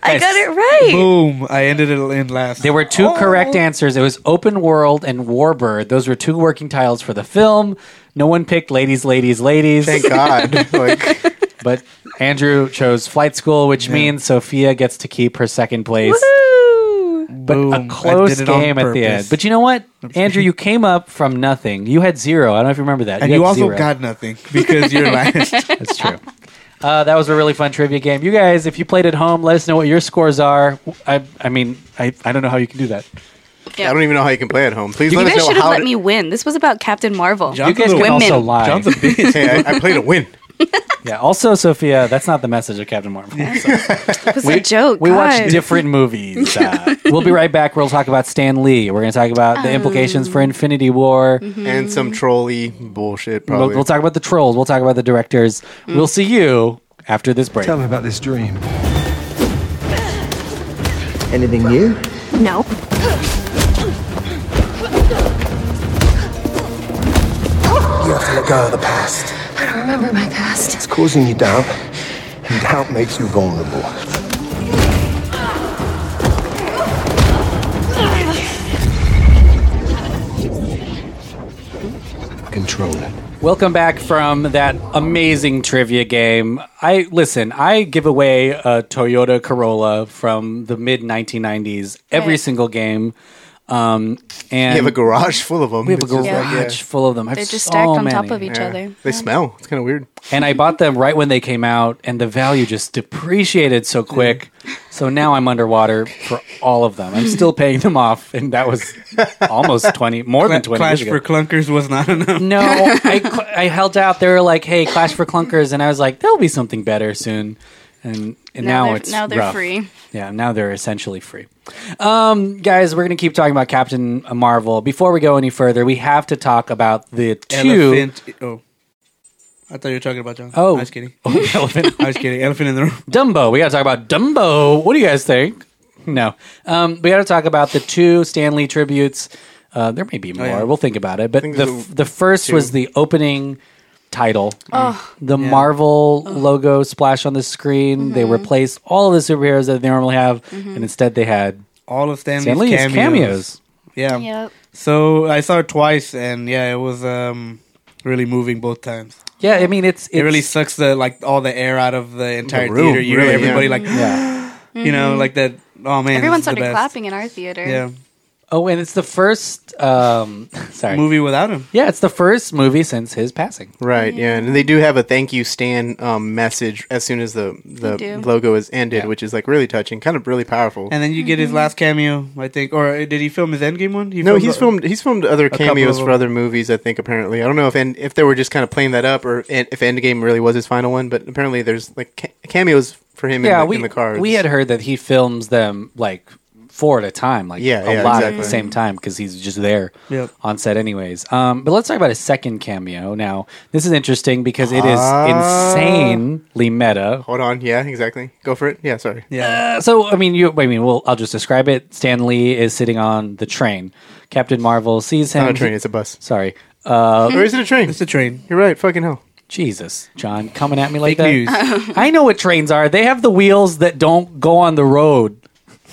Speaker 12: I
Speaker 3: Yes.
Speaker 12: got it right.
Speaker 4: Boom. I ended it in last.
Speaker 3: There were two correct answers. It was Open World and Warbird. Those were two working titles for the film. No one picked Ladies, Ladies, Ladies,
Speaker 5: Thank God. Like,
Speaker 3: but Andrew chose Flight School, which means Sophia gets to keep her second place.
Speaker 12: Woo.
Speaker 3: But
Speaker 4: Boom. I
Speaker 3: a
Speaker 4: did
Speaker 3: close
Speaker 4: it on
Speaker 3: game at the
Speaker 4: purpose.
Speaker 3: end. But you know what, Andrew, you came up from nothing. You had zero. I don't know if you remember that.
Speaker 4: and
Speaker 3: had
Speaker 4: you also
Speaker 3: zero.
Speaker 4: got nothing because you're last.
Speaker 3: That's true. Uh, that was a really fun trivia game. You guys, if you played at home, let us know what your scores are. I, I mean, I, I don't know how you can do that.
Speaker 5: I don't even know how you can play at home. Please
Speaker 12: You
Speaker 5: let us
Speaker 12: guys
Speaker 5: know
Speaker 12: should have
Speaker 5: how.
Speaker 12: let
Speaker 5: to-
Speaker 12: me win. This was about Captain Marvel.
Speaker 4: John's
Speaker 3: you guys
Speaker 4: a
Speaker 3: can
Speaker 4: little-
Speaker 12: women.
Speaker 3: also lie.
Speaker 4: John's a bitch.
Speaker 5: hey, I, I played a win.
Speaker 3: yeah. Also, Sophia, that's not the message of Captain Marvel.
Speaker 12: It was a joke.
Speaker 3: We watch
Speaker 12: God.
Speaker 3: different movies. Uh, we'll be right back. We'll talk about Stan Lee. We're going to talk about
Speaker 12: Um,
Speaker 3: the implications for Infinity War.
Speaker 12: mm-hmm.
Speaker 5: And
Speaker 12: Hmm.
Speaker 5: some trolley bullshit,
Speaker 3: We'll,
Speaker 5: probably.
Speaker 3: we'll talk about the trolls. We'll talk about the directors.
Speaker 12: Mm.
Speaker 3: We'll see you after this break.
Speaker 15: Tell me about this dream.
Speaker 16: Anything new?
Speaker 11: No.
Speaker 15: You have to let go of the past.
Speaker 11: I don't remember my past.
Speaker 15: It's causing you doubt, and doubt makes you vulnerable. Control it.
Speaker 3: Welcome back from that amazing trivia game. I listen. I give away a Toyota Corolla from the mid 1990s every
Speaker 2: Right.
Speaker 3: single game, um,
Speaker 5: you
Speaker 3: and
Speaker 5: have a garage full of them.
Speaker 3: we have a
Speaker 5: It's just
Speaker 3: garage
Speaker 5: like, yeah.
Speaker 3: full of them. I have
Speaker 2: They're just
Speaker 3: so
Speaker 2: stacked on
Speaker 3: many.
Speaker 2: top of each
Speaker 5: Yeah.
Speaker 2: other.
Speaker 5: They smell. It's kind of weird.
Speaker 3: And I bought them right when they came out, and the value just depreciated so quick. So now I'm underwater for all of them. I'm still paying them off, and that was almost twenty, more than twenty. years
Speaker 4: Clash
Speaker 3: ago.
Speaker 4: for clunkers was not enough.
Speaker 3: No, I, cl- I held out. They were like, "Hey, Clash for Clunkers," and I was like, "There'll be something better soon." And, and
Speaker 2: Now
Speaker 3: now,
Speaker 2: they're-
Speaker 3: it's
Speaker 2: now they're
Speaker 3: rough.
Speaker 2: free.
Speaker 3: Yeah, now they're essentially free. Um, guys, we're gonna keep talking about Captain Marvel. Before we go any further, we have to talk about the two
Speaker 4: Elephant. Oh, I thought you were talking about John.
Speaker 3: Oh.
Speaker 4: I was kidding.
Speaker 3: elephant
Speaker 4: I was kidding. Elephant in the room.
Speaker 3: Dumbo. We got to talk about Dumbo. What do you guys think? No. Um, we got to talk about the two Stanley tributes. Uh, there may be more.
Speaker 4: yeah.
Speaker 3: We'll think about it. But
Speaker 5: think
Speaker 3: the,
Speaker 5: there's a-
Speaker 3: the first was the opening title. Mm. the Marvel logo splash on the screen. They replaced all of the superheroes that they normally have, and instead they had
Speaker 4: All of Stanley's
Speaker 3: Stanley's
Speaker 4: cameos.
Speaker 3: cameos.
Speaker 4: Yeah.
Speaker 2: Yep.
Speaker 4: So I saw it twice, and yeah, it was um really moving both times.
Speaker 3: Yeah, I mean, it's, it's
Speaker 4: it really sucks the like all the air out of the entire
Speaker 5: room,
Speaker 4: theater. You
Speaker 5: really,
Speaker 4: hear everybody
Speaker 5: yeah.
Speaker 4: like,
Speaker 3: Yeah.
Speaker 4: you know, like that. Oh man,
Speaker 2: Mm-hmm. Everyone
Speaker 4: this is the
Speaker 2: started
Speaker 4: best.
Speaker 2: clapping in our theater.
Speaker 4: Yeah,
Speaker 3: Oh, and it's the first um, sorry
Speaker 4: movie without him.
Speaker 3: Yeah, it's the first movie since his passing.
Speaker 5: Right. Yeah, and they do have a thank you Stan um, message as soon as the
Speaker 4: They
Speaker 5: the
Speaker 4: do.
Speaker 5: logo is ended, which is like really touching, kind of really powerful.
Speaker 4: And then you
Speaker 3: Mm-hmm.
Speaker 4: get his last cameo, I think. Or uh, did he film his Endgame one? He
Speaker 5: no, he's
Speaker 4: a-
Speaker 5: filmed he's filmed
Speaker 4: a
Speaker 5: other
Speaker 4: couple
Speaker 5: cameos
Speaker 4: of
Speaker 5: for
Speaker 4: them.
Speaker 5: other movies. I think apparently I don't know if and if they were just kind of playing that up or en- if Endgame really was his final one, but apparently there's like ca- cameos for him. in
Speaker 3: yeah,
Speaker 5: the,
Speaker 3: we
Speaker 5: in the cards.
Speaker 3: we had heard that he films them like four at a time, like
Speaker 5: Yeah,
Speaker 3: a
Speaker 5: yeah,
Speaker 3: lot at
Speaker 5: exactly.
Speaker 3: the same time because he's just there
Speaker 5: Yep.
Speaker 3: on set anyways. Um, but let's talk about his second cameo now. This is interesting because it is
Speaker 5: Ah.
Speaker 3: insanely meta.
Speaker 5: Hold on, yeah, exactly. Go for it. Yeah, sorry.
Speaker 3: Uh, so I mean, you. I mean, well, I'll just describe it. Stan Lee is sitting on the train. Captain Marvel sees him.
Speaker 5: not a train, it's a bus.
Speaker 3: Sorry. Uh,
Speaker 5: Or is it a train?
Speaker 4: It's a train.
Speaker 5: You're right. Fucking hell.
Speaker 3: Jesus, John, coming at me like
Speaker 4: Fake
Speaker 3: that. I know what trains are. They have the wheels that don't go on the road.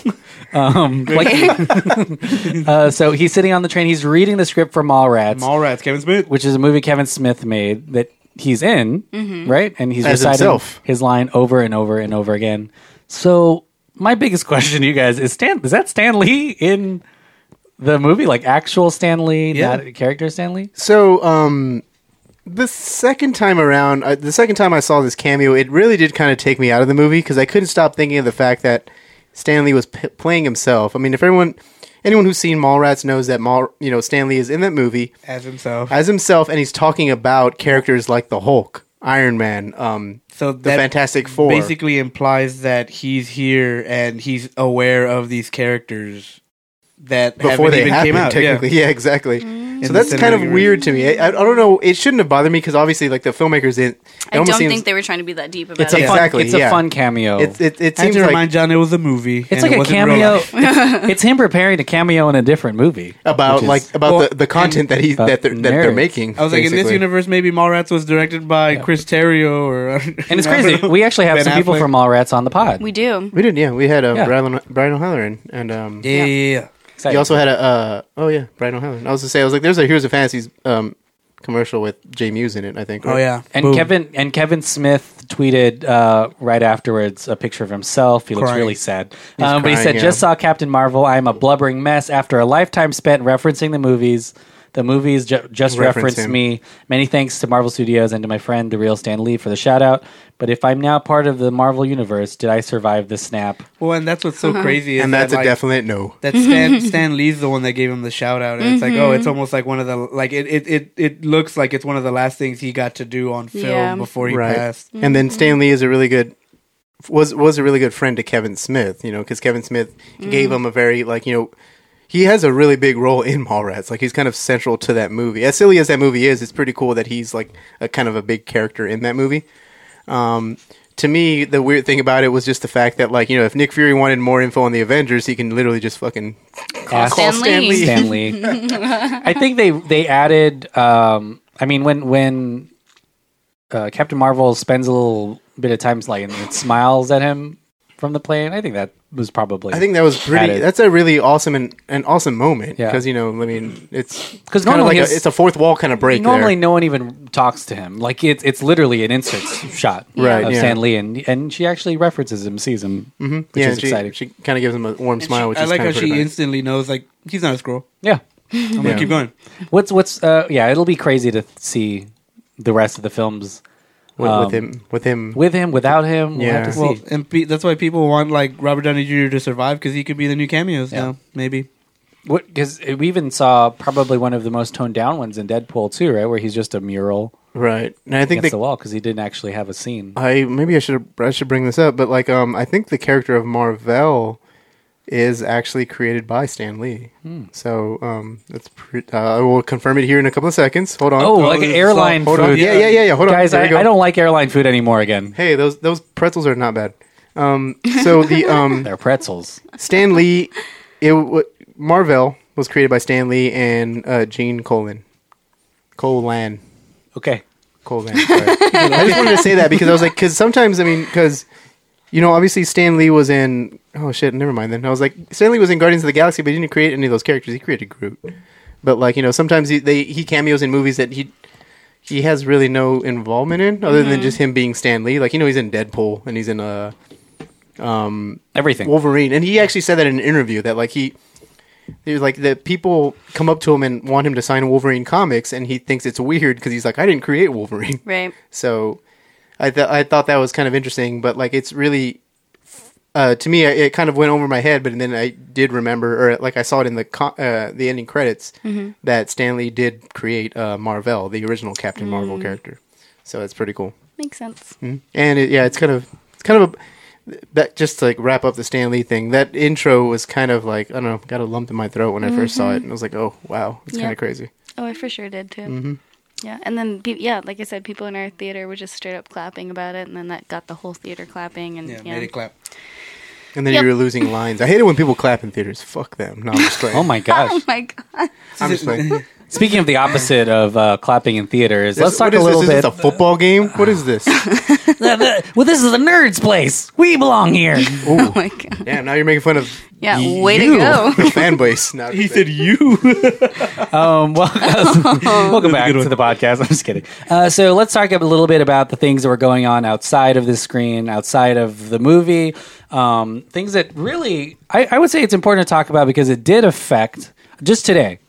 Speaker 3: um, like- uh, so he's sitting on the train. He's reading the script for Mallrats.
Speaker 4: Mallrats, Kevin Smith,
Speaker 3: which is a movie Kevin Smith made that he's in,
Speaker 5: Mm-hmm.
Speaker 4: Mhm.
Speaker 3: right? And he's
Speaker 4: As
Speaker 3: reciting
Speaker 4: himself.
Speaker 3: his line over and over and over again. So my biggest question to you guys is: Stan, is that Stan Lee in the movie? Like actual Stan Lee,
Speaker 5: Yeah.
Speaker 3: not character Stan Lee?
Speaker 5: So, um, the second time around, uh, the second time I saw this cameo, it really did kind of take me out of the movie because I couldn't stop thinking of the fact that Stanley was p- playing himself. I mean, if everyone, anyone who's seen Mallrats knows that Mall, you know, Stanley is in that movie
Speaker 4: as himself.
Speaker 5: as himself, and he's talking about characters like the Hulk, Iron Man, um,
Speaker 4: so
Speaker 5: the
Speaker 4: that
Speaker 5: Fantastic Four.
Speaker 4: Basically implies that he's here and he's aware of these characters that
Speaker 5: before
Speaker 4: haven't
Speaker 5: they
Speaker 4: even
Speaker 5: happened,
Speaker 4: came out.
Speaker 5: technically. Yeah, exactly.
Speaker 12: Mm.
Speaker 4: In
Speaker 5: So
Speaker 4: the
Speaker 5: that's kind of
Speaker 4: cinematic
Speaker 5: weird to me. I, I don't know. It shouldn't have bothered me because obviously, like the filmmakers didn't. It
Speaker 12: I don't
Speaker 5: almost seems,
Speaker 12: think they were trying to be that deep about
Speaker 5: It's
Speaker 12: it.
Speaker 5: a fun- Exactly,
Speaker 3: It's a
Speaker 5: yeah.
Speaker 3: fun cameo.
Speaker 5: It's- it- it
Speaker 4: I had
Speaker 5: seems
Speaker 4: to
Speaker 5: like-
Speaker 4: remind John it was a movie. and
Speaker 3: It's
Speaker 4: it
Speaker 3: like a
Speaker 4: wasn't real
Speaker 3: cameo.
Speaker 4: life.
Speaker 3: it's, it's him preparing to cameo in a different movie
Speaker 5: About,
Speaker 3: which is-
Speaker 5: like, about Well, the- the content that he-
Speaker 3: about
Speaker 5: that they're- that they're
Speaker 3: narrative.
Speaker 5: making.
Speaker 4: I was like, in this
Speaker 5: basically.
Speaker 4: universe, maybe Mallrats was directed by Chris Terrio, or
Speaker 3: and it's crazy. We actually have
Speaker 4: Ben
Speaker 3: some people
Speaker 4: Affleck.
Speaker 3: from Mallrats on the pod.
Speaker 12: We do.
Speaker 5: We did, yeah. We had um,
Speaker 3: Yeah.
Speaker 5: Brian, Brian O'Halloran, and um,
Speaker 4: Yeah, yeah, yeah, yeah.
Speaker 5: You also had a uh, oh yeah, Brian O'Halloran. I was to say, I was like, there's a Heroes of Fantasies um, commercial with Jay Muse in it. I think.
Speaker 4: Oh,
Speaker 5: right?
Speaker 3: and Kevin and Kevin Smith tweeted uh, right afterwards a picture of himself. He looks
Speaker 5: Crying.
Speaker 3: really sad,
Speaker 5: He's
Speaker 3: um, but he
Speaker 5: crying,
Speaker 3: said,
Speaker 5: yeah.
Speaker 3: "Just saw Captain Marvel. I am a blubbering mess after a lifetime spent referencing the movies." The movies ju- just
Speaker 5: Reference
Speaker 3: referenced
Speaker 5: him.
Speaker 3: me. Many thanks to Marvel Studios and to my friend, the real Stan Lee, for the shout out. But if I'm now part of the Marvel Universe, did I survive the snap?
Speaker 4: Well, and that's what's so
Speaker 3: Uh-huh.
Speaker 4: crazy. Is
Speaker 5: And
Speaker 4: that,
Speaker 5: that's a
Speaker 4: like,
Speaker 5: definite no.
Speaker 4: That Stan Stan Lee's the one that gave him the shout out, and it's like, oh,
Speaker 5: Mhm.
Speaker 12: Mm-hmm.
Speaker 4: it's almost like one of the like it it, it it looks like it's one of the last things he got to do on film
Speaker 12: Yeah.
Speaker 4: before he passed.
Speaker 5: And then Stan Lee is a really good was was a really good friend to Kevin Smith, you know, because Kevin Smith gave
Speaker 4: Mm.
Speaker 5: him a very like you know he has a really big role in Mallrats. Like he's kind of central to that movie. As silly as that movie is, it's pretty cool that he's like a kind of a big character in that movie. Um, to me, the weird thing about it was just the fact that like you know if Nick Fury wanted more info on the Avengers, he can literally just fucking
Speaker 3: Call Stan Lee. Stan Lee. I think they they added. Um, I mean, when when uh, Captain Marvel spends a little bit of time like and, smiles at him from the plane, I think that was probably.
Speaker 5: I think that was pretty.
Speaker 3: added.
Speaker 5: That's a really awesome and an awesome moment
Speaker 3: Yeah.
Speaker 5: because you know, I mean, it's because
Speaker 3: Because
Speaker 5: kind of
Speaker 3: normally
Speaker 5: like a,
Speaker 3: his-
Speaker 5: it's a fourth wall kind of break.
Speaker 3: Normally,
Speaker 5: there.
Speaker 3: no one even talks to him. Like it's it's literally an insert shot
Speaker 5: Right,
Speaker 3: of
Speaker 5: yeah.
Speaker 3: Stan Lee, and and she actually references him, sees him,
Speaker 5: Mhm.
Speaker 3: which
Speaker 5: Yeah,
Speaker 3: is
Speaker 5: and she-
Speaker 3: exciting.
Speaker 5: She kind of gives him a warm
Speaker 4: And
Speaker 5: smile,
Speaker 4: she-
Speaker 5: which
Speaker 4: I
Speaker 5: is
Speaker 4: like
Speaker 5: kind
Speaker 4: how
Speaker 5: of pretty
Speaker 4: she
Speaker 5: nice.
Speaker 4: instantly knows like he's not a scroll.
Speaker 3: Yeah,
Speaker 4: I'm gonna
Speaker 3: Yeah.
Speaker 4: keep going.
Speaker 3: What's what's uh yeah, it'll be crazy to th- see the rest of the films
Speaker 5: With- with him- Um, with him,
Speaker 3: with him, without him. We'll have to
Speaker 4: well,
Speaker 3: see.
Speaker 4: and pe- that's why people want like Robert Downey Jr. to survive because he could be the new cameos now, maybe.
Speaker 3: What because we even saw probably one of the most toned down ones in Deadpool too, right? Where he's just a mural,
Speaker 5: right? And I think
Speaker 3: against
Speaker 5: they- Oh,
Speaker 3: the wall because he didn't actually have a scene.
Speaker 5: I maybe I should I should bring this up, but like um, I think the character of Marvel is actually created by Stan Lee. So um, that's pre- uh, I will confirm it here in a couple of seconds. Hold on.
Speaker 3: Oh, like airline
Speaker 5: Hold on.
Speaker 3: food.
Speaker 5: Yeah, yeah, yeah, yeah. Hold
Speaker 3: guys,
Speaker 5: on, There
Speaker 3: I,
Speaker 5: we go.
Speaker 3: I don't like airline food anymore again.
Speaker 5: Hey, those those pretzels are not bad. Um, so the um,
Speaker 3: they're pretzels.
Speaker 5: Stan Lee, it w- Marvel was created by Stan Lee and uh, Gene Colan. Colan.
Speaker 3: Okay.
Speaker 5: Colan. Sorry. I just wanted to say that because I was like, because sometimes I mean, because you know, obviously Stan Lee was in. Oh shit! Never mind. Then I was like, Stan Lee was in Guardians of the Galaxy, but he didn't create any of those characters. He created Groot. But like you know, sometimes he they, he cameos in movies that he he has really no involvement in, other than
Speaker 4: Mhm.
Speaker 5: just him being Stan Lee. Like you know, he's in Deadpool and he's in uh, um
Speaker 3: everything
Speaker 5: Wolverine, and he actually said that in an interview that like he He was like the people come up to him and want him to sign Wolverine comics, and he thinks it's weird because he's like, I didn't create Wolverine.
Speaker 12: Right.
Speaker 5: So, I th- I thought that was kind of interesting, but like it's really, uh, to me, I- it kind of went over my head. But then I did remember, or like I saw it in the co uh, the ending credits
Speaker 12: Mhm.
Speaker 5: that Stanley did create uh, Marvel, the original Captain Marvel character. So that's pretty cool.
Speaker 12: Makes sense.
Speaker 5: Mhm. And it, yeah, it's kind of it's kind of a that just to like wrap up the Stan Lee thing. That intro was kind of like I don't know, got a lump in my throat when I first saw
Speaker 12: Mhm.
Speaker 5: it, and I was like, oh wow, it's
Speaker 12: Yeah.
Speaker 5: kind of crazy.
Speaker 12: Oh, I for sure did too.
Speaker 5: Mhm.
Speaker 12: Yeah, and then pe- yeah, like I said, people in our theater were just straight up clapping about it, and then that got the whole theater clapping. And yeah,
Speaker 5: And then
Speaker 12: Yep.
Speaker 5: you were losing lines. I hate it when people clap in theaters. Fuck them. No, I'm just playing.
Speaker 3: Oh my gosh.
Speaker 12: Oh my god.
Speaker 5: I'm just playing.
Speaker 3: Speaking of the opposite of uh, clapping in theaters,
Speaker 5: This-
Speaker 3: let's
Speaker 5: what
Speaker 3: talk
Speaker 5: is
Speaker 3: a
Speaker 5: this?
Speaker 3: little
Speaker 5: Is
Speaker 3: bit.
Speaker 5: this a football game? What is this?
Speaker 3: well, this is a nerd's place. We belong here.
Speaker 5: Oh my god! Damn, now you're making fun of
Speaker 12: Yeah,
Speaker 5: y-
Speaker 12: way to
Speaker 5: you,
Speaker 12: go.
Speaker 5: the fan base. Now
Speaker 4: He said you.
Speaker 3: um, well, welcome back to the podcast. I'm just kidding. Uh, so let's talk a little bit about the things that were going on outside of the screen, outside of the movie. Um, things that really, I, I would say it's important to talk about because it did affect just today.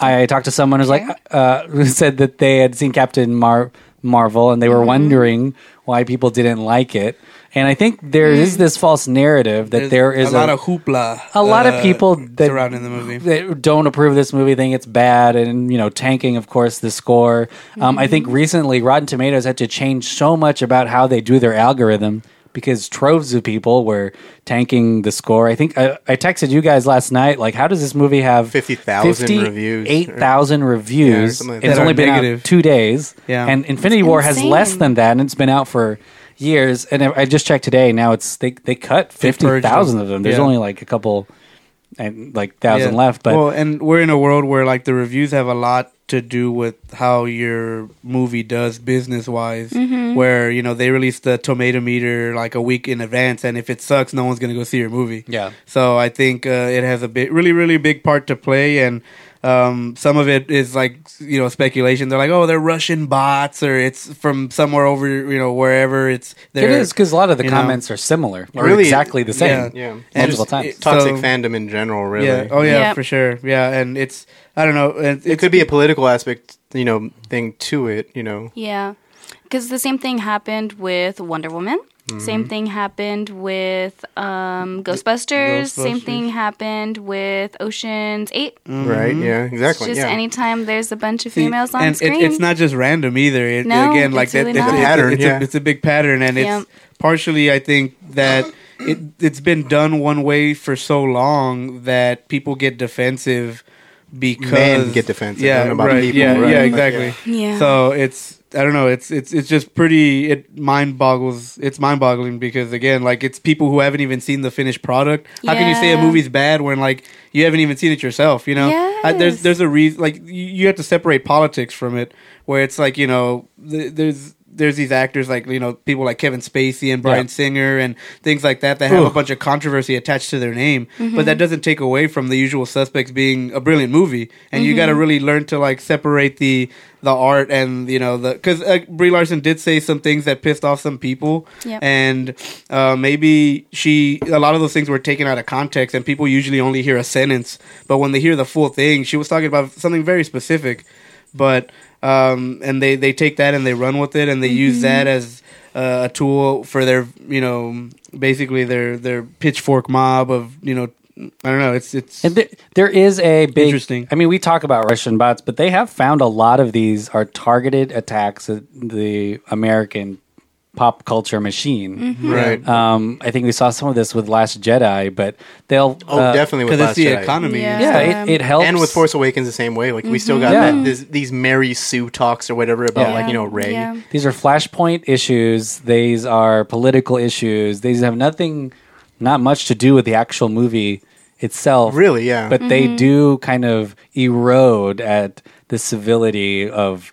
Speaker 3: I talked to someone who's like uh, who said that they had seen Captain Mar- Marvel and they were
Speaker 4: Mm-hmm.
Speaker 3: wondering why people didn't like it. And I think there is this false narrative that
Speaker 4: Mm-hmm.
Speaker 3: there
Speaker 4: There's
Speaker 3: is
Speaker 4: a lot of hoopla.
Speaker 3: a lot
Speaker 4: uh,
Speaker 3: of people that
Speaker 4: surrounding the movie.
Speaker 3: that don't approve of this movie think it's bad and you know tanking of course the score um, i think recently rotten tomatoes had to change so much about how they do their algorithm because troves of people were tanking the score i think i, I texted you guys last night like how does this movie have
Speaker 5: 50,000 reviews.
Speaker 3: 8000
Speaker 5: Yeah,
Speaker 3: reviews
Speaker 5: something like
Speaker 3: it's
Speaker 5: that.
Speaker 3: only
Speaker 5: That are
Speaker 3: been out
Speaker 5: negative.
Speaker 3: two days
Speaker 5: Yeah.
Speaker 3: and infinity
Speaker 5: It's
Speaker 3: war has
Speaker 5: insane.
Speaker 3: less than that and it's been out for years and i I just checked today now it's they, they cut
Speaker 4: purged them.
Speaker 3: 50000 of them there's
Speaker 4: Yeah.
Speaker 3: only like a couple and like thousand left but
Speaker 4: well, and we're in a world where like the reviews have a lot to do with how your movie does business wise.
Speaker 16: Mhm.
Speaker 4: Where you know they release the tomato meter like a week in advance, and if it sucks, no one's gonna go see your movie.
Speaker 3: Yeah.
Speaker 4: So I think uh, it has a big, really, really big part to play, and um, some of it is like you know speculation. They're like, oh, they're Russian bots, or it's from somewhere over, you know, wherever it's.
Speaker 3: It is because a lot of the
Speaker 4: you know.
Speaker 3: comments are similar, or exactly the same.
Speaker 4: Yeah, yeah.
Speaker 3: multiple
Speaker 4: Just-
Speaker 3: times.
Speaker 4: it- Toxic so-
Speaker 5: fandom in general, really.
Speaker 4: Yeah. Oh yeah, for sure. Yeah, and it's I don't know. And
Speaker 5: it could be a political aspect, you know, thing to it. You know,
Speaker 12: Yeah, because the same thing happened with Wonder Woman. Same
Speaker 5: Mhm.
Speaker 12: thing happened with um, Ghostbusters. Same
Speaker 5: Ghostbusters.
Speaker 12: thing happened with Ocean's 8
Speaker 3: Mm-hmm.
Speaker 5: right? Yeah,
Speaker 12: It's
Speaker 5: exactly.
Speaker 12: just
Speaker 5: yeah.
Speaker 12: anytime there's a bunch of females on
Speaker 4: and it-
Speaker 12: screen.
Speaker 4: it's not just random either. It,
Speaker 12: No,
Speaker 4: again,
Speaker 12: it's
Speaker 4: like that,
Speaker 12: really
Speaker 4: it's,
Speaker 12: not.
Speaker 4: a-
Speaker 12: It's a pattern,
Speaker 4: It's,
Speaker 5: yeah.
Speaker 4: a, it's a big pattern, and it's partially, I think, that it it's been done one way for so long that people get defensive because
Speaker 5: Men get defensive. I
Speaker 4: Yeah,
Speaker 5: don't know about
Speaker 4: right,
Speaker 5: people,
Speaker 4: yeah,
Speaker 5: right,
Speaker 4: yeah,
Speaker 5: but-
Speaker 4: exactly.
Speaker 5: Yeah. Yeah.
Speaker 4: So it's I don't know. It's it's it's just pretty. It mind boggles. It's mind boggling because again, like it's people who haven't even seen the finished product. How can you say a
Speaker 16: Yeah.
Speaker 4: movie's bad when like you haven't even seen it yourself? You know, I, there's
Speaker 16: Yes.
Speaker 4: there's a reason. Like you, you have to separate politics from it, where it's like you know th- there's. There's these actors like you know people like Kevin Spacey and Brian
Speaker 16: Yeah.
Speaker 4: Singer and things like that that have a
Speaker 16: Ugh.
Speaker 4: bunch of controversy attached to their name,
Speaker 16: Mhm.
Speaker 4: but that doesn't take away from the usual suspects being a brilliant movie. And you
Speaker 16: Mhm.
Speaker 4: got to really learn to like separate the the art and you know the because uh, Brie Larson did say some things that pissed off some people,
Speaker 16: Yep.
Speaker 4: and uh, maybe she a lot of those things were taken out of context, and people usually only hear a sentence, but when they hear the full thing, she was talking about something very specific, but um, and they they take that and they run with it and they use
Speaker 16: Mhm.
Speaker 4: that as uh, a tool for their you know basically their their pitchfork mob of you know I don't know it's it's
Speaker 3: And there, there is a big. Interesting. I mean, we talk about Russian bots, but they have found a lot of these are targeted attacks at the American pop culture machine.
Speaker 5: Mhm.
Speaker 4: Mm-hmm.
Speaker 5: Right.
Speaker 3: Um, I think we saw some of this with Last Jedi, but they'll.
Speaker 5: Oh,
Speaker 3: uh,
Speaker 5: definitely with Last Jedi.
Speaker 3: Yeah, it, it helps. Mm-hmm.
Speaker 5: And with Force Awakens, the same way. Like we still got
Speaker 3: Yeah.
Speaker 5: that, this, these Mary Sue talks or whatever about like you know Ray.
Speaker 3: These are flashpoint issues. These are political issues. These have nothing, not much to do with the actual movie itself.
Speaker 5: Really, yeah.
Speaker 4: Mm-hmm.
Speaker 3: But they
Speaker 5: Mhm.
Speaker 3: do kind of erode at the civility of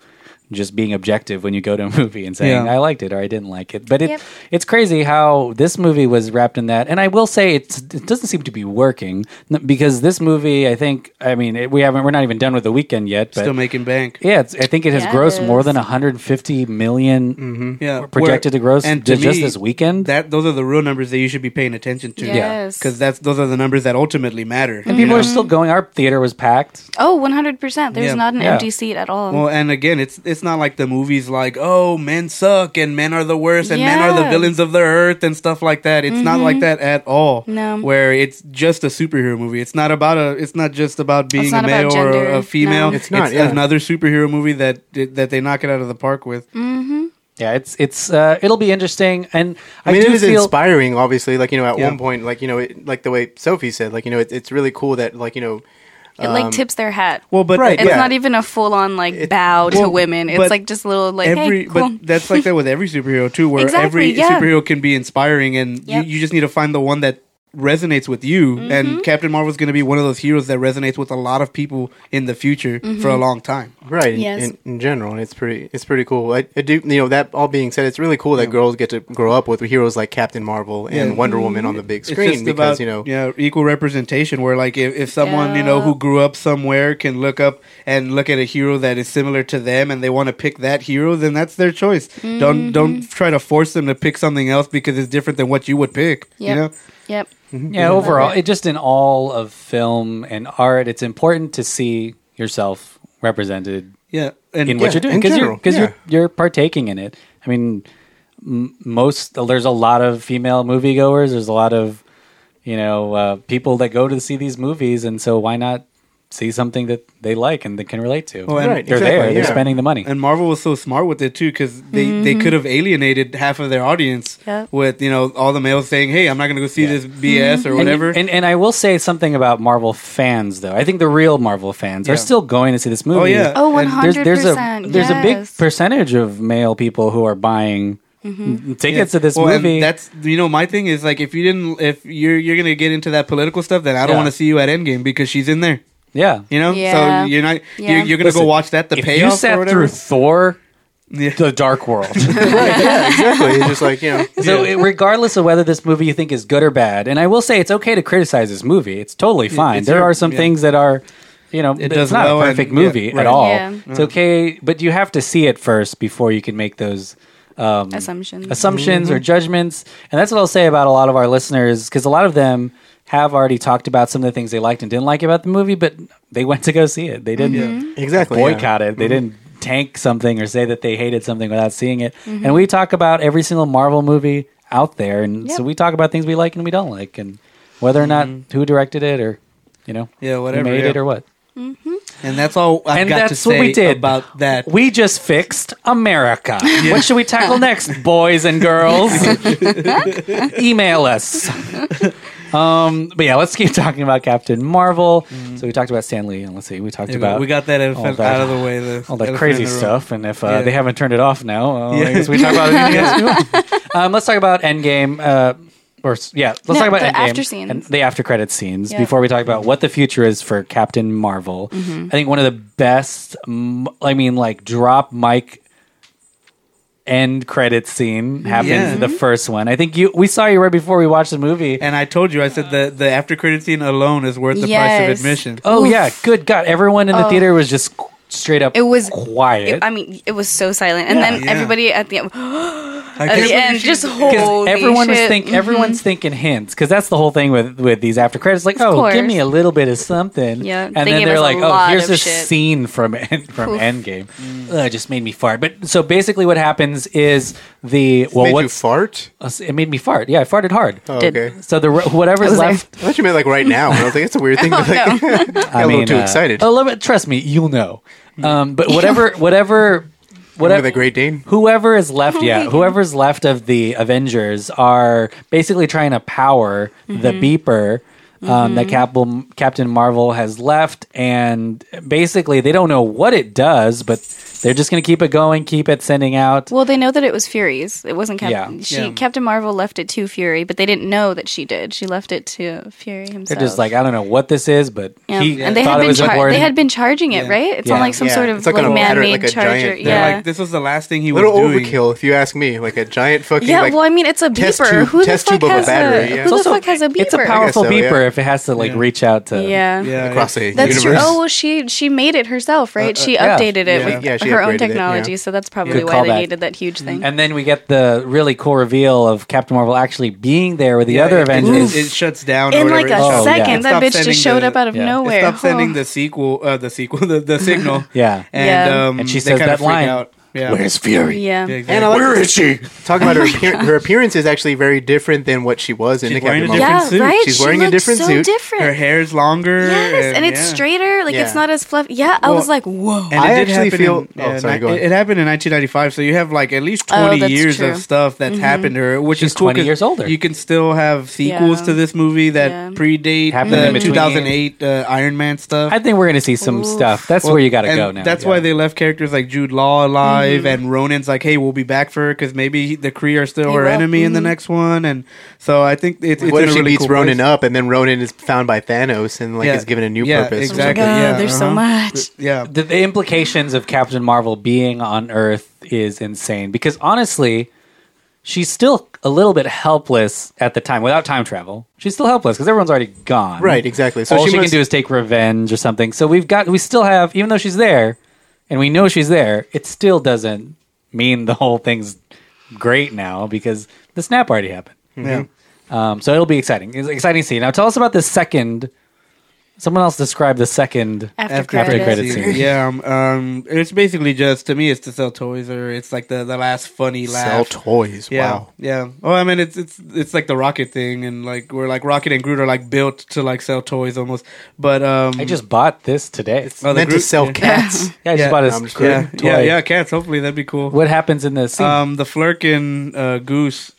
Speaker 3: just being objective when you go to a movie and saying
Speaker 4: Yeah.
Speaker 3: I liked it or I didn't like it. But it
Speaker 4: Yep.
Speaker 3: it's crazy how this movie was wrapped in that. And I will say it's, it doesn't seem to be working n- because this movie, I think, I mean, it, we haven't we're not even done with the weekend yet. But
Speaker 4: Still making bank.
Speaker 3: Yeah, it's, I think it has
Speaker 4: Yeah, it
Speaker 3: grossed more
Speaker 4: is. Mm-hmm.
Speaker 3: than 150 million
Speaker 4: Yeah,
Speaker 3: projected to gross ju- just this weekend.
Speaker 4: That those are the real numbers that you should be paying attention to.
Speaker 2: Yes.
Speaker 4: because that's those are the numbers that ultimately matter.
Speaker 3: And people are still going. Our theater was packed.
Speaker 2: Oh, 100%. There's
Speaker 4: Yeah.
Speaker 2: not an
Speaker 4: Yeah.
Speaker 2: empty seat at all.
Speaker 4: Well, and again, it's it's not like the movies like oh men suck and men are the worst and men are the
Speaker 2: Yeah.
Speaker 4: villains of the earth and stuff like that. It's not like
Speaker 2: Mhm.
Speaker 4: that at all.
Speaker 2: No.
Speaker 4: where it's just a superhero movie. It's not about a. It's not just about being a
Speaker 2: not
Speaker 4: male
Speaker 2: about
Speaker 4: or
Speaker 2: gender,
Speaker 4: a, a female.
Speaker 3: no. It's not, yeah.
Speaker 4: another superhero movie that that they knock it out of the park with.
Speaker 2: Mm-hmm.
Speaker 3: Yeah, it's it's uh, it'll be interesting, and I,
Speaker 5: I mean,
Speaker 3: do
Speaker 5: it is
Speaker 3: feel
Speaker 5: inspiring, obviously. Like you know, at
Speaker 3: Yeah.
Speaker 5: one point, like you know, it, like the way Sophie said, like you know, it, it's really cool that like you know,
Speaker 2: It like
Speaker 5: um,
Speaker 2: tips their hat.
Speaker 4: Well, but- Right,
Speaker 2: it's
Speaker 4: yeah.
Speaker 2: not even a full on like bow to
Speaker 4: well,
Speaker 2: women. It's
Speaker 4: but
Speaker 2: like just little like
Speaker 4: every
Speaker 2: hey, cool.
Speaker 4: but that's like that with every superhero too where
Speaker 2: Exactly,
Speaker 4: every
Speaker 2: yeah.
Speaker 4: superhero can be inspiring and
Speaker 2: Yep. Mm-hmm.
Speaker 4: you, you just need to find the one that resonates with you and captain marvel's going to be one of those heroes that resonates with a lot of people in the future
Speaker 2: Mm-hmm.
Speaker 4: for a
Speaker 5: Mhm.
Speaker 4: long time
Speaker 5: right in-
Speaker 4: Yes.
Speaker 5: in, in general and it's pretty it's pretty cool I, I do you know that all being said it's really cool that girls get to grow up with heroes like captain marvel and
Speaker 4: Yeah.
Speaker 5: wonder woman on the big
Speaker 4: It's
Speaker 5: screen
Speaker 4: just
Speaker 5: because
Speaker 4: about,
Speaker 5: you know
Speaker 4: yeah equal representation where like if, if someone you know
Speaker 5: Yeah.
Speaker 4: who grew up somewhere can look up and look at a hero that is similar to them and they want to pick that hero then that's their choice
Speaker 2: Mm-hmm.
Speaker 4: don't don't try to force them to pick something else because it's different than what you would pick you
Speaker 2: Yep.
Speaker 4: know
Speaker 2: Yep.
Speaker 3: yeah overall it just in all of film and art it's important to see yourself represented
Speaker 4: Yeah,
Speaker 3: in
Speaker 4: and-
Speaker 3: what
Speaker 4: Yeah,
Speaker 3: you're doing
Speaker 4: in
Speaker 3: because you're
Speaker 4: general,
Speaker 3: because
Speaker 4: yeah.
Speaker 3: you're you're partaking in it i mean m- most there's a lot of female moviegoers there's a lot of you know uh, people that go to see these movies and so why not see something that they like and they can relate to
Speaker 4: Well, Oh, and-
Speaker 3: they're there they're spending the money
Speaker 4: And Marvel was so smart with it too, because they, they
Speaker 3: Mhm.
Speaker 4: could have alienated half of their audience
Speaker 3: Yep.
Speaker 4: with you know all the males saying, "Hey, I'm not going to go see this BS or
Speaker 3: And-
Speaker 4: whatever."
Speaker 3: And, and I will say something about Marvel fans though. I think the real Marvel fans
Speaker 4: Yeah.
Speaker 3: are still going to see this movie.
Speaker 4: yeah.
Speaker 2: Oh,
Speaker 3: And there's- There's, a
Speaker 2: 100%,
Speaker 3: there's a big
Speaker 2: yes.
Speaker 3: percentage of male people who are buying m- tickets to
Speaker 4: Yeah.
Speaker 3: this
Speaker 4: Well, and
Speaker 3: movie.
Speaker 4: That's you know my thing is like if you didn't if you're you're going to get into that political stuff, then I don't
Speaker 3: Yeah.
Speaker 4: want to see you at Endgame because she's in there.
Speaker 3: Yeah,
Speaker 4: you know,
Speaker 3: Yeah.
Speaker 4: so you're not
Speaker 3: Yeah.
Speaker 4: you're, you're going to go
Speaker 3: Listen,
Speaker 4: watch that the
Speaker 3: if
Speaker 4: payoff
Speaker 3: you sat
Speaker 4: or whatever.
Speaker 3: through Thor, the Dark World.
Speaker 5: yeah exactly it's just like you know
Speaker 3: So it- regardless of whether this movie you think is good or bad, and I will say it's okay to criticize this movie. It's totally
Speaker 4: Yeah,
Speaker 3: fine.
Speaker 4: it's
Speaker 3: there are
Speaker 4: your-
Speaker 3: some
Speaker 4: yeah.
Speaker 3: things that are, you know,
Speaker 4: It
Speaker 3: it's
Speaker 4: does
Speaker 3: not a
Speaker 4: well and-
Speaker 3: perfect
Speaker 4: yeah,
Speaker 3: movie
Speaker 4: right.
Speaker 3: at all.
Speaker 2: Yeah.
Speaker 3: It's okay, but you have to see it first before you can make those um,
Speaker 2: Assumptions.
Speaker 3: assumptions or
Speaker 2: Mhm.
Speaker 3: judgments. And that's what I'll say about a lot of our listeners because a lot of them have already talked about some of the things they liked and didn't like about the movie, but they went to go see it. They didn't
Speaker 5: Mhm. Exactly, yeah.
Speaker 3: boycott it. They
Speaker 5: Mhm.
Speaker 3: didn't tank something or say that they hated something without seeing it.
Speaker 2: Mhm.
Speaker 3: And we talk about every single Marvel movie out there, and
Speaker 2: Yep.
Speaker 3: so we talk about things we like and we don't like, and whether or not who directed it or you know
Speaker 4: Yeah,
Speaker 3: who
Speaker 4: whatever,
Speaker 3: made
Speaker 4: yeah.
Speaker 3: it or what.
Speaker 4: and that's all I've
Speaker 3: and that's
Speaker 4: got to say
Speaker 3: what we did
Speaker 4: about that.
Speaker 3: We just fixed America. What should we tackle next, boys and girls? Email us. Um, but yeah, let's keep talking about Captain Marvel. So we talked about Stan Lee, and let's see, we talked
Speaker 4: Mm. Yeah, we-
Speaker 3: about
Speaker 4: we got that
Speaker 3: all
Speaker 4: elephant out of the way, the
Speaker 3: all that
Speaker 4: elephant
Speaker 3: crazy
Speaker 4: in the room.
Speaker 3: stuff. And if uh,
Speaker 4: Yeah.
Speaker 3: they haven't turned it off now, uh, I
Speaker 4: Yeah.
Speaker 3: guess we talk about it anything else we want. Um, let's talk about Endgame. Uh, or s- yeah, let's
Speaker 2: No,
Speaker 3: talk about
Speaker 2: the
Speaker 3: Endgame
Speaker 2: after scenes.
Speaker 3: and the after credit scenes
Speaker 2: Yeah.
Speaker 3: before we talk about what the future is for Captain Marvel.
Speaker 2: Mhm.
Speaker 3: I think one of the best, mm, I mean, like drop mic end credit scene happens
Speaker 4: Yeah.
Speaker 3: in the first one. I think you we saw you right before we watched the movie.
Speaker 4: And I told you, I said the the after credit scene alone is worth the price of
Speaker 2: Yes.
Speaker 4: admission.
Speaker 3: Oh yeah, good God! Everyone in the
Speaker 2: Oh.
Speaker 3: theater was just qu- straight up.
Speaker 2: It was-
Speaker 3: quiet.
Speaker 2: It- I mean, it was so silent, and
Speaker 3: Yeah.
Speaker 2: then
Speaker 3: Yeah.
Speaker 2: everybody at the end, at
Speaker 3: can't
Speaker 2: the end,
Speaker 3: believe she-
Speaker 2: just
Speaker 3: 'Cause
Speaker 2: holy
Speaker 3: everyone
Speaker 2: shit. Mm-hmm.
Speaker 3: is think everyone's thinking hints because that's the whole thing with with these after credits. Like,
Speaker 2: Of
Speaker 3: oh, give
Speaker 2: course.
Speaker 3: me a little bit of something.
Speaker 2: Yeah,
Speaker 3: and
Speaker 2: they
Speaker 3: then
Speaker 2: gave
Speaker 3: they're
Speaker 2: us a
Speaker 3: like, oh,
Speaker 2: lot
Speaker 3: here's
Speaker 2: of
Speaker 3: this
Speaker 2: shit.
Speaker 3: scene from end, from
Speaker 2: Oof.
Speaker 3: Endgame.
Speaker 5: Mm.
Speaker 3: Ugh, it just made me fart. But so basically, what happens is the well,
Speaker 5: made you
Speaker 3: what
Speaker 5: fart?
Speaker 3: It made me fart. Yeah, I farted hard.
Speaker 5: Oh, Did. okay.
Speaker 3: So the
Speaker 5: I
Speaker 3: whatever's
Speaker 5: was like-
Speaker 3: left.
Speaker 5: I thought you meant like right now. and I was like, that's a weird thing. But like, got a little too
Speaker 3: uh,
Speaker 5: excited. Mm.
Speaker 3: A little bit. Trust me, you'll know. Um, but whatever, whatever, whatever. The
Speaker 5: Great Dane.
Speaker 3: Whoever is
Speaker 2: Oh
Speaker 3: left, yeah, whoever's left of the Avengers are basically trying to power the
Speaker 2: Mhm.
Speaker 3: beeper um,
Speaker 2: Mm-hmm.
Speaker 3: that Captain Captain Marvel has left, and basically they don't know what it does, but they're just going to keep it going, keep it sending out.
Speaker 2: Well, they know that it was Fury's. It wasn't Captain.
Speaker 3: Yeah.
Speaker 2: She
Speaker 3: Yeah.
Speaker 2: Captain Marvel left it to Fury, but they didn't know that she did. She left it to Fury
Speaker 3: They're
Speaker 2: himself.
Speaker 3: just like, I don't know what this is, but
Speaker 2: Yeah.
Speaker 3: he
Speaker 2: and they
Speaker 3: thought
Speaker 2: had
Speaker 3: it
Speaker 2: been
Speaker 3: was
Speaker 2: char-
Speaker 3: important.
Speaker 2: they had been charging it, right? It's on
Speaker 3: Yeah.
Speaker 2: like some
Speaker 3: Yeah.
Speaker 2: sort of
Speaker 3: It's
Speaker 2: like,
Speaker 3: like an old-
Speaker 2: man-made
Speaker 5: like a
Speaker 2: charger.
Speaker 5: giant thing.
Speaker 2: yeah.
Speaker 5: Like,
Speaker 4: Like this was the last thing he was
Speaker 5: little
Speaker 4: doing.
Speaker 5: overkill, if you ask me. Like a giant fucking
Speaker 2: yeah,
Speaker 5: like,
Speaker 2: well, I mean, it's a beeper.
Speaker 5: test tube-
Speaker 2: who the
Speaker 5: test
Speaker 2: fuck
Speaker 5: tube of a
Speaker 2: has
Speaker 5: battery,
Speaker 2: a,
Speaker 5: yeah.
Speaker 2: who the
Speaker 5: It's
Speaker 2: fuck has a beeper?
Speaker 3: it's a powerful
Speaker 5: so, yeah.
Speaker 3: beeper if it has to like reach out to
Speaker 2: Yeah.
Speaker 5: Yeah, Across yeah. a
Speaker 2: that's
Speaker 5: universe.
Speaker 2: true. Oh, she she made it herself, right?
Speaker 3: Uh, uh,
Speaker 2: she
Speaker 3: yeah.
Speaker 2: updated it
Speaker 3: Yeah.
Speaker 2: with
Speaker 3: Yeah, she
Speaker 2: her
Speaker 3: upgraded
Speaker 2: own
Speaker 3: it, yeah.
Speaker 2: technology, so that's probably
Speaker 3: Good
Speaker 2: why they
Speaker 3: callback.
Speaker 2: needed that huge thing.
Speaker 3: And then we get the really cool reveal of Captain Marvel actually being there with the other Oh.
Speaker 4: it,
Speaker 3: Avengers.
Speaker 4: it, it shuts down or
Speaker 2: In like
Speaker 4: whatever.
Speaker 2: a
Speaker 4: It stops-
Speaker 2: second,
Speaker 4: it
Speaker 2: that
Speaker 4: stops
Speaker 2: bitch just
Speaker 4: sending
Speaker 2: showed up out of
Speaker 4: it
Speaker 2: nowhere.
Speaker 4: stopped sending
Speaker 2: Oh.
Speaker 4: the sequel, uh, the sequel, the, the signal.
Speaker 3: Yeah.
Speaker 4: and
Speaker 2: Yeah.
Speaker 4: Um,
Speaker 3: And she
Speaker 4: they
Speaker 3: says
Speaker 4: kinda
Speaker 3: that
Speaker 4: freak
Speaker 3: line,
Speaker 4: Out. Yeah.
Speaker 3: "Where's Fury?"
Speaker 2: Yeah.
Speaker 4: exactly.
Speaker 5: Where is she? Talking about her appear- her appearance is actually very different than what she was in
Speaker 4: She's
Speaker 5: the
Speaker 4: wearing
Speaker 5: Captain
Speaker 4: a
Speaker 5: Marvel.
Speaker 4: different suit.
Speaker 2: right?
Speaker 5: She's
Speaker 2: She
Speaker 5: wearing a
Speaker 2: looked
Speaker 5: different
Speaker 2: so
Speaker 5: suit.
Speaker 2: different.
Speaker 4: Her hair's longer.
Speaker 2: Yes, and it's
Speaker 4: yeah.
Speaker 2: straighter. Like it's
Speaker 5: Yeah.
Speaker 2: not as fluffy. Yeah, I
Speaker 4: Well,
Speaker 2: was like, whoa.
Speaker 4: And
Speaker 5: I
Speaker 4: it did
Speaker 5: actually
Speaker 4: happen
Speaker 5: feel-
Speaker 4: in,
Speaker 5: oh,
Speaker 4: uh,
Speaker 5: sorry,
Speaker 4: ni-
Speaker 5: go ahead.
Speaker 4: It, happened in 1995, so you have like at least
Speaker 2: Oh,
Speaker 4: 20
Speaker 2: that's
Speaker 4: years
Speaker 2: true. Mm-hmm.
Speaker 4: of stuff that's happened to her, which
Speaker 3: She's
Speaker 4: is cool
Speaker 3: 20
Speaker 4: 'cause
Speaker 3: years older.
Speaker 4: You can still have sequels
Speaker 2: Yeah.
Speaker 4: to this movie that
Speaker 2: Yeah.
Speaker 4: predate
Speaker 3: Happened in
Speaker 4: the
Speaker 3: between.
Speaker 4: 2008 uh, Iron Man stuff.
Speaker 3: I think we're gonna see some stuff. That's where you got to
Speaker 4: and
Speaker 3: go now.
Speaker 4: That's
Speaker 3: Yeah.
Speaker 4: why they left characters like Jude Law alive,
Speaker 2: Mm-hmm.
Speaker 4: and Ronan's like, "Hey, we'll be back for her because maybe he- the Kree are still
Speaker 2: He
Speaker 4: her
Speaker 2: will. Mm-hmm.
Speaker 4: enemy in the next one." And so I think it's, it's
Speaker 5: What
Speaker 4: in
Speaker 5: if
Speaker 4: a
Speaker 5: she
Speaker 4: really
Speaker 5: beats
Speaker 4: cool
Speaker 5: Ronan
Speaker 4: place.
Speaker 5: up and then Ronan is found by Thanos and like
Speaker 4: Yeah.
Speaker 5: is given a new
Speaker 4: Yeah,
Speaker 5: purpose?
Speaker 4: exactly.
Speaker 2: God,
Speaker 4: yeah,
Speaker 2: there's so
Speaker 4: uh-huh.
Speaker 2: much.
Speaker 4: Yeah,
Speaker 3: the, the implications of Captain Marvel being on Earth is insane because honestly, she's still a little bit helpless at the time without time travel. She's still helpless because everyone's already gone.
Speaker 5: Right, exactly. So
Speaker 3: All
Speaker 5: she
Speaker 3: she,
Speaker 5: must-
Speaker 3: can do is take revenge or something. So we've got we still have even though she's there and we know she's there, it still doesn't mean the whole thing's great now because the snap already happened.
Speaker 5: Mm-hmm.
Speaker 4: yeah.
Speaker 3: Um, so it'll be exciting. It's an exciting scene. Now tell us about the second. Someone else described the second
Speaker 2: After
Speaker 3: after
Speaker 2: credits.
Speaker 3: credit scene.
Speaker 4: Yeah, um, um, it's basically just to me, it's to sell toys, or it's like the, the last funny laugh.
Speaker 5: Sell toys.
Speaker 4: Yeah,
Speaker 5: Wow.
Speaker 4: yeah. Oh, I mean, it's it's it's like the Rocket thing, and like we're like Rocket and Groot are like built to like sell toys almost. But um,
Speaker 3: I just bought this today.
Speaker 4: Oh, the
Speaker 5: Meant to
Speaker 4: Groot-
Speaker 5: sell
Speaker 4: yeah.
Speaker 5: cats.
Speaker 3: Yeah, I just
Speaker 4: Yeah.
Speaker 3: bought a
Speaker 5: I'm just
Speaker 3: Groot
Speaker 4: yeah,
Speaker 3: toy.
Speaker 4: yeah, yeah, cats. Hopefully, that'd be cool.
Speaker 3: What happens in this scene?
Speaker 4: Um, the Flurkin uh, goose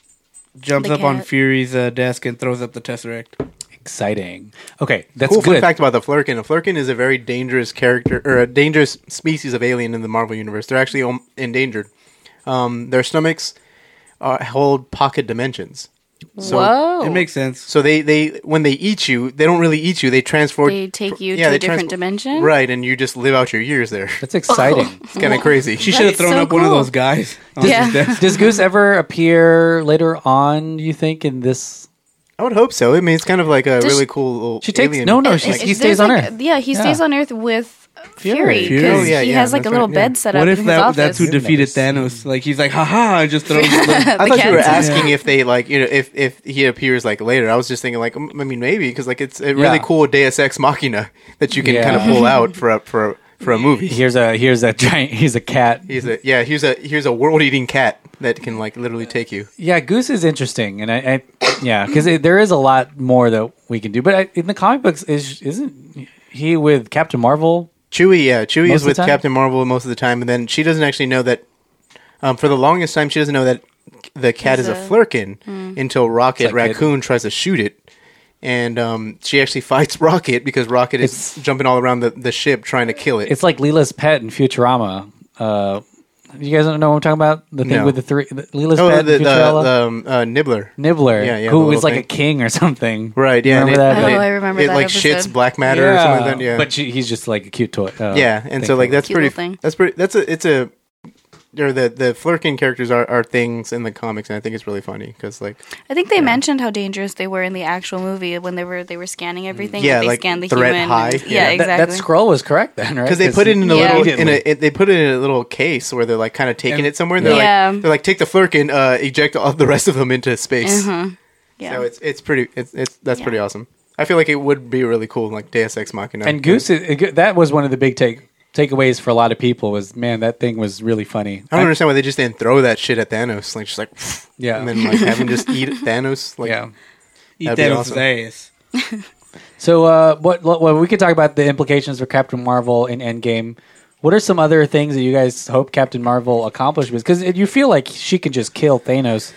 Speaker 4: jumps
Speaker 2: The
Speaker 4: up on
Speaker 2: cat.
Speaker 4: Fury's uh, desk and throws up the Tesseract.
Speaker 3: Exciting. Okay, that's
Speaker 5: cool fun
Speaker 3: good.
Speaker 5: fact about the Flurkin. A Flurkin is a very dangerous character or a dangerous species of alien in the Marvel universe. They're actually um, endangered. Um, their stomachs are, hold pocket dimensions. So,
Speaker 2: Whoa.
Speaker 4: It makes sense.
Speaker 5: So they, they when they eat you, they don't really eat you. They transform.
Speaker 2: They take you
Speaker 5: yeah,
Speaker 2: to
Speaker 5: they
Speaker 2: a different
Speaker 5: transpo-
Speaker 2: dimension.
Speaker 5: Right, and you just live out your years there.
Speaker 3: That's exciting.
Speaker 5: It's kind of crazy.
Speaker 4: She should
Speaker 2: That's
Speaker 4: have thrown
Speaker 2: so
Speaker 4: up one of
Speaker 2: cool.
Speaker 4: those guys. on
Speaker 2: Oh. Yeah.
Speaker 4: his desk.
Speaker 3: Does Goose ever appear later on? You think in this?
Speaker 5: I would hope so. I mean, it's kind of like a
Speaker 2: Does
Speaker 5: really
Speaker 2: she-
Speaker 5: cool. Little
Speaker 3: She takes-
Speaker 5: alien.
Speaker 3: no, no,
Speaker 2: It-
Speaker 3: she's-
Speaker 2: it-
Speaker 3: he
Speaker 2: there's,
Speaker 3: stays on
Speaker 2: like-
Speaker 3: Earth.
Speaker 2: Yeah, he stays
Speaker 3: Yeah.
Speaker 2: on Earth with Fury
Speaker 3: Fury.
Speaker 4: Fury. Oh,
Speaker 2: because
Speaker 5: yeah,
Speaker 2: he
Speaker 5: yeah,
Speaker 2: has like a
Speaker 5: that's
Speaker 2: little
Speaker 5: right, yeah.
Speaker 2: bed set up
Speaker 4: What
Speaker 2: in
Speaker 4: if
Speaker 2: his
Speaker 4: that,
Speaker 2: office.
Speaker 4: that's who
Speaker 3: Never
Speaker 4: defeated
Speaker 3: seen.
Speaker 4: Thanos? Like he's like, haha, and just throws. the-
Speaker 5: I
Speaker 2: The
Speaker 5: thought you were
Speaker 2: cats.
Speaker 5: asking if they like you know if if he appears like later. I was just thinking like mm, I mean maybe because like it's a really
Speaker 3: Yeah.
Speaker 5: cool Deus Ex Machina that you can
Speaker 3: Yeah.
Speaker 5: kind of pull out for a, for a, for a movie.
Speaker 3: Here's a here's a giant. He's a cat.
Speaker 5: He's a yeah. Here's a here's a world eating cat that can like literally take you.
Speaker 3: Yeah, Goose is interesting, and I, I yeah, because there is a lot more that we can do. But I, in the comic books, is isn't he with Captain Marvel?
Speaker 5: Chewie yeah.
Speaker 3: Most
Speaker 5: Chewie
Speaker 3: of
Speaker 5: is
Speaker 3: the
Speaker 5: with
Speaker 3: time?
Speaker 5: Captain Marvel most of the time, and then she doesn't actually know that. Um, for the longest time, she doesn't know that the cat is
Speaker 2: He's
Speaker 5: a,
Speaker 2: a- Hmm.
Speaker 5: flurkin until Rocket
Speaker 3: It's like it-
Speaker 5: Raccoon tries to shoot it. And um, she actually fights Rocket because Rocket is jumping all around the, the ship trying to kill it.
Speaker 3: It's like Leela's pet in Futurama. Uh, you guys don't know what I'm talking about? The thing
Speaker 5: No.
Speaker 3: with the three Leela's
Speaker 5: Oh,
Speaker 3: pet
Speaker 5: the,
Speaker 3: in
Speaker 5: the,
Speaker 3: Futurama.
Speaker 5: the, um, uh, nibbler.
Speaker 3: Nibbler,
Speaker 5: Yeah, yeah, the
Speaker 3: who was
Speaker 5: little
Speaker 3: like
Speaker 5: thing.
Speaker 3: a king or something.
Speaker 5: Right, yeah. and
Speaker 3: Remember that?
Speaker 5: it-
Speaker 2: Oh,
Speaker 5: it-
Speaker 2: I remember
Speaker 5: It
Speaker 2: that
Speaker 5: like
Speaker 2: episode.
Speaker 5: shits black matter or something like that. Yeah.
Speaker 3: But she, he's just like a cute toy. uh,
Speaker 5: yeah, and so
Speaker 3: thing.
Speaker 5: like that's
Speaker 2: Cute
Speaker 5: pretty
Speaker 2: little thing.
Speaker 5: that's pretty that's a it's a or the the Flurkin characters are, are things in the comics and I think it's really funny cuz like
Speaker 2: I think they mentioned how dangerous they were in the actual movie when they were they were scanning everything.
Speaker 5: Yeah,
Speaker 2: they
Speaker 5: like
Speaker 2: scanned the
Speaker 5: threat
Speaker 2: human. and-
Speaker 5: high.
Speaker 2: Yeah,
Speaker 5: Yeah.
Speaker 3: That-
Speaker 2: exactly.
Speaker 3: That, scroll was correct then, right?
Speaker 5: cuz they put it in a
Speaker 2: Yeah.
Speaker 5: little in a it, they put it in a little case where they're like kind of taking
Speaker 4: And-
Speaker 5: it somewhere and they're
Speaker 2: Yeah.
Speaker 5: like they're like take the Flurkin uh eject all the rest of them into space.
Speaker 2: Mm-hmm. yeah.
Speaker 5: So it's it's pretty it's, it's that's pretty awesome. I feel like it would be really cool like Deus Ex Machina.
Speaker 3: and Goose. Is, that was one of the big take takeaways for a lot of people. Was man, that thing was really funny.
Speaker 5: I don't understand why they just didn't throw that shit at Thanos. Like just like
Speaker 3: Yeah.
Speaker 5: and then like have him just eat Thanos. Like,
Speaker 3: Yeah.
Speaker 4: Eat
Speaker 5: That'd be
Speaker 4: Thanos'
Speaker 5: awesome.
Speaker 4: ass.
Speaker 3: So uh, what? what- Well, we could talk about the implications for Captain Marvel in Endgame. What are some other things that you guys hope Captain Marvel accomplishes? Because you feel like she can just kill Thanos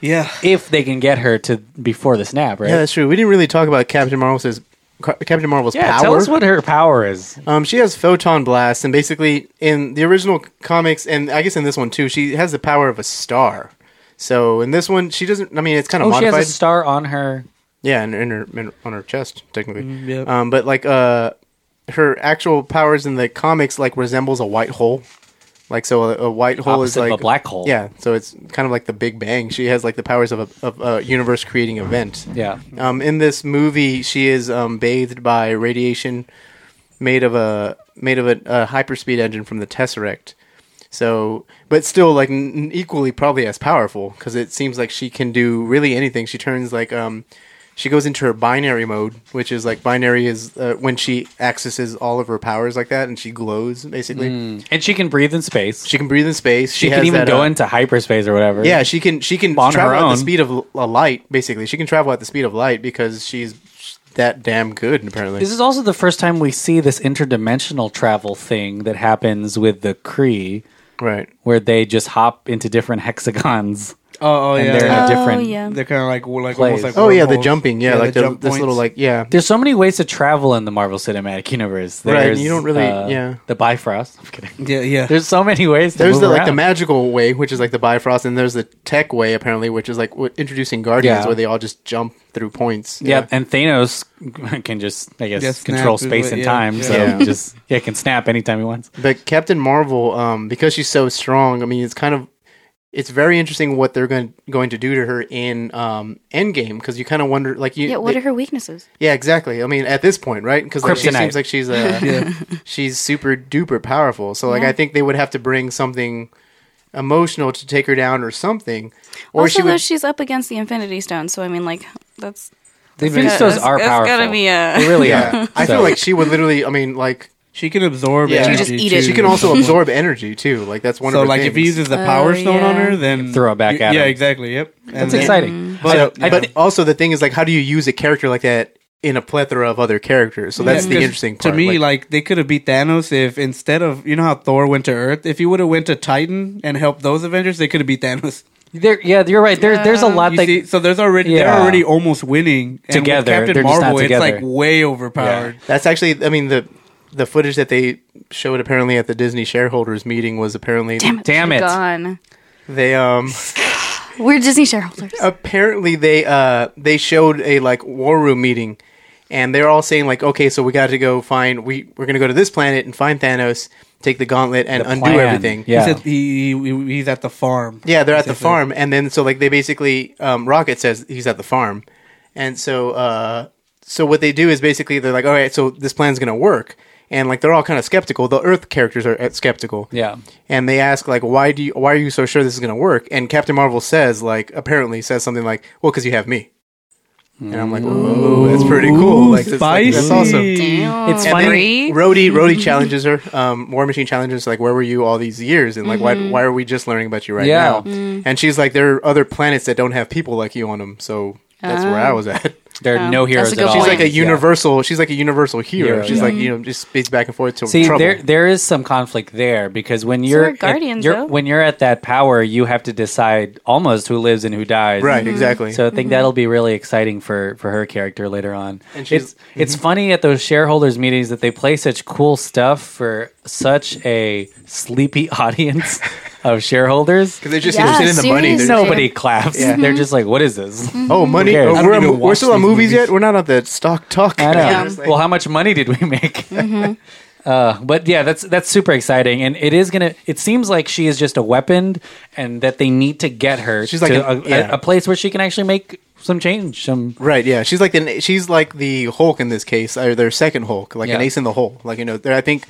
Speaker 4: Yeah.
Speaker 3: If they can get her to before the snap, right?
Speaker 5: Yeah, that's true. We didn't really talk about Captain Marvel's Ca- Captain Marvel's
Speaker 3: Yeah,
Speaker 5: power.
Speaker 3: tell us what her power is.
Speaker 5: Um, she has photon blasts, and basically in the original comics, and I guess in this one too, she has the power of a star. So in this one, she doesn't. I mean, it's kind of
Speaker 3: oh,
Speaker 5: modified.
Speaker 3: she has a star on her.
Speaker 5: Yeah, and in her, in, on her chest, technically.
Speaker 3: Mm, yep.
Speaker 5: Um, but like uh, her actual powers in the comics like resembles a white hole. Like so, a, a white hole is
Speaker 3: Opposite of
Speaker 5: like
Speaker 3: a black hole.
Speaker 5: Yeah, so it's kind of like the Big Bang. She has like the powers of a, of a universe creating event.
Speaker 3: Yeah.
Speaker 5: Um, in this movie, she is um, bathed by radiation made of a made of a, a hyperspeed engine from the Tesseract. So, but still, like n- n- equally probably as powerful because it seems like she can do really anything. She turns like um, she goes into her binary mode, which is like binary is uh, when she accesses all of her powers like that, and she glows basically.
Speaker 3: Mm. And she can breathe in space.
Speaker 5: She can breathe in space.
Speaker 3: She,
Speaker 5: She
Speaker 3: can
Speaker 5: has
Speaker 3: even
Speaker 5: that,
Speaker 3: go
Speaker 5: uh,
Speaker 3: into hyperspace or whatever.
Speaker 5: Yeah, she can she can
Speaker 3: On her
Speaker 5: travel at
Speaker 3: own.
Speaker 5: the speed of l- a light. Basically, she can travel at the speed of light because she's that damn good. Apparently,
Speaker 3: This is also the first time we see this interdimensional travel thing that happens with the Kree,
Speaker 5: right?
Speaker 3: Where they just hop into different hexagons.
Speaker 4: Oh, oh
Speaker 3: And
Speaker 4: yeah.
Speaker 3: they're in a Oh, different yeah.
Speaker 4: They're kind of like like almost
Speaker 3: place.
Speaker 4: like
Speaker 5: Oh, yeah, the
Speaker 4: wormholes.
Speaker 5: jumping, yeah, like the-
Speaker 4: jump
Speaker 5: this little,
Speaker 4: points.
Speaker 5: like, yeah.
Speaker 3: There's so many ways to travel in the Marvel Cinematic Universe.
Speaker 5: Right,
Speaker 3: There's, uh,
Speaker 5: you don't really- yeah.
Speaker 3: The Bifrost. I'm kidding.
Speaker 4: Yeah, yeah.
Speaker 3: There's so many ways. To
Speaker 5: there's
Speaker 3: move
Speaker 5: the like the
Speaker 3: around.
Speaker 5: magical way, which is like the Bifrost, and there's the tech way apparently, which is like what, introducing Guardians,
Speaker 3: Yeah.
Speaker 5: where they all just jump through points.
Speaker 3: Yeah. and Thanos can just, I guess,
Speaker 5: Just snap
Speaker 3: control
Speaker 5: his
Speaker 3: space
Speaker 5: way-
Speaker 3: and
Speaker 5: yeah,
Speaker 3: time.
Speaker 5: yeah.
Speaker 3: So
Speaker 5: Yeah.
Speaker 3: just yeah, can snap anytime he wants.
Speaker 5: But Captain Marvel, um, because she's so strong, I mean, it's kind of it's very interesting what they're going going to do to her in um, Endgame because you kind of wonder, like, you
Speaker 2: yeah, what
Speaker 5: they-
Speaker 2: are her weaknesses?
Speaker 5: Yeah, exactly. I mean, at this point, right? Because like, she
Speaker 3: Kryptonite.
Speaker 5: seems like she's uh,
Speaker 3: Yeah.
Speaker 5: she's super duper powerful. So like,
Speaker 2: Yeah.
Speaker 5: I think they would have to bring something emotional to take her down or something, or
Speaker 2: also,
Speaker 5: she
Speaker 2: though,
Speaker 5: would.
Speaker 2: she's up against the Infinity Stone, so I mean, like, that's.
Speaker 3: The
Speaker 2: that's
Speaker 3: Infinity
Speaker 2: gotta-
Speaker 3: Stones
Speaker 2: that's-
Speaker 3: are
Speaker 2: That's gotta
Speaker 3: powerful.
Speaker 2: be a.
Speaker 3: They really
Speaker 5: Yeah.
Speaker 3: are.
Speaker 5: I feel
Speaker 3: So-
Speaker 5: like she would literally. I mean, like
Speaker 4: she can absorb.
Speaker 5: Yeah,
Speaker 4: energy
Speaker 5: she just
Speaker 2: eat it.
Speaker 5: She can also absorb energy too. Like that's one
Speaker 4: Mm. So
Speaker 5: of her
Speaker 4: like if he
Speaker 5: things.
Speaker 4: uses the power stone on her, then
Speaker 3: Throw it back at
Speaker 4: Yeah,
Speaker 3: him.
Speaker 4: exactly. Yep.
Speaker 3: That's exciting.
Speaker 5: But,
Speaker 3: I- I
Speaker 5: but
Speaker 3: thi-
Speaker 5: also the thing is like, how do you use a character like that in a plethora of other characters? So that's
Speaker 4: Yeah,
Speaker 5: the
Speaker 4: 'cause
Speaker 5: interesting part.
Speaker 4: To me, like, they could have beat Thanos if instead of you know how Thor went to Earth, if he would have went to Titan and helped those Avengers, they could have beat Thanos.
Speaker 3: There, yeah, you're right. There, there's a lot
Speaker 4: You
Speaker 3: that
Speaker 4: see, so there's already
Speaker 3: Yeah.
Speaker 4: they're already almost winning and with
Speaker 3: Together,
Speaker 4: Captain
Speaker 3: they're just not
Speaker 4: Marvel,
Speaker 3: together.
Speaker 4: it's like way overpowered.
Speaker 5: That's actually, I mean, the the footage that they showed apparently at the Disney shareholders meeting was apparently
Speaker 2: Damn it. should've Gone.
Speaker 5: They um
Speaker 2: We're Disney shareholders.
Speaker 5: apparently they uh they showed a like war room meeting and they're all saying like okay so we got to go find we we're going to go to this planet and find Thanos take the gauntlet and undo
Speaker 4: plan.
Speaker 5: everything
Speaker 4: He's at, he, he- he's at the farm.
Speaker 5: yeah, they're at the farm, and then so like they basically um, Rocket says he's at the farm, and so uh, so what they do is basically they're like, all right, so this plan's gonna work, and like they're all kind of skeptical. The Earth characters are uh, skeptical,
Speaker 3: Yeah.
Speaker 5: and they ask like, why do you, why are you so sure this is gonna work? And Captain Marvel says like apparently says something like, well, because you have me. And I'm like, oh, that's pretty cool.
Speaker 4: Ooh,
Speaker 5: Like, that's, like, that's
Speaker 4: spicy.
Speaker 5: awesome.
Speaker 4: Damn. It's
Speaker 5: And then
Speaker 4: funny.
Speaker 5: Rhodey, Rhodey challenges her. Um, War Machine challenges like, where were you all these years? And like, why,
Speaker 4: Mhm.
Speaker 5: why are we just learning about you right
Speaker 4: Yeah.
Speaker 5: now?
Speaker 4: Mm.
Speaker 5: And she's like, there are other planets that don't have people like you on them. So that's where I was at.
Speaker 3: There are Oh, no that's heroes a good at all.
Speaker 5: She's like a
Speaker 3: point. Yeah.
Speaker 5: universal. She's like a universal hero.
Speaker 3: Hero,
Speaker 5: she's
Speaker 3: yeah.
Speaker 5: like you know just speeds back and forth to
Speaker 3: See,
Speaker 5: trouble.
Speaker 3: there there is some conflict there because when
Speaker 5: So
Speaker 3: you're
Speaker 5: are
Speaker 3: at,
Speaker 5: guardians,
Speaker 3: you're-
Speaker 5: though.
Speaker 3: when you're at that power, you have to decide almost who lives and who dies.
Speaker 5: Right, Mhm. exactly.
Speaker 3: So I think
Speaker 5: Mhm.
Speaker 3: that'll be really exciting for for her character later on.
Speaker 5: And she's- Mm-hmm.
Speaker 3: it's it's funny at those shareholders meetings that they play such cool stuff for such a sleepy audience of shareholders because
Speaker 5: they're just interested in the money. They're just-
Speaker 3: Nobody claps.
Speaker 5: Yeah.
Speaker 3: They're just like, what is this?
Speaker 5: Oh,
Speaker 3: Who
Speaker 5: money!
Speaker 3: cares?
Speaker 5: Oh, we're, at- we're still on movies, yet. We're not on the stock talk.
Speaker 3: I know.
Speaker 5: Yeah.
Speaker 3: Well, how much money did we make? Uh, but yeah, that's that's super exciting, and it is gonna. It seems like she is just a weapon, and that they need to get her.
Speaker 5: She's like
Speaker 3: to
Speaker 5: an-
Speaker 3: a,
Speaker 5: yeah.
Speaker 3: a, a place where she can actually make some change. Some
Speaker 5: Right, yeah, she's like the she's like the Hulk in this case, or their second Hulk, like an
Speaker 3: Yeah.
Speaker 5: ace in the hole. Like you know, there- I think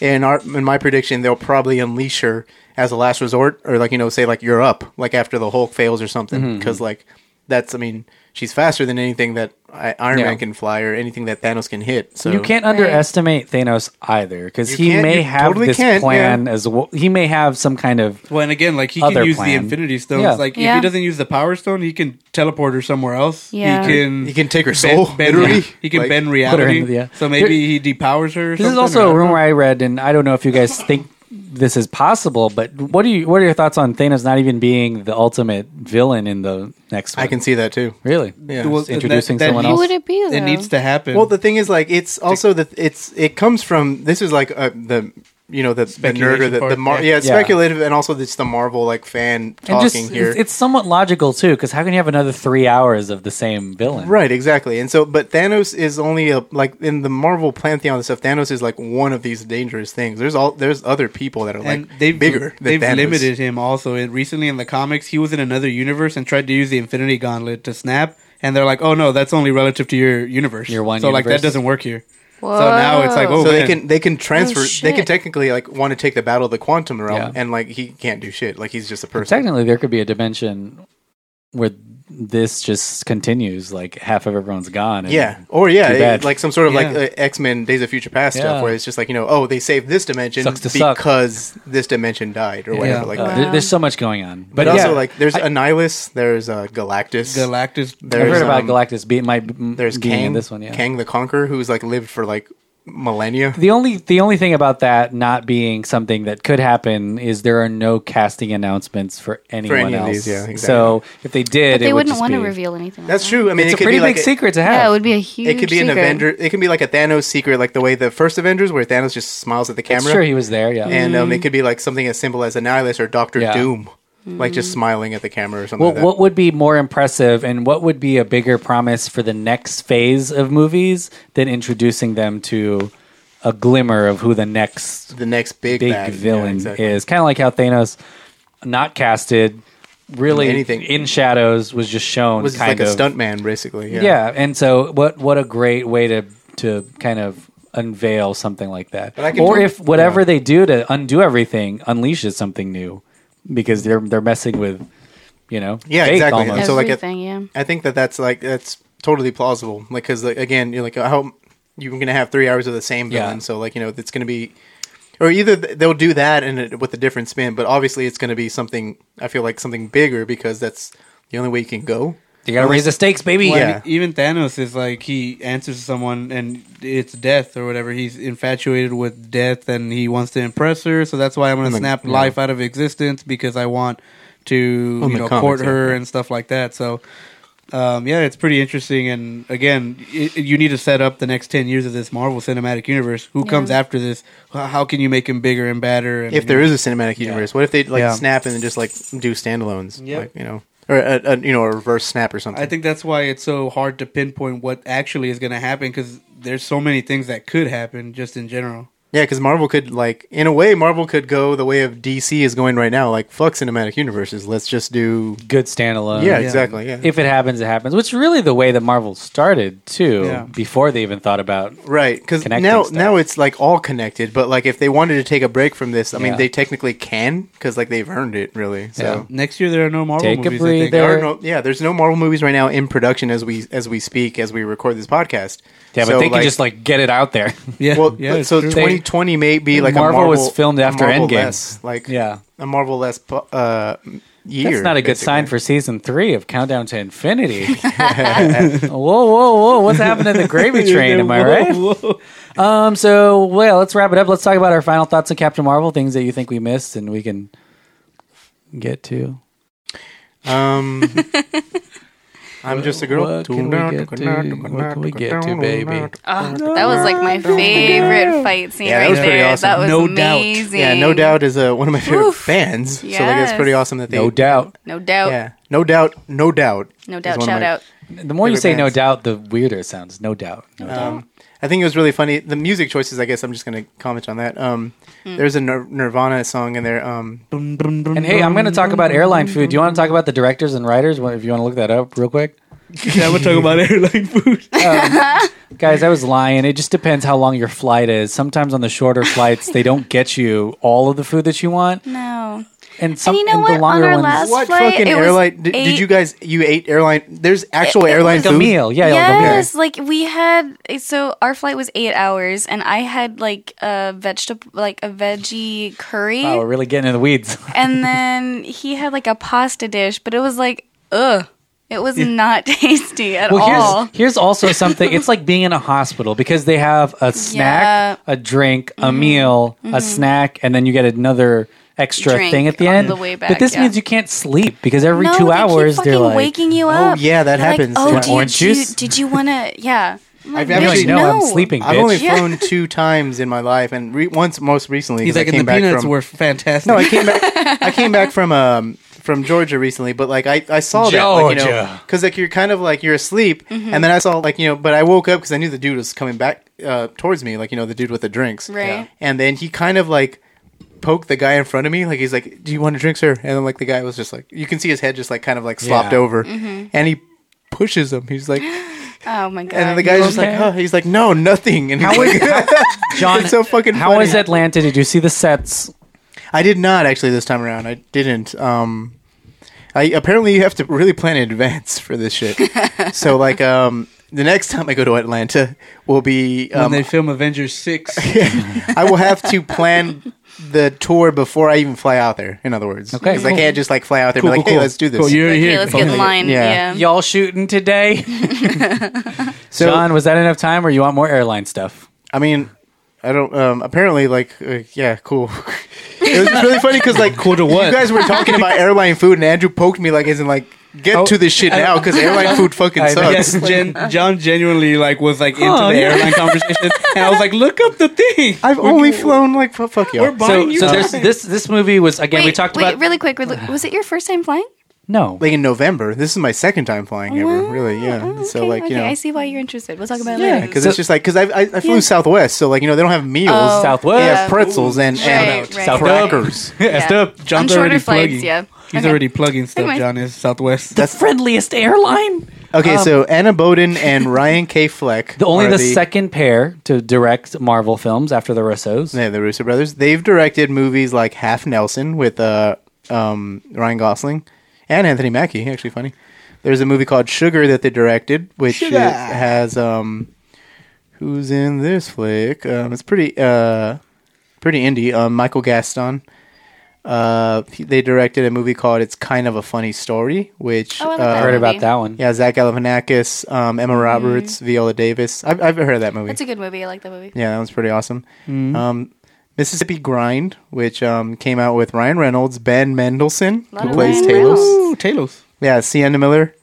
Speaker 5: in our in my prediction, they'll probably unleash her as a last resort, or like you know, say like you're up, like after the Hulk fails or something,
Speaker 3: Mhm.
Speaker 5: because like that's I mean, she's faster than anything that I, Iron
Speaker 3: Yeah.
Speaker 5: Man can fly or anything that Thanos can hit. So
Speaker 3: you can't underestimate Thanos either, because
Speaker 5: You
Speaker 3: he
Speaker 5: can't-
Speaker 3: may
Speaker 5: you
Speaker 3: have
Speaker 5: totally
Speaker 3: this
Speaker 5: can't,
Speaker 3: plan
Speaker 5: yeah.
Speaker 3: as well. He may have some kind of
Speaker 4: Well, and again, like he
Speaker 3: Other
Speaker 4: can use
Speaker 3: plan.
Speaker 4: the Infinity Stones.
Speaker 3: Yeah.
Speaker 4: Like if
Speaker 3: Yeah.
Speaker 4: he doesn't use the Power Stone, he can teleport her somewhere else.
Speaker 3: Yeah.
Speaker 4: He can
Speaker 5: He can take her
Speaker 4: bend-
Speaker 5: soul,
Speaker 4: bend-
Speaker 5: literally.
Speaker 4: He can
Speaker 5: Like,
Speaker 4: bend
Speaker 3: put her
Speaker 4: reality.
Speaker 3: into the-
Speaker 4: So maybe
Speaker 3: There-
Speaker 4: he depowers her. Or
Speaker 3: This is
Speaker 4: something,
Speaker 3: also
Speaker 4: or-
Speaker 3: a rumor I read, and I don't know if you guys think this is possible. But what do you? What are your thoughts on Thanos not even being the ultimate villain in the next? one?
Speaker 5: I can see that too.
Speaker 3: Really?
Speaker 5: Yeah.
Speaker 3: Just introducing someone else.
Speaker 4: It needs to happen.
Speaker 5: Well, the thing is, like, it's also the it's it comes from this is like uh, the you know the, the nerd or
Speaker 3: Speculation
Speaker 5: the, the
Speaker 3: part,
Speaker 5: mar-
Speaker 3: yeah.
Speaker 5: yeah, it's
Speaker 3: Yeah.
Speaker 5: speculative and also it's the Marvel like fan
Speaker 3: And
Speaker 5: talking
Speaker 3: just,
Speaker 5: here.
Speaker 3: it's, it's somewhat logical too, because how can you have another three hours of the same villain?
Speaker 5: Right, exactly. And so, but Thanos is only a like in the Marvel pantheon and stuff. Thanos is like one of these dangerous things. There's all there's other people that are like
Speaker 4: and they've
Speaker 5: bigger. than
Speaker 4: They've
Speaker 5: Thanos.
Speaker 4: limited him also. And recently in the comics, he was in another universe and tried to use the Infinity Gauntlet to snap. And they're like, "Oh no, that's only relative to your universe. Your
Speaker 3: one
Speaker 4: So like
Speaker 3: universe.
Speaker 4: that doesn't work here. So now it's like, oh,
Speaker 5: so they
Speaker 4: man.
Speaker 5: can they can transfer. they can
Speaker 4: shit.
Speaker 5: technically like want to take the battle of the quantum realm,
Speaker 3: Yeah.
Speaker 5: and like he can't do shit. Like he's just a
Speaker 3: But
Speaker 5: person.
Speaker 3: Technically, there could be a dimension where this just continues, like half of everyone's gone. and uh,
Speaker 5: Yeah, or yeah,
Speaker 3: too
Speaker 5: it-
Speaker 3: bad.
Speaker 5: like some sort of
Speaker 3: Yeah.
Speaker 5: like uh, X Men Days of Future Past
Speaker 3: Yeah.
Speaker 5: stuff, where it's just like you know, oh, they saved this dimension
Speaker 3: Sucks to suck.
Speaker 5: because this dimension died or whatever.
Speaker 3: Yeah.
Speaker 5: Like
Speaker 3: Uh,
Speaker 5: that.
Speaker 3: there- there's so much going on,
Speaker 5: But,
Speaker 3: yeah.
Speaker 5: also, like, there's Annihilus, there's uh, Galactus.
Speaker 4: Galactus.
Speaker 3: I've heard about Galactus being my there's being
Speaker 5: Kang,
Speaker 3: in this one. Yeah,
Speaker 5: Kang the Conqueror, who's like lived for like millennia.
Speaker 3: The only the only thing about that not being something that could happen is there are no casting announcements for anyone
Speaker 5: any of
Speaker 3: else.
Speaker 5: these, yeah, exactly.
Speaker 3: So if they did,
Speaker 12: But they
Speaker 3: it would
Speaker 12: wouldn't
Speaker 3: just
Speaker 12: want to
Speaker 3: be-
Speaker 12: reveal anything.
Speaker 5: That's true. I mean,
Speaker 3: It's
Speaker 5: it
Speaker 3: a
Speaker 5: could
Speaker 3: pretty
Speaker 5: be like
Speaker 3: big secret to
Speaker 12: Yeah,
Speaker 3: have.
Speaker 12: it would be a huge.
Speaker 5: It could be an
Speaker 12: secret.
Speaker 5: Avenger. It could be like a Thanos secret, like the way the first Avengers, where Thanos just smiles at the
Speaker 3: That's
Speaker 5: camera.
Speaker 3: true, he was there, yeah.
Speaker 5: And um,
Speaker 3: Mhm.
Speaker 5: it could be like something as simple as Annihilus or Doctor
Speaker 3: Yeah. Mm.
Speaker 5: Doom, like just smiling at the camera or something.
Speaker 3: What,
Speaker 5: like that.
Speaker 3: what would be more impressive and what would be a bigger promise for the next phase of movies than introducing them to a glimmer of who the next
Speaker 5: the next big bad, yeah,
Speaker 3: villain
Speaker 5: exactly.
Speaker 3: is? Kind of like how Thanos, not casted, really
Speaker 5: Anything.
Speaker 3: in shadows, was just shown.
Speaker 5: was
Speaker 3: kind
Speaker 5: like a
Speaker 3: of
Speaker 5: stuntman, basically.
Speaker 3: Yeah. and so what what a great way to to kind of unveil something like that.
Speaker 5: But I can
Speaker 3: Or
Speaker 5: tell-
Speaker 3: if whatever they do to undo everything unleashes something new because they're they're messing with you know
Speaker 5: Yeah,
Speaker 3: fate
Speaker 5: exactly.
Speaker 3: almost.
Speaker 5: And so like, I-
Speaker 12: Everything, yeah.
Speaker 5: I think that that's like that's totally plausible. Like, because like, again, you're like, how you're gonna have three hours of the same villain,
Speaker 3: Yeah.
Speaker 5: so like you know it's gonna be, or either th- they'll do that and it, with a different spin, but obviously it's gonna be something. I feel like something bigger because that's the only way you can go.
Speaker 3: You gotta raise the stakes, baby.
Speaker 4: Well, I
Speaker 5: yeah.
Speaker 4: mean, even Thanos is like he answers someone and it's death or whatever. He's infatuated with death and he wants to impress her, so that's why I'm going
Speaker 5: In
Speaker 4: to
Speaker 5: the-
Speaker 4: snap
Speaker 5: yeah.
Speaker 4: life out of existence because I want to
Speaker 5: Well, in
Speaker 4: you
Speaker 5: the
Speaker 4: know court
Speaker 5: comics,
Speaker 4: her
Speaker 5: yeah.
Speaker 4: and stuff like that. So. Um, yeah, it's pretty interesting, and again, it, you need to set up the next ten years of this Marvel Cinematic Universe. Who
Speaker 5: Yeah.
Speaker 4: comes after this? How how can you make him bigger and badder? And,
Speaker 5: If there is a cinematic universe, what if they like
Speaker 4: Yeah.
Speaker 5: snap and then just like do standalones?
Speaker 4: Yep.
Speaker 5: Like, you know, or a, a, you know a reverse snap or something.
Speaker 4: I think that's why it's so hard to pinpoint what actually is going to happen because there's so many things that could happen just in general.
Speaker 5: Yeah, because Marvel could like in a way, Marvel could go the way of DC is going right now. Like fuck cinematic universes, let's just do
Speaker 3: good standalone.
Speaker 5: Yeah, exactly. Yeah,
Speaker 3: Oh, If it happens, it happens. Which is really the way that Marvel started too,
Speaker 5: Yeah.
Speaker 3: before they even thought about
Speaker 5: right because
Speaker 3: connecting
Speaker 5: now
Speaker 3: stuff.
Speaker 5: now it's like all connected. But like if they wanted to take a break from this, I mean
Speaker 3: Yeah.
Speaker 5: they technically can because like they've earned it really. So.
Speaker 4: So next year there are no Marvel
Speaker 3: Take a
Speaker 4: movies. I think.
Speaker 5: There are no, yeah, there's no Marvel movies right now in production as we as we speak as we record this podcast.
Speaker 3: Yeah, but
Speaker 5: So,
Speaker 3: they can just like get it out there.
Speaker 4: Yeah,
Speaker 5: well, but- so 2020 may be like a Marvel
Speaker 3: was filmed
Speaker 5: a
Speaker 3: after
Speaker 5: Marvel
Speaker 3: Endgame.
Speaker 5: less, like
Speaker 3: yeah,
Speaker 5: a Marvel less pu- uh, year.
Speaker 3: That's not a good
Speaker 5: basically.
Speaker 3: sign for season three of Countdown to Infinity. whoa, whoa, whoa! What's happening to the gravy train? Am I right? Um. So, well, let's wrap it up. Let's talk about our final thoughts on Captain Marvel. Things that you think we missed, and we can get to.
Speaker 5: Um, I'm just a girl.
Speaker 3: What can we get to? What can we get to, baby?
Speaker 12: Oh, that was like my favorite fight scene right there. That was
Speaker 5: no doubt.
Speaker 12: amazing.
Speaker 5: Yeah, no doubt is uh, one of my favorite
Speaker 12: Oof.
Speaker 5: bands. So like, it's
Speaker 12: Yes.
Speaker 5: pretty awesome that they
Speaker 3: No doubt.
Speaker 12: No doubt.
Speaker 5: Yeah, no doubt. No doubt.
Speaker 12: No
Speaker 5: is
Speaker 12: doubt.
Speaker 5: one of
Speaker 12: Shout
Speaker 5: my
Speaker 12: out.
Speaker 3: The more you
Speaker 5: favorite
Speaker 3: say no
Speaker 5: bands.
Speaker 3: doubt, the weirder it sounds. No doubt. No doubt.
Speaker 5: Um, I think it was really funny. The music choices, I guess I'm just going to comment on that.
Speaker 12: Hmm.
Speaker 5: Um,
Speaker 3: Mm.
Speaker 5: There's a Nir- Nirvana song in there. Um,
Speaker 3: And hey, I'm going to talk about airline food. Do you want to talk about the directors and writers? Well, If you want to look that up real quick.
Speaker 4: yeah, we'll talk about airline food.
Speaker 3: Guys, I was lying. It just depends how long your flight is. Sometimes on the shorter flights, they don't get you all of the food that you want.
Speaker 12: No.
Speaker 3: And some
Speaker 12: you know
Speaker 3: and
Speaker 12: what?
Speaker 3: the
Speaker 12: On
Speaker 3: longer
Speaker 12: our
Speaker 3: ones.
Speaker 12: last
Speaker 5: what
Speaker 12: flight,
Speaker 5: fucking
Speaker 12: it was
Speaker 5: airline? Did, did
Speaker 12: eight-
Speaker 5: you guys? You ate airline? There's actual
Speaker 12: it
Speaker 5: airline
Speaker 12: was-
Speaker 5: food.
Speaker 3: Like a meal, yeah, like a meal.
Speaker 12: yes, like we had. So our flight was eight hours, and I had like a vegetable, like a veggie curry,
Speaker 3: Wow, we're really getting in the weeds.
Speaker 12: and then he had like a pasta dish, but it was like, ugh. It was not tasty at
Speaker 3: well, here's,
Speaker 12: all.
Speaker 3: here's also something. It's like being in a hospital because they have a snack, a drink, a meal, a
Speaker 12: Mhm.
Speaker 3: snack, and then you get another extra
Speaker 12: Drink
Speaker 3: thing at the
Speaker 12: on
Speaker 3: end.
Speaker 12: the way
Speaker 3: but
Speaker 12: back,
Speaker 3: this
Speaker 12: yeah.
Speaker 3: means you can't sleep because every
Speaker 12: No,
Speaker 3: two
Speaker 12: they keep
Speaker 3: hours they're
Speaker 12: fucking
Speaker 3: like
Speaker 12: waking you up. They're like, oh, do you,
Speaker 3: orange
Speaker 12: do you-
Speaker 3: juice.
Speaker 12: did you want to? Yeah. I'm like,
Speaker 5: I've actually
Speaker 12: "Bitch, no.
Speaker 5: I've only
Speaker 12: Yeah.
Speaker 5: flown two times in my life, and re- once most recently.
Speaker 4: He's
Speaker 5: 'cause
Speaker 4: like,
Speaker 5: I
Speaker 4: and
Speaker 5: came
Speaker 4: the
Speaker 5: back
Speaker 4: peanuts
Speaker 5: from,
Speaker 4: were fantastic.
Speaker 5: No, I came back. I came back from um from Georgia recently, but like I, I saw that, like, you know,
Speaker 4: Georgia.
Speaker 5: because like you're kind of like you're asleep,
Speaker 4: Mhm.
Speaker 5: and then I saw like you know, but I woke up because I knew the dude was coming back uh, towards me, like you know, the dude with the drinks,
Speaker 4: Right. Yeah.
Speaker 5: And then he kind of like poked the guy in front of me, like he's like, "Do you want a drink, sir?" And then like the guy was just like, you can see his head just like kind of like slopped
Speaker 12: Yeah.
Speaker 5: over,
Speaker 12: Mhm.
Speaker 5: and he pushes him. He's like.
Speaker 12: Oh my god.
Speaker 5: And then the guy's
Speaker 12: You
Speaker 5: just
Speaker 12: okay?
Speaker 5: like, oh, he's like, no, nothing. And he's
Speaker 12: How
Speaker 5: like,
Speaker 12: is-
Speaker 3: John,
Speaker 5: it's so fucking
Speaker 3: how
Speaker 5: funny.
Speaker 3: is Atlanta? Did you see the sets?
Speaker 5: I did not actually this time around. I didn't. Um, I apparently you have to really plan in advance for this shit. so like, um, the next time I go to Atlanta will be
Speaker 4: when
Speaker 5: um,
Speaker 4: they film Avengers six.
Speaker 5: I will have to plan the tour before I even fly out there. In other words,
Speaker 3: Okay,
Speaker 5: because I
Speaker 3: cool.
Speaker 5: can't just like fly out there and be like, hey, let's do this.
Speaker 3: Y'all shooting today?
Speaker 5: So-
Speaker 3: John, was that enough time, or you want more airline stuff?
Speaker 5: I mean, I don't. Um, apparently, like, uh, yeah, cool. it was just really funny because, like, cool to
Speaker 4: what?
Speaker 5: You guys were talking about airline food, and Andrew poked me like, isn't like, get to this shit now because airline food fucking
Speaker 4: I
Speaker 5: sucks.
Speaker 4: know. Yes, Gen- John genuinely like was like into
Speaker 5: Oh,
Speaker 4: the
Speaker 5: yeah.
Speaker 4: airline conversation, and I was like, look up the thing.
Speaker 5: I've only flown like fu- fuck you.
Speaker 4: We're buying
Speaker 3: so,
Speaker 4: you
Speaker 3: so there's
Speaker 4: time.
Speaker 3: this. This movie was again. we
Speaker 12: Wait,
Speaker 3: talked
Speaker 12: wait,
Speaker 3: about
Speaker 12: really quick. really- Was it your first time flying?
Speaker 3: no,
Speaker 5: like in November. This is my second time flying ever. Really, yeah. so like,
Speaker 12: Oh, okay,
Speaker 5: you know,
Speaker 12: I see why you're interested. We'll talk about it
Speaker 5: yeah,
Speaker 12: later.
Speaker 5: because it's just like because I, I I flew
Speaker 12: Yeah.
Speaker 5: Southwest, so like you know they don't have meals.
Speaker 12: Oh,
Speaker 5: they
Speaker 12: Southwest.
Speaker 5: have pretzels and
Speaker 12: Right,
Speaker 5: and
Speaker 12: right, South right.
Speaker 5: crackers.
Speaker 4: Yeah, Yeah. stuff. John's On shorter already flights, plugging. yeah. He's already plugging stuff.
Speaker 5: Anyway.
Speaker 4: John is Southwest.
Speaker 5: That's
Speaker 3: friendliest airline.
Speaker 5: Okay,
Speaker 3: Um,
Speaker 5: so Anna Boden and Ryan K. Fleck.
Speaker 3: The, only
Speaker 5: are
Speaker 3: the, second pair to direct Marvel films after the Russos.
Speaker 5: Yeah, the Russo brothers. They've directed movies like Half Nelson with uh, um, Ryan Gosling and Anthony Mackie. Actually, funny. There's a movie called Sugar that they directed, which
Speaker 4: Sugar.
Speaker 5: is- has um, who's in this flick? Um, it's pretty uh, pretty indie. Um, Michael Gaston. Uh, he- they directed a movie called "It's Kind of a Funny Story," which
Speaker 3: Oh, I like
Speaker 5: uh,
Speaker 3: that Mm-hmm. I heard about movie. that one.
Speaker 5: Yeah, Zach Galifianakis, um, Emma Roberts, Viola Davis. I've, I've heard of that movie.
Speaker 12: That's a good movie. I like that movie.
Speaker 5: Yeah, that was pretty awesome.
Speaker 3: Mm-hmm.
Speaker 5: Um, Mississippi Grind, which um, came out with Ryan Reynolds, Ben Mendelsohn,
Speaker 12: Lot
Speaker 5: who
Speaker 12: of
Speaker 5: plays
Speaker 12: Ryan
Speaker 5: Talos.
Speaker 4: Ooh, Talos.
Speaker 5: Yeah, Sienna Miller,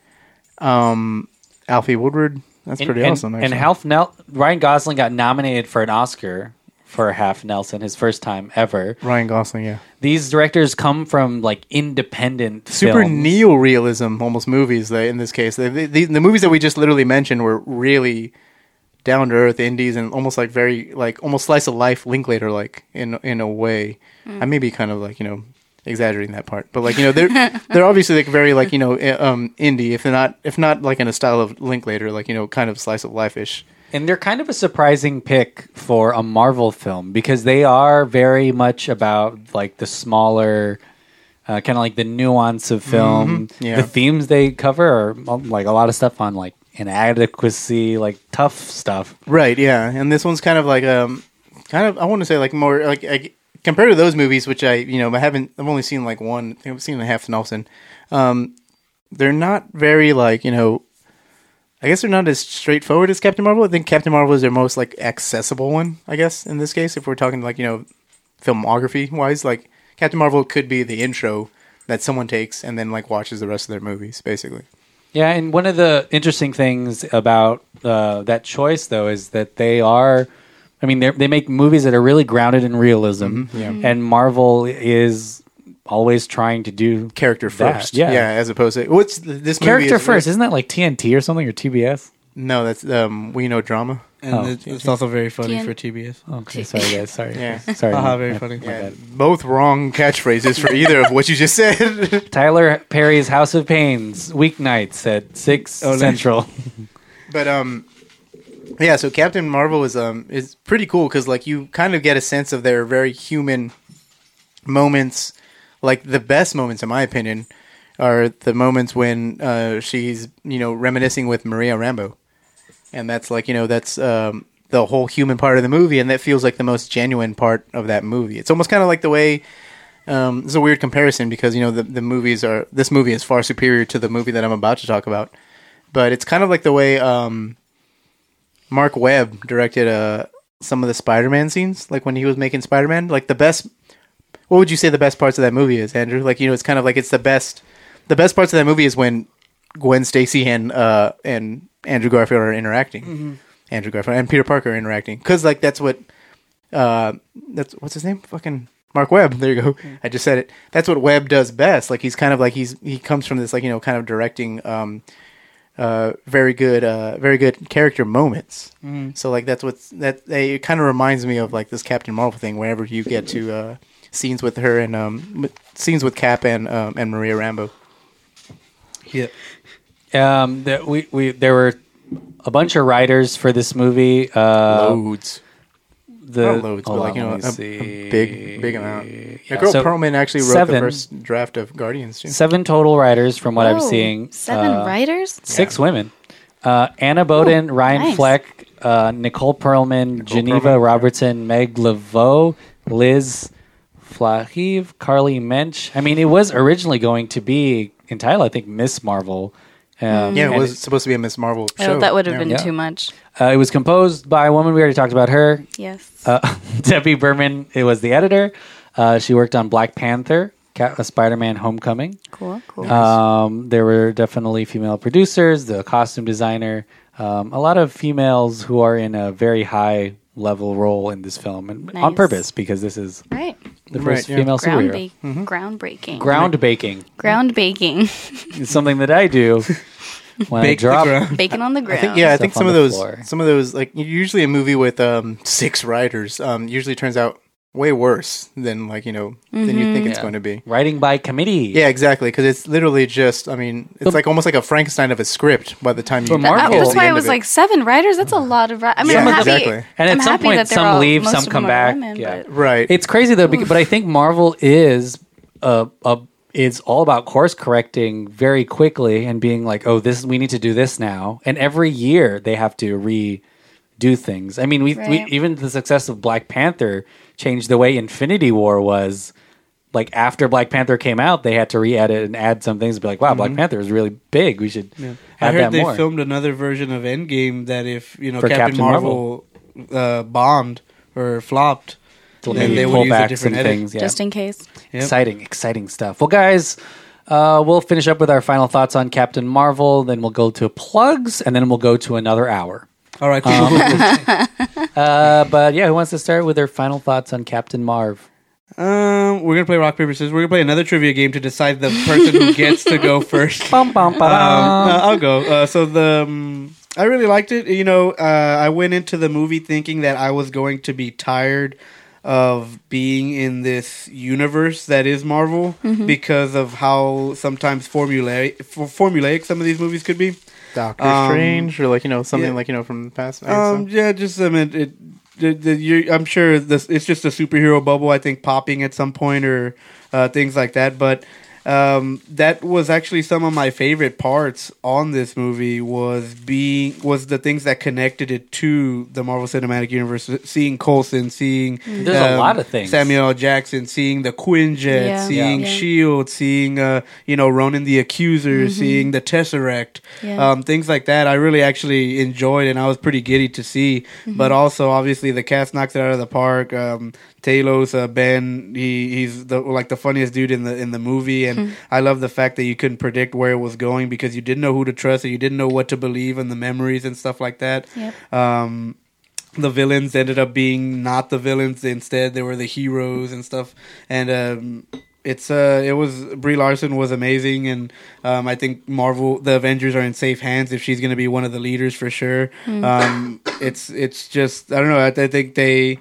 Speaker 5: um, Alfie Woodward. That's pretty
Speaker 3: and,
Speaker 5: awesome.
Speaker 3: And, and
Speaker 5: actually.
Speaker 3: Half Nel- Ryan Gosling got nominated for an Oscar for Half Nelson, his first time ever.
Speaker 5: Ryan Gosling, yeah.
Speaker 3: These directors come from like independent
Speaker 5: Super
Speaker 3: films.
Speaker 5: neo-realism almost movies. That in this case, the, the, the, the movies that we just literally mentioned were really down to earth indies and almost like very like almost slice of life Linklater like in in a way.
Speaker 4: Mm.
Speaker 5: I may be kind of like you know exaggerating that part, but like you know they're they're obviously like very like you know i- um indie if they're not if not like in a style of Linklater like you know kind of slice of life ish.
Speaker 3: And they're kind of a surprising pick for a Marvel film because they are very much about like the smaller, uh, kind of like the nuance of film.
Speaker 5: Mhm, yeah.
Speaker 3: The themes they cover are um, like a lot of stuff on like inadequacy, like tough stuff.
Speaker 5: Right. Yeah. And this one's kind of like um, kind of I want to say like more like I, compared to those movies, which I you know I haven't I've only seen like one. I think I've seen a half Nelson. Um, they're not very like you know. I guess they're not as straightforward as Captain Marvel. I think Captain Marvel is their most like accessible one. I guess in this case, if we're talking like you know, filmography wise, like Captain Marvel could be the intro that someone takes and then like watches the rest of their movies, basically.
Speaker 3: Yeah, and one of the interesting things about uh, that choice, though, is that they are. I mean, they're- they make movies that are really grounded in realism,
Speaker 5: Mhm, yeah. Mhm.
Speaker 3: and Marvel is always trying to do
Speaker 5: character first.
Speaker 3: Yeah,
Speaker 5: yeah. As opposed to what's th- this movie
Speaker 3: character
Speaker 5: is
Speaker 3: first. Isn't that like TNT or something or TBS?
Speaker 5: No, that's um, we know drama,
Speaker 4: And it's, it's also very funny for TBS.
Speaker 3: Okay, sorry guys, sorry.
Speaker 5: Yeah,
Speaker 3: Sorry.
Speaker 4: Haha, very
Speaker 3: Oh, Yeah.
Speaker 4: funny.
Speaker 5: Yeah, both wrong catchphrases for either of what you just said.
Speaker 3: Tyler Perry's House of Pains weeknights at six
Speaker 5: Oh, no.
Speaker 3: central.
Speaker 5: but um, yeah. So Captain Marvel is um is pretty cool because like you kind of get a sense of their very human moments. Like the best moments, in my opinion, are the moments when uh, she's you know reminiscing with Maria Rambo, and that's like you know that's um, the whole human part of the movie, and that feels like the most genuine part of that movie. It's almost kind of like the way Um, it's a weird comparison because you know the the movies are this movie is far superior to the movie that I'm about to talk about, but it's kind of like the way um, Mark Webb directed uh, some of the Spider-Man scenes, like when he was making Spider-Man. Like the best, what would you say the best parts of that movie is, Andrew? Like you know, it's kind of like it's the best. The best parts of that movie is when Gwen Stacy and uh, and Andrew Garfield are interacting.
Speaker 4: Mhm.
Speaker 5: Andrew Garfield and Peter Parker are interacting because like that's what uh, that's what's his name? Fucking Mark Webb. There you go. I just said it. That's what Webb does best. Like he's kind of like he's he comes from this like you know kind of directing um, uh, very good uh, very good character moments.
Speaker 2: Mm-hmm.
Speaker 4: Mhm.
Speaker 5: So like that's what's that they- it kind of reminds me of like this Captain Marvel thing. Whenever you get to uh, scenes with her and um, m- scenes with Cap and um, and Maria Rambo.
Speaker 4: Yeah.
Speaker 3: Um, there, we, we there were a bunch of writers for this movie. Uh,
Speaker 5: loads.
Speaker 3: The
Speaker 5: Not loads, but
Speaker 3: hold
Speaker 5: like
Speaker 3: on,
Speaker 5: you know,
Speaker 3: let
Speaker 5: a,
Speaker 3: me see.
Speaker 5: a big, big amount.
Speaker 3: Yeah,
Speaker 5: Nicole
Speaker 3: so
Speaker 5: Perlman actually wrote the
Speaker 3: seven-
Speaker 5: first draft of Guardians. Too.
Speaker 3: Seven total writers from what uh, I'm
Speaker 5: Oh,
Speaker 2: Whoa,
Speaker 3: seeing.
Speaker 2: seven writers?
Speaker 3: Six women. Uh, Anna Boden, Ryan
Speaker 2: nice.
Speaker 3: Fleck, uh, Nicole Perlman, Geneva Robertson, Meg Laveau, Liz Flahiv, Carly Mensch. I mean, it was originally going to be entitled, I think, Miss Marvel. Um,
Speaker 5: yeah, it
Speaker 3: and
Speaker 5: was supposed to be a Miss Marvel
Speaker 2: Oh,
Speaker 5: show.
Speaker 2: that would have
Speaker 5: Yeah.
Speaker 2: been too much.
Speaker 3: Uh, it was composed by a woman. We already talked about her.
Speaker 2: Yes.
Speaker 3: Uh, Debbie Berman. It was the editor. Uh, she worked on Black Panther, Cat, Spider-Man: Homecoming.
Speaker 2: Cool, cool.
Speaker 3: Um, there were definitely female producers, the costume designer, um, a lot of females who are in a very high level role in this film, and on
Speaker 12: Nice.
Speaker 3: purpose because this is
Speaker 12: Right.
Speaker 3: the first female
Speaker 12: Ground
Speaker 3: superhero.
Speaker 12: ba-
Speaker 5: Mm-hmm.
Speaker 12: Groundbreaking.
Speaker 3: Ground baking
Speaker 12: Ground baking.
Speaker 3: is something that I do when
Speaker 5: Bake the
Speaker 3: I drop.
Speaker 5: ground.
Speaker 12: Bacon on the
Speaker 5: I
Speaker 12: ground.
Speaker 5: think, yeah, I think
Speaker 3: Stuff
Speaker 5: some
Speaker 3: on
Speaker 5: of
Speaker 3: the
Speaker 5: those,
Speaker 3: floor.
Speaker 5: some of those, like usually a movie with um, six writers um, usually turns out way worse than like you know than you think
Speaker 3: Mhm.
Speaker 5: it's
Speaker 3: Yeah.
Speaker 5: going to be.
Speaker 3: Writing by committee.
Speaker 5: Yeah, exactly. Because it's literally just, I mean, it's like almost like a Frankenstein of a script by the time you.
Speaker 3: But
Speaker 5: get to
Speaker 3: Marvel-
Speaker 5: the
Speaker 2: That's why
Speaker 5: end
Speaker 2: it
Speaker 5: of
Speaker 2: was like seven writers. That's a lot of. Ri- I mean,
Speaker 5: Yeah,
Speaker 2: I'm happy.
Speaker 5: exactly.
Speaker 3: And at
Speaker 2: I'm
Speaker 3: some
Speaker 2: happy
Speaker 3: point,
Speaker 2: that they're
Speaker 3: some
Speaker 2: all-
Speaker 3: leave,
Speaker 2: most
Speaker 3: some
Speaker 2: of
Speaker 3: come
Speaker 2: them are
Speaker 3: back.
Speaker 2: women,
Speaker 3: yeah,
Speaker 5: right.
Speaker 3: It's crazy though, because, but I think Marvel is a, a is all about course correcting very quickly and being like, oh, this we need to do this now. And every year they have to re do things. I mean, we, we
Speaker 12: Right.
Speaker 3: even the success of Black Panther changed the way Infinity War was. Like after Black Panther came out, they had to re-edit and add some things. And be like, wow, Black
Speaker 4: Mhm.
Speaker 3: Panther is really big. We should
Speaker 4: Yeah. I
Speaker 3: add
Speaker 4: heard
Speaker 3: that
Speaker 4: they
Speaker 3: more.
Speaker 4: filmed another version of Endgame that if you know
Speaker 3: For
Speaker 4: Captain,
Speaker 3: Captain
Speaker 4: Marvel, uh, bombed or flopped,
Speaker 3: They'll
Speaker 4: then
Speaker 3: do
Speaker 4: they would use a
Speaker 3: pullbacks
Speaker 4: different
Speaker 3: and
Speaker 4: edit.
Speaker 3: things, yeah.
Speaker 2: Just in case.
Speaker 3: Exciting, exciting stuff. Well, guys, uh, we'll finish up with our final thoughts on Captain Marvel. Then we'll go to plugs, and then we'll go to another hour.
Speaker 4: All right.
Speaker 3: Um, uh, but yeah, who wants to start with their final thoughts on Captain Marv?
Speaker 4: Um, we're gonna play rock paper scissors. We're gonna play another trivia game to decide the person who gets to go first.
Speaker 3: Bum, bum, bum.
Speaker 4: Um, no, I'll go. Uh, so the um, I really liked it. You know, uh, I went into the movie thinking that I was going to be tired of being in this universe that is Marvel
Speaker 16: Mhm.
Speaker 4: because of how sometimes formulaic f- formulaic some of these movies could be.
Speaker 5: Doctor
Speaker 4: Um,
Speaker 5: Strange, or like you know something
Speaker 4: yeah.
Speaker 5: like you know from the past. I guess so.
Speaker 4: Um, yeah, just I mean, it, the, the, you I'm sure this it's just a superhero bubble. I think popping at some point or uh, things like that. But um, that was actually some of my favorite parts on this movie was being was the things that connected it to the Marvel Cinematic Universe. Seeing Coulson, seeing um,
Speaker 3: There's a lot of things.
Speaker 4: Samuel L. Jackson, seeing the Quinjet,
Speaker 3: Yeah.
Speaker 4: seeing
Speaker 3: Yeah.
Speaker 4: Shield, E seeing uh, you know Ronan the Accuser,
Speaker 3: Mhm.
Speaker 4: seeing the Tesseract,
Speaker 3: Yeah.
Speaker 4: um, things like that. I really actually enjoyed, and I was pretty giddy to see.
Speaker 3: Mhm.
Speaker 4: But also, obviously, the cast knocks it out of the park. Um, Talos, uh, Ben, he he's the, like the funniest dude in the in the movie,
Speaker 3: Hmm.
Speaker 4: and
Speaker 16: Mhm.
Speaker 4: I love the fact that you couldn't predict where it was going because you didn't know who to trust and you didn't know what to believe and the memories and stuff like that.
Speaker 16: Yep.
Speaker 4: Um, the villains ended up being not the villains instead they were the heroes and stuff and um it's uh it was Brie Larson was amazing and um I think Marvel the Avengers are in safe hands if she's going to be one of the leaders for sure.
Speaker 16: Mm.
Speaker 4: Um it's it's just I don't know I, I think they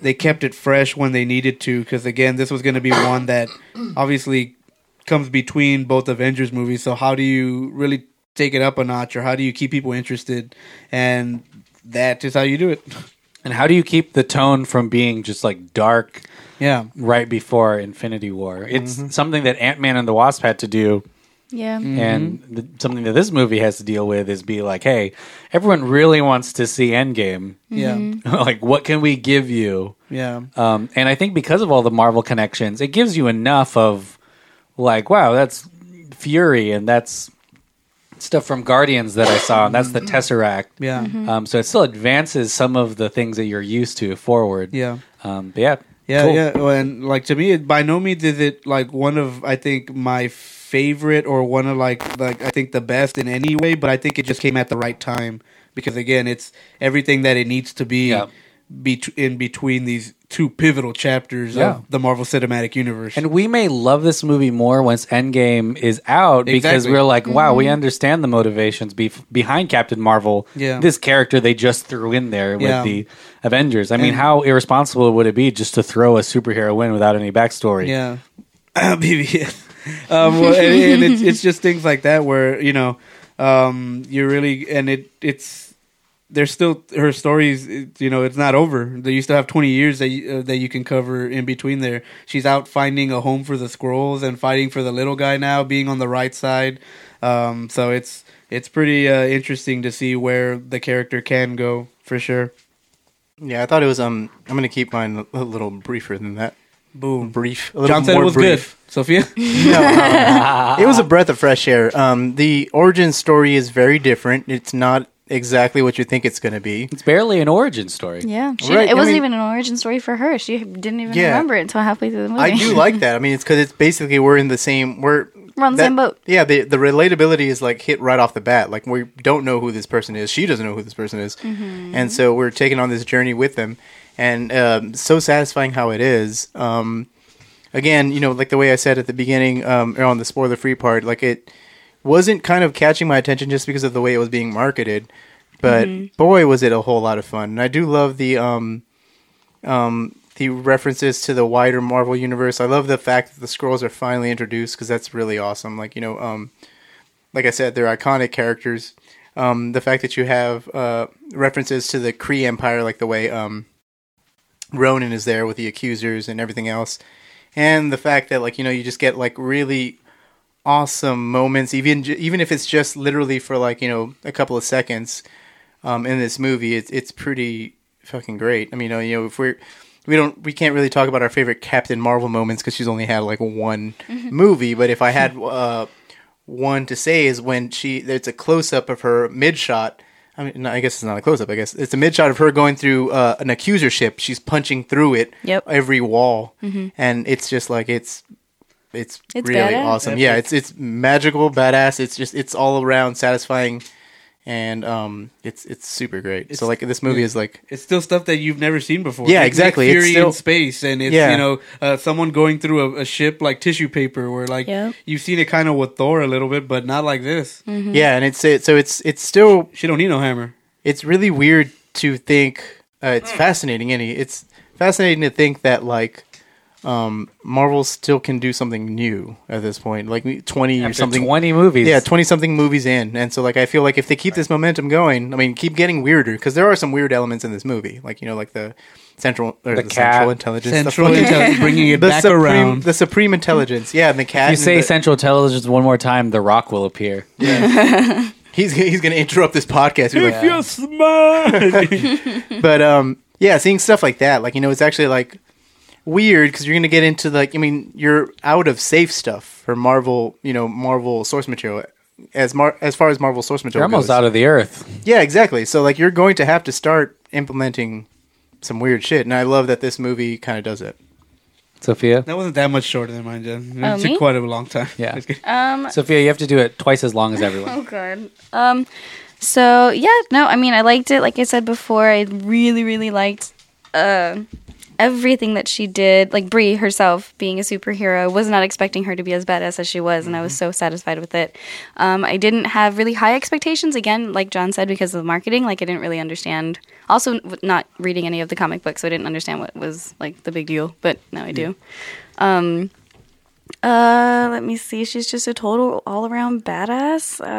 Speaker 4: they kept it fresh when they needed to because again this was going to be one that obviously comes between both Avengers movies so how do you really take it up a notch or how do you keep people interested and that is how you do it
Speaker 3: And how do you keep the tone from being just like dark?
Speaker 4: Yeah,
Speaker 3: Mm-hmm. right before Infinity War, it's something that Ant Man and the Wasp had to do
Speaker 2: Yeah.
Speaker 3: And the, something that this movie has to deal with is be like, hey, everyone really wants to see Endgame.
Speaker 4: Yeah.
Speaker 3: like, what can we give you?
Speaker 4: Yeah.
Speaker 3: Um, and I think because of all the Marvel connections, it gives you enough of like, wow, that's Fury and that's stuff from Guardians that I saw, and that's the Tesseract.
Speaker 4: Mm-hmm. Yeah. Mhm.
Speaker 3: Um, so it still advances some of the things that you're used to forward.
Speaker 4: Yeah.
Speaker 3: Um, but yeah.
Speaker 4: Yeah,
Speaker 3: cool.
Speaker 4: yeah, well, and like to me, it, by no means is it like one of I think my favorite or one of like like I think the best in any way, but I think it just came at the right time because again, it's everything that it needs to be bet- in between these two pivotal chapters
Speaker 3: Yeah.
Speaker 4: of the Marvel Cinematic Universe.
Speaker 3: And we may love this movie more once Endgame is out because
Speaker 4: Exactly.
Speaker 3: we're like, wow, we
Speaker 2: Mm-hmm.
Speaker 4: Mhm.
Speaker 3: understand the motivations bef behind Captain Marvel.
Speaker 4: Yeah.
Speaker 3: This character they just threw in there with
Speaker 4: Yeah.
Speaker 3: the Avengers. I mean,
Speaker 4: And-
Speaker 3: how irresponsible would it be just to throw a superhero in without any backstory?
Speaker 4: Yeah. BBS. Uh, Um, well, and, and it's, it's just things like that where, you know, um, you're really, and it it's, there's still her stories. it- You know, it's not over. You still have 20 years that you, uh, that you can cover in between there. She's out finding a home for the squirrels and fighting for the little guy now, being on the right side. Um, so it's it's pretty uh, interesting to see where the character can go for sure.
Speaker 5: Yeah, I thought it was. Um, I'm gonna keep mine a little briefer than that.
Speaker 4: Boom,
Speaker 5: brief. A little
Speaker 4: John said it
Speaker 5: more
Speaker 4: was
Speaker 5: brief.
Speaker 4: good. Sophia,
Speaker 5: No, it was a breath of fresh air. Um, the origin story is very different. It's not exactly what you think it's gonna be.
Speaker 3: It's barely an origin story.
Speaker 2: Yeah. She,
Speaker 5: Right, I
Speaker 2: it wasn't
Speaker 5: mean-
Speaker 2: even an origin story for her. She didn't even
Speaker 5: Yeah.
Speaker 2: remember it until halfway through the movie.
Speaker 5: I do like that. I mean, it's because it's basically we're in the same we're
Speaker 2: We're on the
Speaker 5: that-
Speaker 2: same boat.
Speaker 5: Yeah, the the relatability is like hit right off the bat. Like we don't know who this person is. She doesn't know who this person is,
Speaker 2: Mm-hmm.
Speaker 15: Mhm.
Speaker 5: and so we're taking on this journey with them. And um, so satisfying how it is. Um, again, you know, like the way I said at the beginning, um, or on the spoiler free part, like it wasn't kind of catching my attention just because of the way it was being marketed. But
Speaker 2: Mm-hmm.
Speaker 15: Mhm.
Speaker 5: boy, was it a whole lot of fun. And I do love the um, um, the references to the wider Marvel universe. I love the fact that the scrolls are finally introduced because that's really awesome. Like you know, um, like I said, they're iconic characters. Um, the fact that you have uh, references to the Kree Empire, like the way um, Ronan is there with the accusers and everything else, and the fact that like you know you just get like really awesome moments, even even if it's just literally for like you know a couple of seconds um, in this movie, it's it's pretty fucking great. I mean, you know, you know, if we're we don't we can't really talk about our favorite Captain Marvel moments because she's only had like one
Speaker 2: Mm-hmm.
Speaker 5: movie. But if I had uh, one to say is when she there's a close up of her mid shot. I mean, no, I guess it's not a close up. I guess it's a mid shot of her going through uh, an accuser ship. She's punching through it
Speaker 2: Yep.
Speaker 5: every wall,
Speaker 2: Mhm.
Speaker 5: and it's just like it's it's,
Speaker 2: It's
Speaker 5: really
Speaker 2: badass.
Speaker 5: awesome.
Speaker 2: Epic.
Speaker 5: Yeah, it's it's magical, badass. It's just it's all around satisfying, and um, it's it's super great. so like this movie
Speaker 4: yeah.
Speaker 5: is like
Speaker 4: it's still stuff that you've never seen before.
Speaker 5: Yeah,
Speaker 4: Like Nick
Speaker 5: exactly. It's
Speaker 4: Fury
Speaker 5: still-
Speaker 4: in space, and it's
Speaker 5: Yeah.
Speaker 4: you know uh, someone going through a, a ship like tissue paper, where like
Speaker 5: Yeah.
Speaker 4: you've seen it kind of with Thor a little bit, but not like this.
Speaker 2: Mm. Mm-hmm.
Speaker 5: Mhm. Yeah, and it's it. So it's it's still
Speaker 4: she don't need no hammer.
Speaker 5: it's really weird to think. Uh, it's fascinating. Any it's fascinating to think that like. Um, Marvel still can do something new at this point, like twenty or
Speaker 3: After
Speaker 5: something.
Speaker 3: 20 movies.
Speaker 5: yeah, twenty something movies in, and so like I feel like if they keep this momentum going, I mean, keep getting weirder because there are some weird elements in this movie, like you know, like the central or
Speaker 3: The
Speaker 5: the,
Speaker 3: cat.
Speaker 5: central intelligence, the
Speaker 4: Central
Speaker 5: fucking-
Speaker 4: intelligence, bringing it
Speaker 5: the
Speaker 4: back
Speaker 5: supreme,
Speaker 4: around.
Speaker 5: the supreme intelligence. Yeah, and the cat.
Speaker 3: If you
Speaker 5: and
Speaker 3: say
Speaker 5: the-
Speaker 3: Central Intelligence one more time, The Rock will appear.
Speaker 5: Yeah. he's he's gonna interrupt this podcast. He's like,
Speaker 3: you're
Speaker 4: smart,
Speaker 5: but um, yeah, seeing stuff like that, like you know, it's actually like weird because you're gonna get into like, I mean, you're out of safe stuff for Marvel, you know, Marvel source material. As mar- as far as Marvel source
Speaker 3: You're
Speaker 5: material,
Speaker 3: almost
Speaker 5: goes.
Speaker 3: out of the earth.
Speaker 5: Yeah, exactly. So like, you're going to have to start implementing some weird shit, and I love that this movie kind of does it.
Speaker 3: Sophia?
Speaker 4: That wasn't that much shorter than mine, Jen. It
Speaker 2: Oh,
Speaker 4: took
Speaker 2: me?
Speaker 4: quite a long time.
Speaker 3: Yeah.
Speaker 2: Um,
Speaker 3: Sophia, you have to do it twice as long as everyone.
Speaker 2: Oh god. Um so yeah, no, I mean I liked it like I said before. I really really liked uh everything that she did. Like Brie herself being a superhero was not expecting her to be as badass as she was and I was so satisfied with it. Um I didn't have really high expectations again like John said because of the marketing. Like I didn't really understand also w- not reading any of the comic books so I didn't understand what was like the big deal, but now I do. Um Uh, let me see. She's just a total all around badass. Um,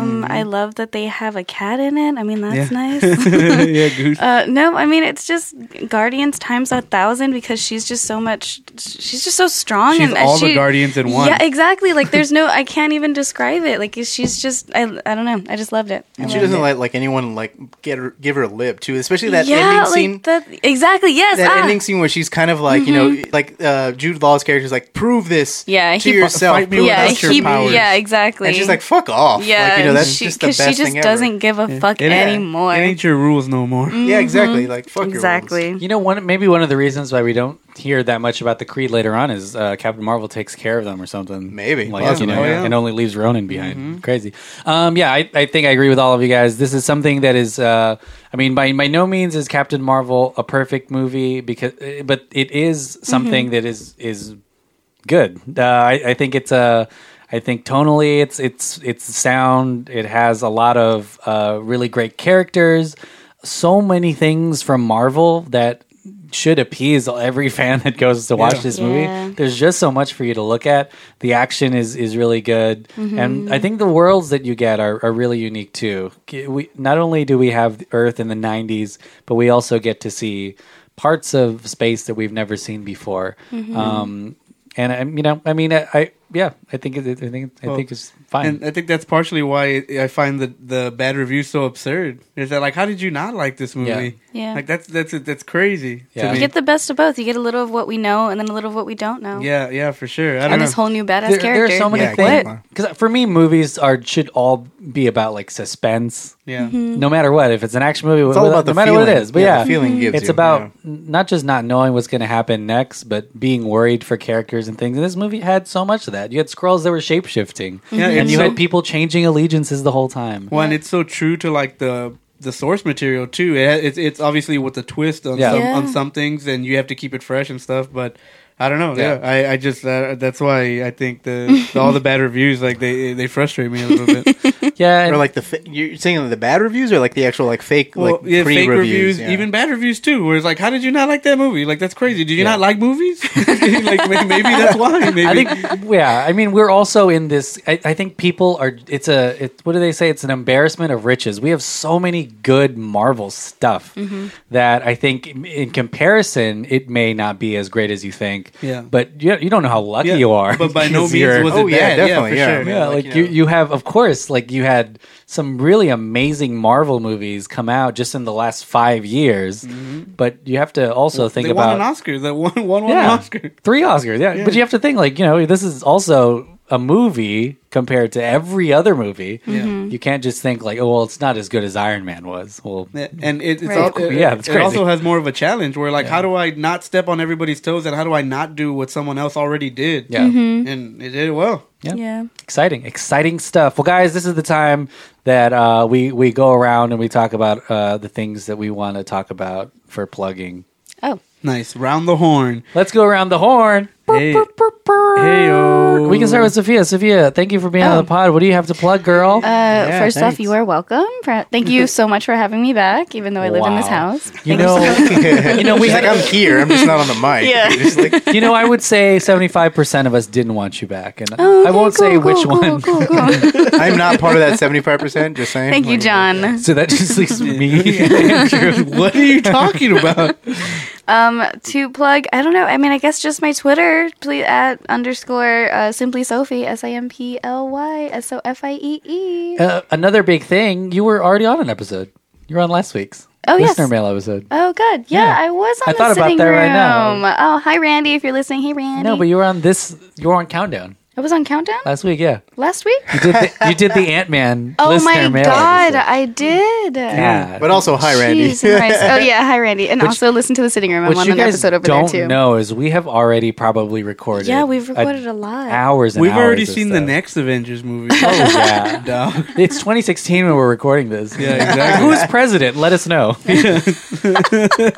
Speaker 5: Mm-hmm.
Speaker 2: I love that they have a cat in it. I mean, that's
Speaker 4: Yeah.
Speaker 2: nice.
Speaker 4: yeah, Goose.
Speaker 2: Uh, no, I mean it's just Guardians times a thousand because she's just so much. She's just so strong.
Speaker 4: She's
Speaker 2: and and
Speaker 4: all the
Speaker 2: she,
Speaker 4: Guardians in one.
Speaker 2: Yeah, exactly. Like there's no, I can't even describe it. Like she's just, I, I don't know. I just loved it. I
Speaker 5: And she
Speaker 2: loved
Speaker 5: doesn't
Speaker 2: it.
Speaker 5: let like anyone like get her, give her a lip too, especially that
Speaker 2: yeah,
Speaker 5: ending
Speaker 2: like
Speaker 5: scene.
Speaker 2: That, exactly. Yes.
Speaker 5: That
Speaker 2: ah. Mm-hmm.
Speaker 5: ending scene where she's kind of like you know like uh, Jude Law's character is like prove this
Speaker 2: Yeah,
Speaker 5: to
Speaker 2: he-
Speaker 5: yourself
Speaker 2: Fight me
Speaker 5: prove
Speaker 2: yeah,
Speaker 5: this to
Speaker 2: he-
Speaker 5: your powers."
Speaker 2: yeah, exactly.
Speaker 5: and she's like fuck off
Speaker 2: Yeah,
Speaker 5: like, you know that's
Speaker 2: she,
Speaker 5: just the
Speaker 2: 'cause
Speaker 5: best
Speaker 2: she just
Speaker 5: thing ever
Speaker 2: doesn't give a fuck
Speaker 4: It ain't-
Speaker 2: anymore. Mm.
Speaker 4: It ain't your rules no more.
Speaker 5: Yeah, exactly. Like fuck
Speaker 2: Exactly.
Speaker 3: You know, one maybe one of the reasons why we don't hear that much about the Creed later on is uh, Captain Marvel takes care of them or something.
Speaker 5: Maybe.
Speaker 3: like you
Speaker 5: Possibly.
Speaker 3: know,
Speaker 5: Oh, yeah.
Speaker 3: and only leaves Ronan behind. Crazy. Um, yeah, I, I think I agree with all of you guys. This is something that is, uh, I mean, by by no means is Captain Marvel a perfect movie because, eh, but it is something
Speaker 14: Mhm.
Speaker 3: that is is good. Uh, I, I think it's Uh, I think tonally, it's it's it's sound. It has a lot of uh, really great characters. So many things from Marvel that should appease every fan that goes to watch
Speaker 14: Yeah.
Speaker 3: this
Speaker 14: Yeah.
Speaker 3: movie. There's just so much for you to look at. The action is is really good, and
Speaker 14: Mhm.
Speaker 3: I think the worlds that you get are, are really unique too. K- We not only do we have Earth in the '90s, but we also get to see parts of space that we've never seen before.
Speaker 4: Mhm.
Speaker 3: Um, and I, you know, I mean, I, I yeah, I think it, I think I
Speaker 4: Well,
Speaker 3: think it's fine.
Speaker 4: And I think that's partially why it- I find the the bad reviews so absurd. Is that like, how did you not like this movie?
Speaker 2: Yeah. Yeah.
Speaker 4: like that's that's that's crazy.
Speaker 3: Yeah.
Speaker 4: To
Speaker 2: You
Speaker 4: me.
Speaker 2: get the best of both. You get a little of what we know, and then a little of what we don't know.
Speaker 4: yeah, yeah, for sure. I don't
Speaker 2: and
Speaker 4: know.
Speaker 2: this whole new badass
Speaker 3: there,
Speaker 2: character.
Speaker 3: There are so many things. Because for me, movies are should all be about like suspense.
Speaker 4: Yeah.
Speaker 2: Mhm.
Speaker 3: No matter what, if it's an action movie,
Speaker 5: It's all
Speaker 3: whether-
Speaker 5: about
Speaker 3: no
Speaker 5: the
Speaker 3: matter what it
Speaker 5: feeling.
Speaker 3: is, but
Speaker 5: Yeah,
Speaker 3: yeah,
Speaker 5: the feeling it gives
Speaker 3: it's
Speaker 5: you,
Speaker 3: about n- not just not knowing what's going to happen next, but being worried for characters and things. And this movie had so much of that. You had scrolls that were shape shifting,
Speaker 4: Yeah,
Speaker 3: and
Speaker 4: it's
Speaker 3: you
Speaker 4: so-
Speaker 3: had people changing allegiances the whole time.
Speaker 4: Well, and it's so true to like the the source material too. It, it's it's obviously with a twist on
Speaker 3: Yeah.
Speaker 4: some
Speaker 3: Yeah.
Speaker 4: on some things, and you have to keep it fresh and stuff. But I don't know.
Speaker 3: Yeah.
Speaker 4: Yeah, I, I just uh, that's why I think the all the bad reviews like they they frustrate me a little bit.
Speaker 3: yeah,
Speaker 5: or like the fa- you're saying the bad reviews or like the actual like fake like
Speaker 4: Well, yeah,
Speaker 5: pre
Speaker 4: fake
Speaker 5: reviews,
Speaker 4: reviews,
Speaker 5: yeah.
Speaker 4: even bad reviews too. Where it's like, how did you not like that movie? Like that's crazy. Did you not like movies? like may- maybe that's why. Maybe
Speaker 3: I think, yeah. I mean, we're also in this. I, I think people are. It's a. It, what do they say? It's an embarrassment of riches. We have so many good Marvel stuff
Speaker 14: Mhm.
Speaker 3: that I think, in- in comparison, it may not be as great as you think.
Speaker 14: Yeah.
Speaker 3: But you, you don't know how lucky you are.
Speaker 4: but by no
Speaker 3: because
Speaker 4: means
Speaker 3: you're-
Speaker 4: was it Oh, yeah, bad. Yeah, definitely, for yeah. sure.
Speaker 3: Yeah, like, you, you have, of course, like you had some really amazing Marvel movies come out just in the last five years. But you have to also think
Speaker 4: Mm-hmm. they won
Speaker 3: about
Speaker 4: an Oscar. That one one won an
Speaker 3: Yeah.
Speaker 4: Oscar.
Speaker 3: Three Oscars, yeah.
Speaker 4: Yeah.
Speaker 3: But you have to think, like, you know, this is also a movie compared to every other movie.
Speaker 4: Yeah. Mhm.
Speaker 3: You can't just think, like, oh, well, it's not as good as Iron Man was. Well,
Speaker 4: And it, it's
Speaker 3: Right.
Speaker 4: all, it,
Speaker 3: Yeah, that's
Speaker 4: it
Speaker 3: crazy.
Speaker 4: also has more of a challenge where like, how do I not step on everybody's toes, and how do I not do what someone else already did?
Speaker 3: Yeah. Mhm.
Speaker 4: and it did it well.
Speaker 3: yeah. Exciting, exciting stuff. Well, guys, this is the time that uh, we, we go around and we talk about uh, the things that we want to talk about for plugging.
Speaker 2: Oh.
Speaker 4: Nice round the horn.
Speaker 3: Let's go around the horn.
Speaker 4: Hey, hey
Speaker 3: We can start with Sophia. Sophia, thank you for being on the pod. What do you have to plug, girl?
Speaker 2: Oh. Uh, first off, you are welcome. For- Thank you so much for having me back, even though I live in this
Speaker 3: Wow.
Speaker 2: house.
Speaker 3: You know, you know, we
Speaker 5: She's like,
Speaker 3: had-
Speaker 5: I'm here, I'm just not on the mic.
Speaker 2: Yeah.
Speaker 5: It's like,
Speaker 3: you know, I would say seventy-five percent of us didn't want you back, and
Speaker 2: Oh,
Speaker 3: I
Speaker 2: okay,
Speaker 3: won't say
Speaker 2: cool,
Speaker 3: which
Speaker 2: cool,
Speaker 3: one.
Speaker 2: cool, cool, cool.
Speaker 5: I'm not part of that 75. percent Just saying.
Speaker 2: Thank you, John.
Speaker 3: So that just leaves me. and Andrew.
Speaker 4: What are you talking about?
Speaker 2: Um, to plug, I don't know. I mean, I guess just my Twitter, please at underscore uh, simply Sophie S I M P L Y S O F I E E.
Speaker 3: Uh, another big thing, you were already on an episode. You were on last week's
Speaker 2: Oh, yes.
Speaker 3: listener mail episode.
Speaker 2: Oh, good. Yeah, I was on
Speaker 3: I
Speaker 2: the
Speaker 3: thought about
Speaker 2: sitting
Speaker 3: that
Speaker 2: room.
Speaker 3: right now.
Speaker 2: Oh, hi, Randy, if you're listening. Hey, Randy.
Speaker 3: No, but you Uh, were on this. You were on Countdown
Speaker 2: I was on Countdown
Speaker 3: last week. Yeah,
Speaker 2: last week.
Speaker 3: you did. The, you did the Ant Man.
Speaker 2: Oh
Speaker 3: listener
Speaker 2: my
Speaker 3: mail
Speaker 2: god,
Speaker 3: episode.
Speaker 2: I did.
Speaker 3: Yeah.
Speaker 5: But also, hi, Randy.
Speaker 2: Jeez, nice. Oh yeah, hi Randy, and
Speaker 3: Which-
Speaker 2: also listen to the sitting room.
Speaker 3: What
Speaker 2: I'm on
Speaker 3: you
Speaker 2: an
Speaker 3: guys
Speaker 2: episode over there
Speaker 3: don't
Speaker 2: too.
Speaker 3: know is we have already probably recorded.
Speaker 2: Yeah, we've
Speaker 3: a-
Speaker 2: recorded a lot.
Speaker 3: Hours. And
Speaker 4: We've
Speaker 3: hours
Speaker 4: already
Speaker 3: of
Speaker 4: seen the
Speaker 3: stuff.
Speaker 4: next Avengers movie.
Speaker 3: Oh yeah.
Speaker 4: Dog.
Speaker 3: It's 2016 when we're recording this.
Speaker 4: Yeah, exactly.
Speaker 3: Who's president? Let us know.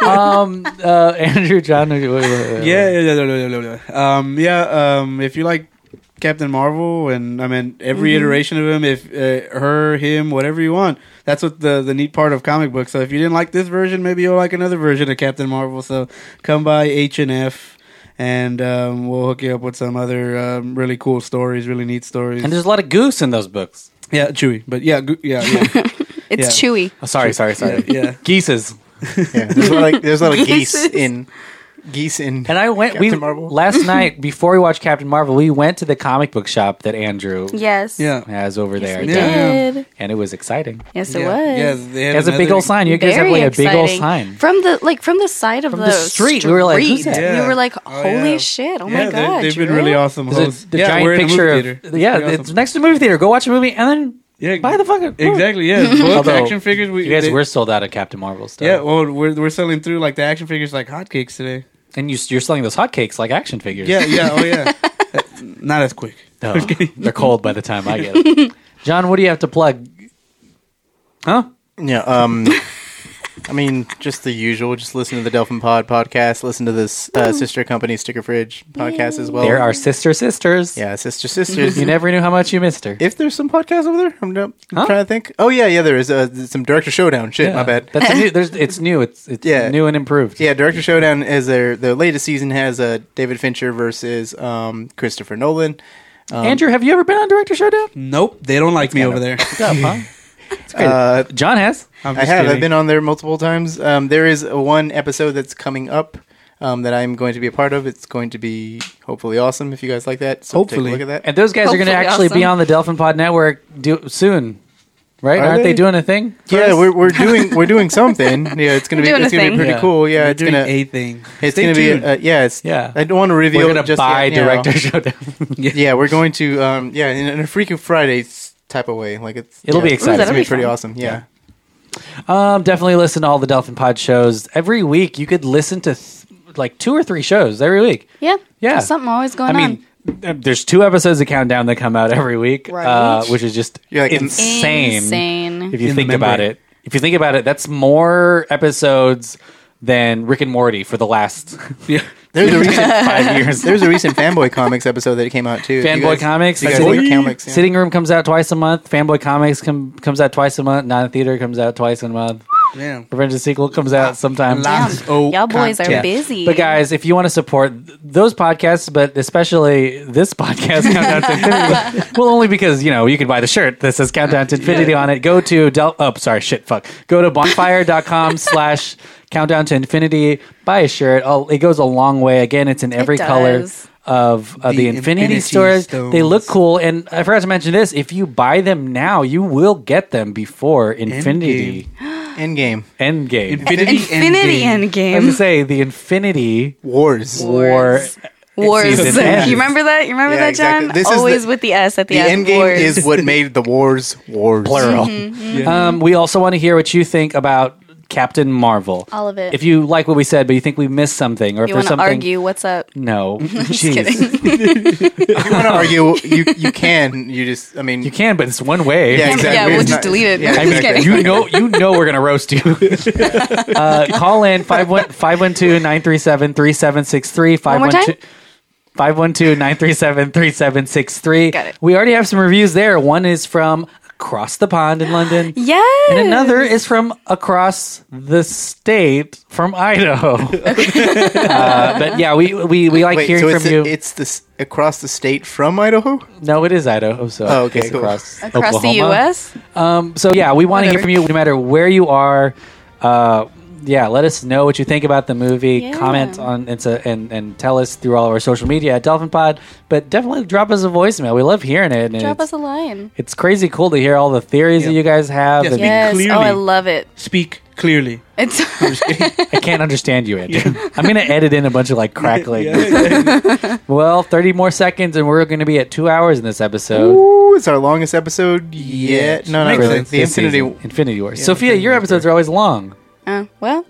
Speaker 3: um, uh, Andrew John. wait, wait, wait, wait.
Speaker 4: yeah, yeah, yeah, yeah, yeah, yeah, yeah. Um, yeah. Um, if you like Captain Marvel, and I mean every
Speaker 3: Mm-hmm.
Speaker 14: Mhm.
Speaker 4: iteration of him, if uh, her, him, whatever you want. That's what the the neat part of comic books. So if you didn't like this version, maybe you'll like another version of Captain Marvel. So come by H and F. and um, we'll hook you up with some other um, really cool stories, really neat stories.
Speaker 3: And there's a lot of goose in those books.
Speaker 4: Yeah, Chewy. But yeah, go- yeah, yeah.
Speaker 2: It's
Speaker 4: Yeah.
Speaker 2: chewy.
Speaker 3: Oh, sorry, sorry, sorry.
Speaker 4: Yeah, yeah.
Speaker 3: Geese's.
Speaker 5: Yeah, there's a lot of, there's a lot of geese
Speaker 2: Geeses.
Speaker 5: in geese in.
Speaker 3: And I went. we
Speaker 5: Captain Marvel.
Speaker 3: last night before we watched Captain Marvel, we went to the comic book shop that Andrew
Speaker 2: Yes.
Speaker 4: Yeah.
Speaker 3: has over there,
Speaker 2: we did.
Speaker 3: and it was exciting.
Speaker 2: Yes, it
Speaker 4: Yeah,
Speaker 2: was.
Speaker 4: yeah, they
Speaker 3: It
Speaker 4: had
Speaker 3: has a big
Speaker 4: another-
Speaker 3: old sign. You guys have
Speaker 2: Very
Speaker 3: like a big old
Speaker 2: exciting.
Speaker 3: sign.
Speaker 2: from the like from the side of
Speaker 3: From the street, we were like, who's
Speaker 2: street.
Speaker 3: that?
Speaker 2: We were like,
Speaker 4: Oh,
Speaker 2: holy
Speaker 4: yeah.
Speaker 2: shit! Oh my
Speaker 4: Yeah, they-
Speaker 2: god!
Speaker 4: they've been
Speaker 2: Drew.
Speaker 4: really awesome
Speaker 3: There's a-
Speaker 4: hosts.
Speaker 3: the
Speaker 4: yeah,
Speaker 3: giant
Speaker 4: we're in a movie
Speaker 3: picture of
Speaker 4: theater.
Speaker 3: yeah,
Speaker 4: pretty
Speaker 3: it's
Speaker 4: awesome.
Speaker 3: next to the movie theater. Go watch a movie and then
Speaker 4: Yeah,
Speaker 3: buy the fucking
Speaker 4: exactly. Yeah, books,
Speaker 3: Although,
Speaker 4: action figures. We
Speaker 3: You guys
Speaker 4: they-
Speaker 3: were sold out of Captain Marvel stuff.
Speaker 4: yeah. Well, we're we're selling through like the action figures like hotcakes today.
Speaker 3: and you, you're selling those hotcakes like action figures.
Speaker 4: Yeah, yeah, oh yeah. Not as quick.
Speaker 3: No, they're cold by the time I get them. John, what do you have to plug? Huh?
Speaker 5: Yeah. Um, I mean, just the usual. Just listen to the Delphin Pod podcast. Listen to this uh, sister company Sticker Fridge podcast as
Speaker 4: Oh.
Speaker 5: well.
Speaker 3: There are sister sisters.
Speaker 5: yeah, sister sisters.
Speaker 3: You never knew how much you missed her.
Speaker 5: if there's some podcasts over there, I'm, not, I'm
Speaker 3: Huh?
Speaker 5: trying to think. Oh yeah, yeah, there is uh, some Director Showdown. Shit, my
Speaker 3: Yeah.
Speaker 5: bad.
Speaker 3: That's a new, there's, it's new. It's, it's
Speaker 5: Yeah.
Speaker 3: new and improved.
Speaker 5: Yeah, Director Showdown is their the latest season has uh, David Fincher versus um, Christopher Nolan.
Speaker 3: Andrew, have you ever been on Director Showdown?
Speaker 4: Nope, they don't like me over there.
Speaker 3: What's up, huh? It's great.
Speaker 5: Uh,
Speaker 3: John has.
Speaker 4: I'm
Speaker 5: I
Speaker 4: just
Speaker 5: have.
Speaker 4: kidding.
Speaker 5: I've been on there multiple times. Um, there is one episode that's coming up um, that I'm going to be a part of. It's going to be hopefully awesome if you guys like that. So take
Speaker 4: Hopefully.
Speaker 5: a look at that.
Speaker 3: And those guys are going to
Speaker 2: Hopefully
Speaker 3: actually be
Speaker 2: awesome.
Speaker 3: on the Delphin Pod Network do, soon, right?
Speaker 5: Are
Speaker 3: Are not they?
Speaker 5: they?
Speaker 3: doing a thing?
Speaker 5: yeah, we're, we're doing we're doing something. Yeah, it's gonna be
Speaker 2: We're doing
Speaker 5: it's
Speaker 2: a
Speaker 5: gonna
Speaker 2: thing.
Speaker 5: be pretty
Speaker 3: Yeah.
Speaker 5: cool. Yeah,
Speaker 4: We're
Speaker 5: it's
Speaker 4: doing
Speaker 5: gonna
Speaker 4: a thing.
Speaker 5: it's
Speaker 4: Stay
Speaker 5: gonna be
Speaker 4: tuned.
Speaker 5: uh, yeah. It's,
Speaker 3: Yeah.
Speaker 5: I don't want to reveal.
Speaker 3: We're going to
Speaker 5: just
Speaker 3: buy
Speaker 5: yet, you know.
Speaker 3: Director Showdown.
Speaker 5: Yeah, we're going to um yeah in, in a Freak of Fridays type of way. Like it's
Speaker 3: It'll
Speaker 5: yeah,
Speaker 3: be exciting.
Speaker 5: It's
Speaker 2: that'll
Speaker 5: gonna be
Speaker 2: be
Speaker 5: pretty
Speaker 2: fun.
Speaker 5: awesome. Yeah.
Speaker 3: um, definitely listen to all the Delphin Pod shows every week. You could listen to th- like two or three shows every week.
Speaker 2: Yeah.
Speaker 3: Yeah.
Speaker 2: There's something always going
Speaker 3: I mean, th- there's two episodes of Countdown that come out every week,
Speaker 2: Right.
Speaker 3: uh, which is just
Speaker 5: You're like,
Speaker 3: insane.
Speaker 12: Insane.
Speaker 3: If you
Speaker 4: In the
Speaker 3: think about
Speaker 4: memory.
Speaker 3: it, if you think about it, that's more episodes than Rick and Morty for the last
Speaker 4: Yeah.
Speaker 5: There's a recent
Speaker 3: five years.
Speaker 5: there's a recent Fanboy Comics episode that came out too. If you
Speaker 3: Fanboy
Speaker 5: guys-
Speaker 3: Comics,
Speaker 5: if You guys
Speaker 3: Sitting-
Speaker 5: like comics. yeah.
Speaker 3: Sitting Room comes out twice a month. Fanboy Comics com- comes out twice a month. Non Theater comes out twice a month.
Speaker 4: Damn. oh,
Speaker 3: Revenge of the Sequel comes out sometime.
Speaker 4: Lots
Speaker 2: Damn.
Speaker 4: of
Speaker 2: on. Y'all boys
Speaker 4: content.
Speaker 2: are busy.
Speaker 3: But guys, if you want to support th- those podcasts, but especially this podcast, Countdown to Infinity, well, only because you know you can buy the shirt that says Countdown to Infinity on it. Go to Del. Oh, sorry, shit, fuck. Go to bonfire.com slash Countdown to Infinity. Buy a shirt. Oh, it goes a long way. Again, it's in every color
Speaker 2: does.
Speaker 3: of uh, the,
Speaker 4: The
Speaker 3: Infinity,
Speaker 4: Infinity
Speaker 3: stores. They look
Speaker 4: Stones.
Speaker 3: cool, and I forgot to mention this: if you buy them now, you will get them before Infinity
Speaker 5: Endgame
Speaker 3: Endgame.
Speaker 4: Infinity,
Speaker 2: Infinity
Speaker 4: Endgame.
Speaker 3: I
Speaker 2: Endgame.
Speaker 3: was gonna say the Infinity
Speaker 5: Wars.
Speaker 2: Wars.
Speaker 3: War
Speaker 2: Wars.
Speaker 3: season ends.
Speaker 2: You remember that? You remember
Speaker 5: Yeah,
Speaker 2: that, John?
Speaker 5: exactly. This is
Speaker 2: Always
Speaker 5: the-
Speaker 2: with the S at the,
Speaker 5: The
Speaker 2: end.
Speaker 5: Endgame
Speaker 2: Wars.
Speaker 5: is what made the wars wars.
Speaker 3: plural.
Speaker 2: Mm-hmm,
Speaker 3: Um, we also want to hear what you think about Captain Marvel.
Speaker 12: All of it.
Speaker 3: If you like what we said, but you think we missed something, or if
Speaker 2: you
Speaker 3: there's
Speaker 2: want to
Speaker 3: something,
Speaker 2: argue? What's up?
Speaker 3: no, jeez,
Speaker 2: kidding.
Speaker 5: If you want to argue, you you can. You just I mean
Speaker 3: you can, but it's one way.
Speaker 5: Yeah, exactly.
Speaker 2: Yeah, we'll
Speaker 5: It's
Speaker 2: just delete it.
Speaker 5: Yeah,
Speaker 2: I
Speaker 3: I mean,
Speaker 5: exactly.
Speaker 3: you know, you know, we're gonna roast you. uh, call in 512-937-3763.
Speaker 2: One more time?
Speaker 3: 512-937-3763.
Speaker 2: Got it.
Speaker 3: We already have some reviews there. One is from across the pond in London.
Speaker 2: Yes.
Speaker 3: And another is from across the state from Idaho. uh, but yeah, we we, we like
Speaker 5: Wait,
Speaker 3: hearing
Speaker 5: so
Speaker 3: from
Speaker 5: it's
Speaker 3: you.
Speaker 5: it's this across the state from Idaho.
Speaker 3: no, it is Idaho. So
Speaker 5: Oh, okay,
Speaker 3: it's
Speaker 5: cool.
Speaker 3: across
Speaker 2: across the
Speaker 3: Oklahoma.
Speaker 2: U.S.
Speaker 3: Um, so yeah, we want to hear
Speaker 2: Whatever.
Speaker 3: from you no matter where you are. Uh, yeah, let us know what you think about the movie.
Speaker 12: Yeah.
Speaker 3: Comment on it's a, and and tell us through all of our social media at Dolphin Pod. But definitely drop us a voicemail. We love hearing it. And
Speaker 12: Drop
Speaker 3: it's,
Speaker 12: us a line.
Speaker 3: it's crazy cool to hear all the theories that
Speaker 4: Yeah.
Speaker 3: you guys have.
Speaker 4: Yes,
Speaker 3: and
Speaker 4: we-
Speaker 2: Yes. Oh, I
Speaker 4: clearly.
Speaker 2: love it.
Speaker 4: Speak clearly.
Speaker 2: It's
Speaker 3: I can't understand you, Andrew. I'm going to edit in a bunch of like crackling.
Speaker 4: Yeah.
Speaker 3: Well, 30 more seconds, and we're going to be at two hours in this episode.
Speaker 5: Ooh, it's our longest episode yet. No, not
Speaker 4: Makes
Speaker 5: really.
Speaker 4: sense.
Speaker 5: The
Speaker 3: This
Speaker 5: Infinity
Speaker 3: season. Infinity War. Sophia, your episodes are always long.
Speaker 2: uh, well,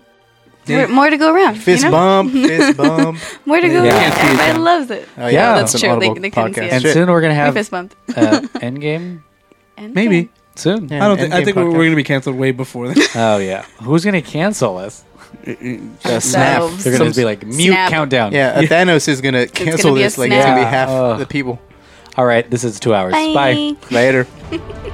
Speaker 2: more, more to go around.
Speaker 5: fist
Speaker 2: you know?
Speaker 5: bump, fist bump.
Speaker 2: More to go
Speaker 3: Yeah.
Speaker 2: around.
Speaker 3: Can't
Speaker 4: see it,
Speaker 2: Everybody
Speaker 4: John.
Speaker 2: loves it.
Speaker 5: Oh,
Speaker 3: Yeah.
Speaker 2: That's
Speaker 5: an
Speaker 2: true. They-
Speaker 5: Audible
Speaker 2: they couldn't see
Speaker 5: podcast.
Speaker 2: it.
Speaker 3: And
Speaker 5: Shit.
Speaker 3: soon we're going to
Speaker 2: We
Speaker 3: have
Speaker 2: fist bumped.
Speaker 3: uh, Endgame.
Speaker 2: And
Speaker 4: Maybe.
Speaker 3: Soon.
Speaker 5: Yeah,
Speaker 4: I don't. Th- I
Speaker 5: Endgame
Speaker 4: think we're,
Speaker 5: podcast.
Speaker 4: we're gonna be canceled way before that.
Speaker 3: Oh, yeah. Who's going to cancel us?
Speaker 5: Uh, snap.
Speaker 2: So-
Speaker 3: They're going to be like, mute
Speaker 2: Snap.
Speaker 3: countdown.
Speaker 5: Yeah, uh, Thanos is gonna cancel
Speaker 2: gonna be a
Speaker 5: this. Like it's
Speaker 4: Oh.
Speaker 2: snap.
Speaker 5: gonna be
Speaker 3: Yeah.
Speaker 5: half
Speaker 3: Ugh.
Speaker 5: the people
Speaker 3: All right, this is two hours.
Speaker 2: Bye.
Speaker 3: Bye.
Speaker 5: later.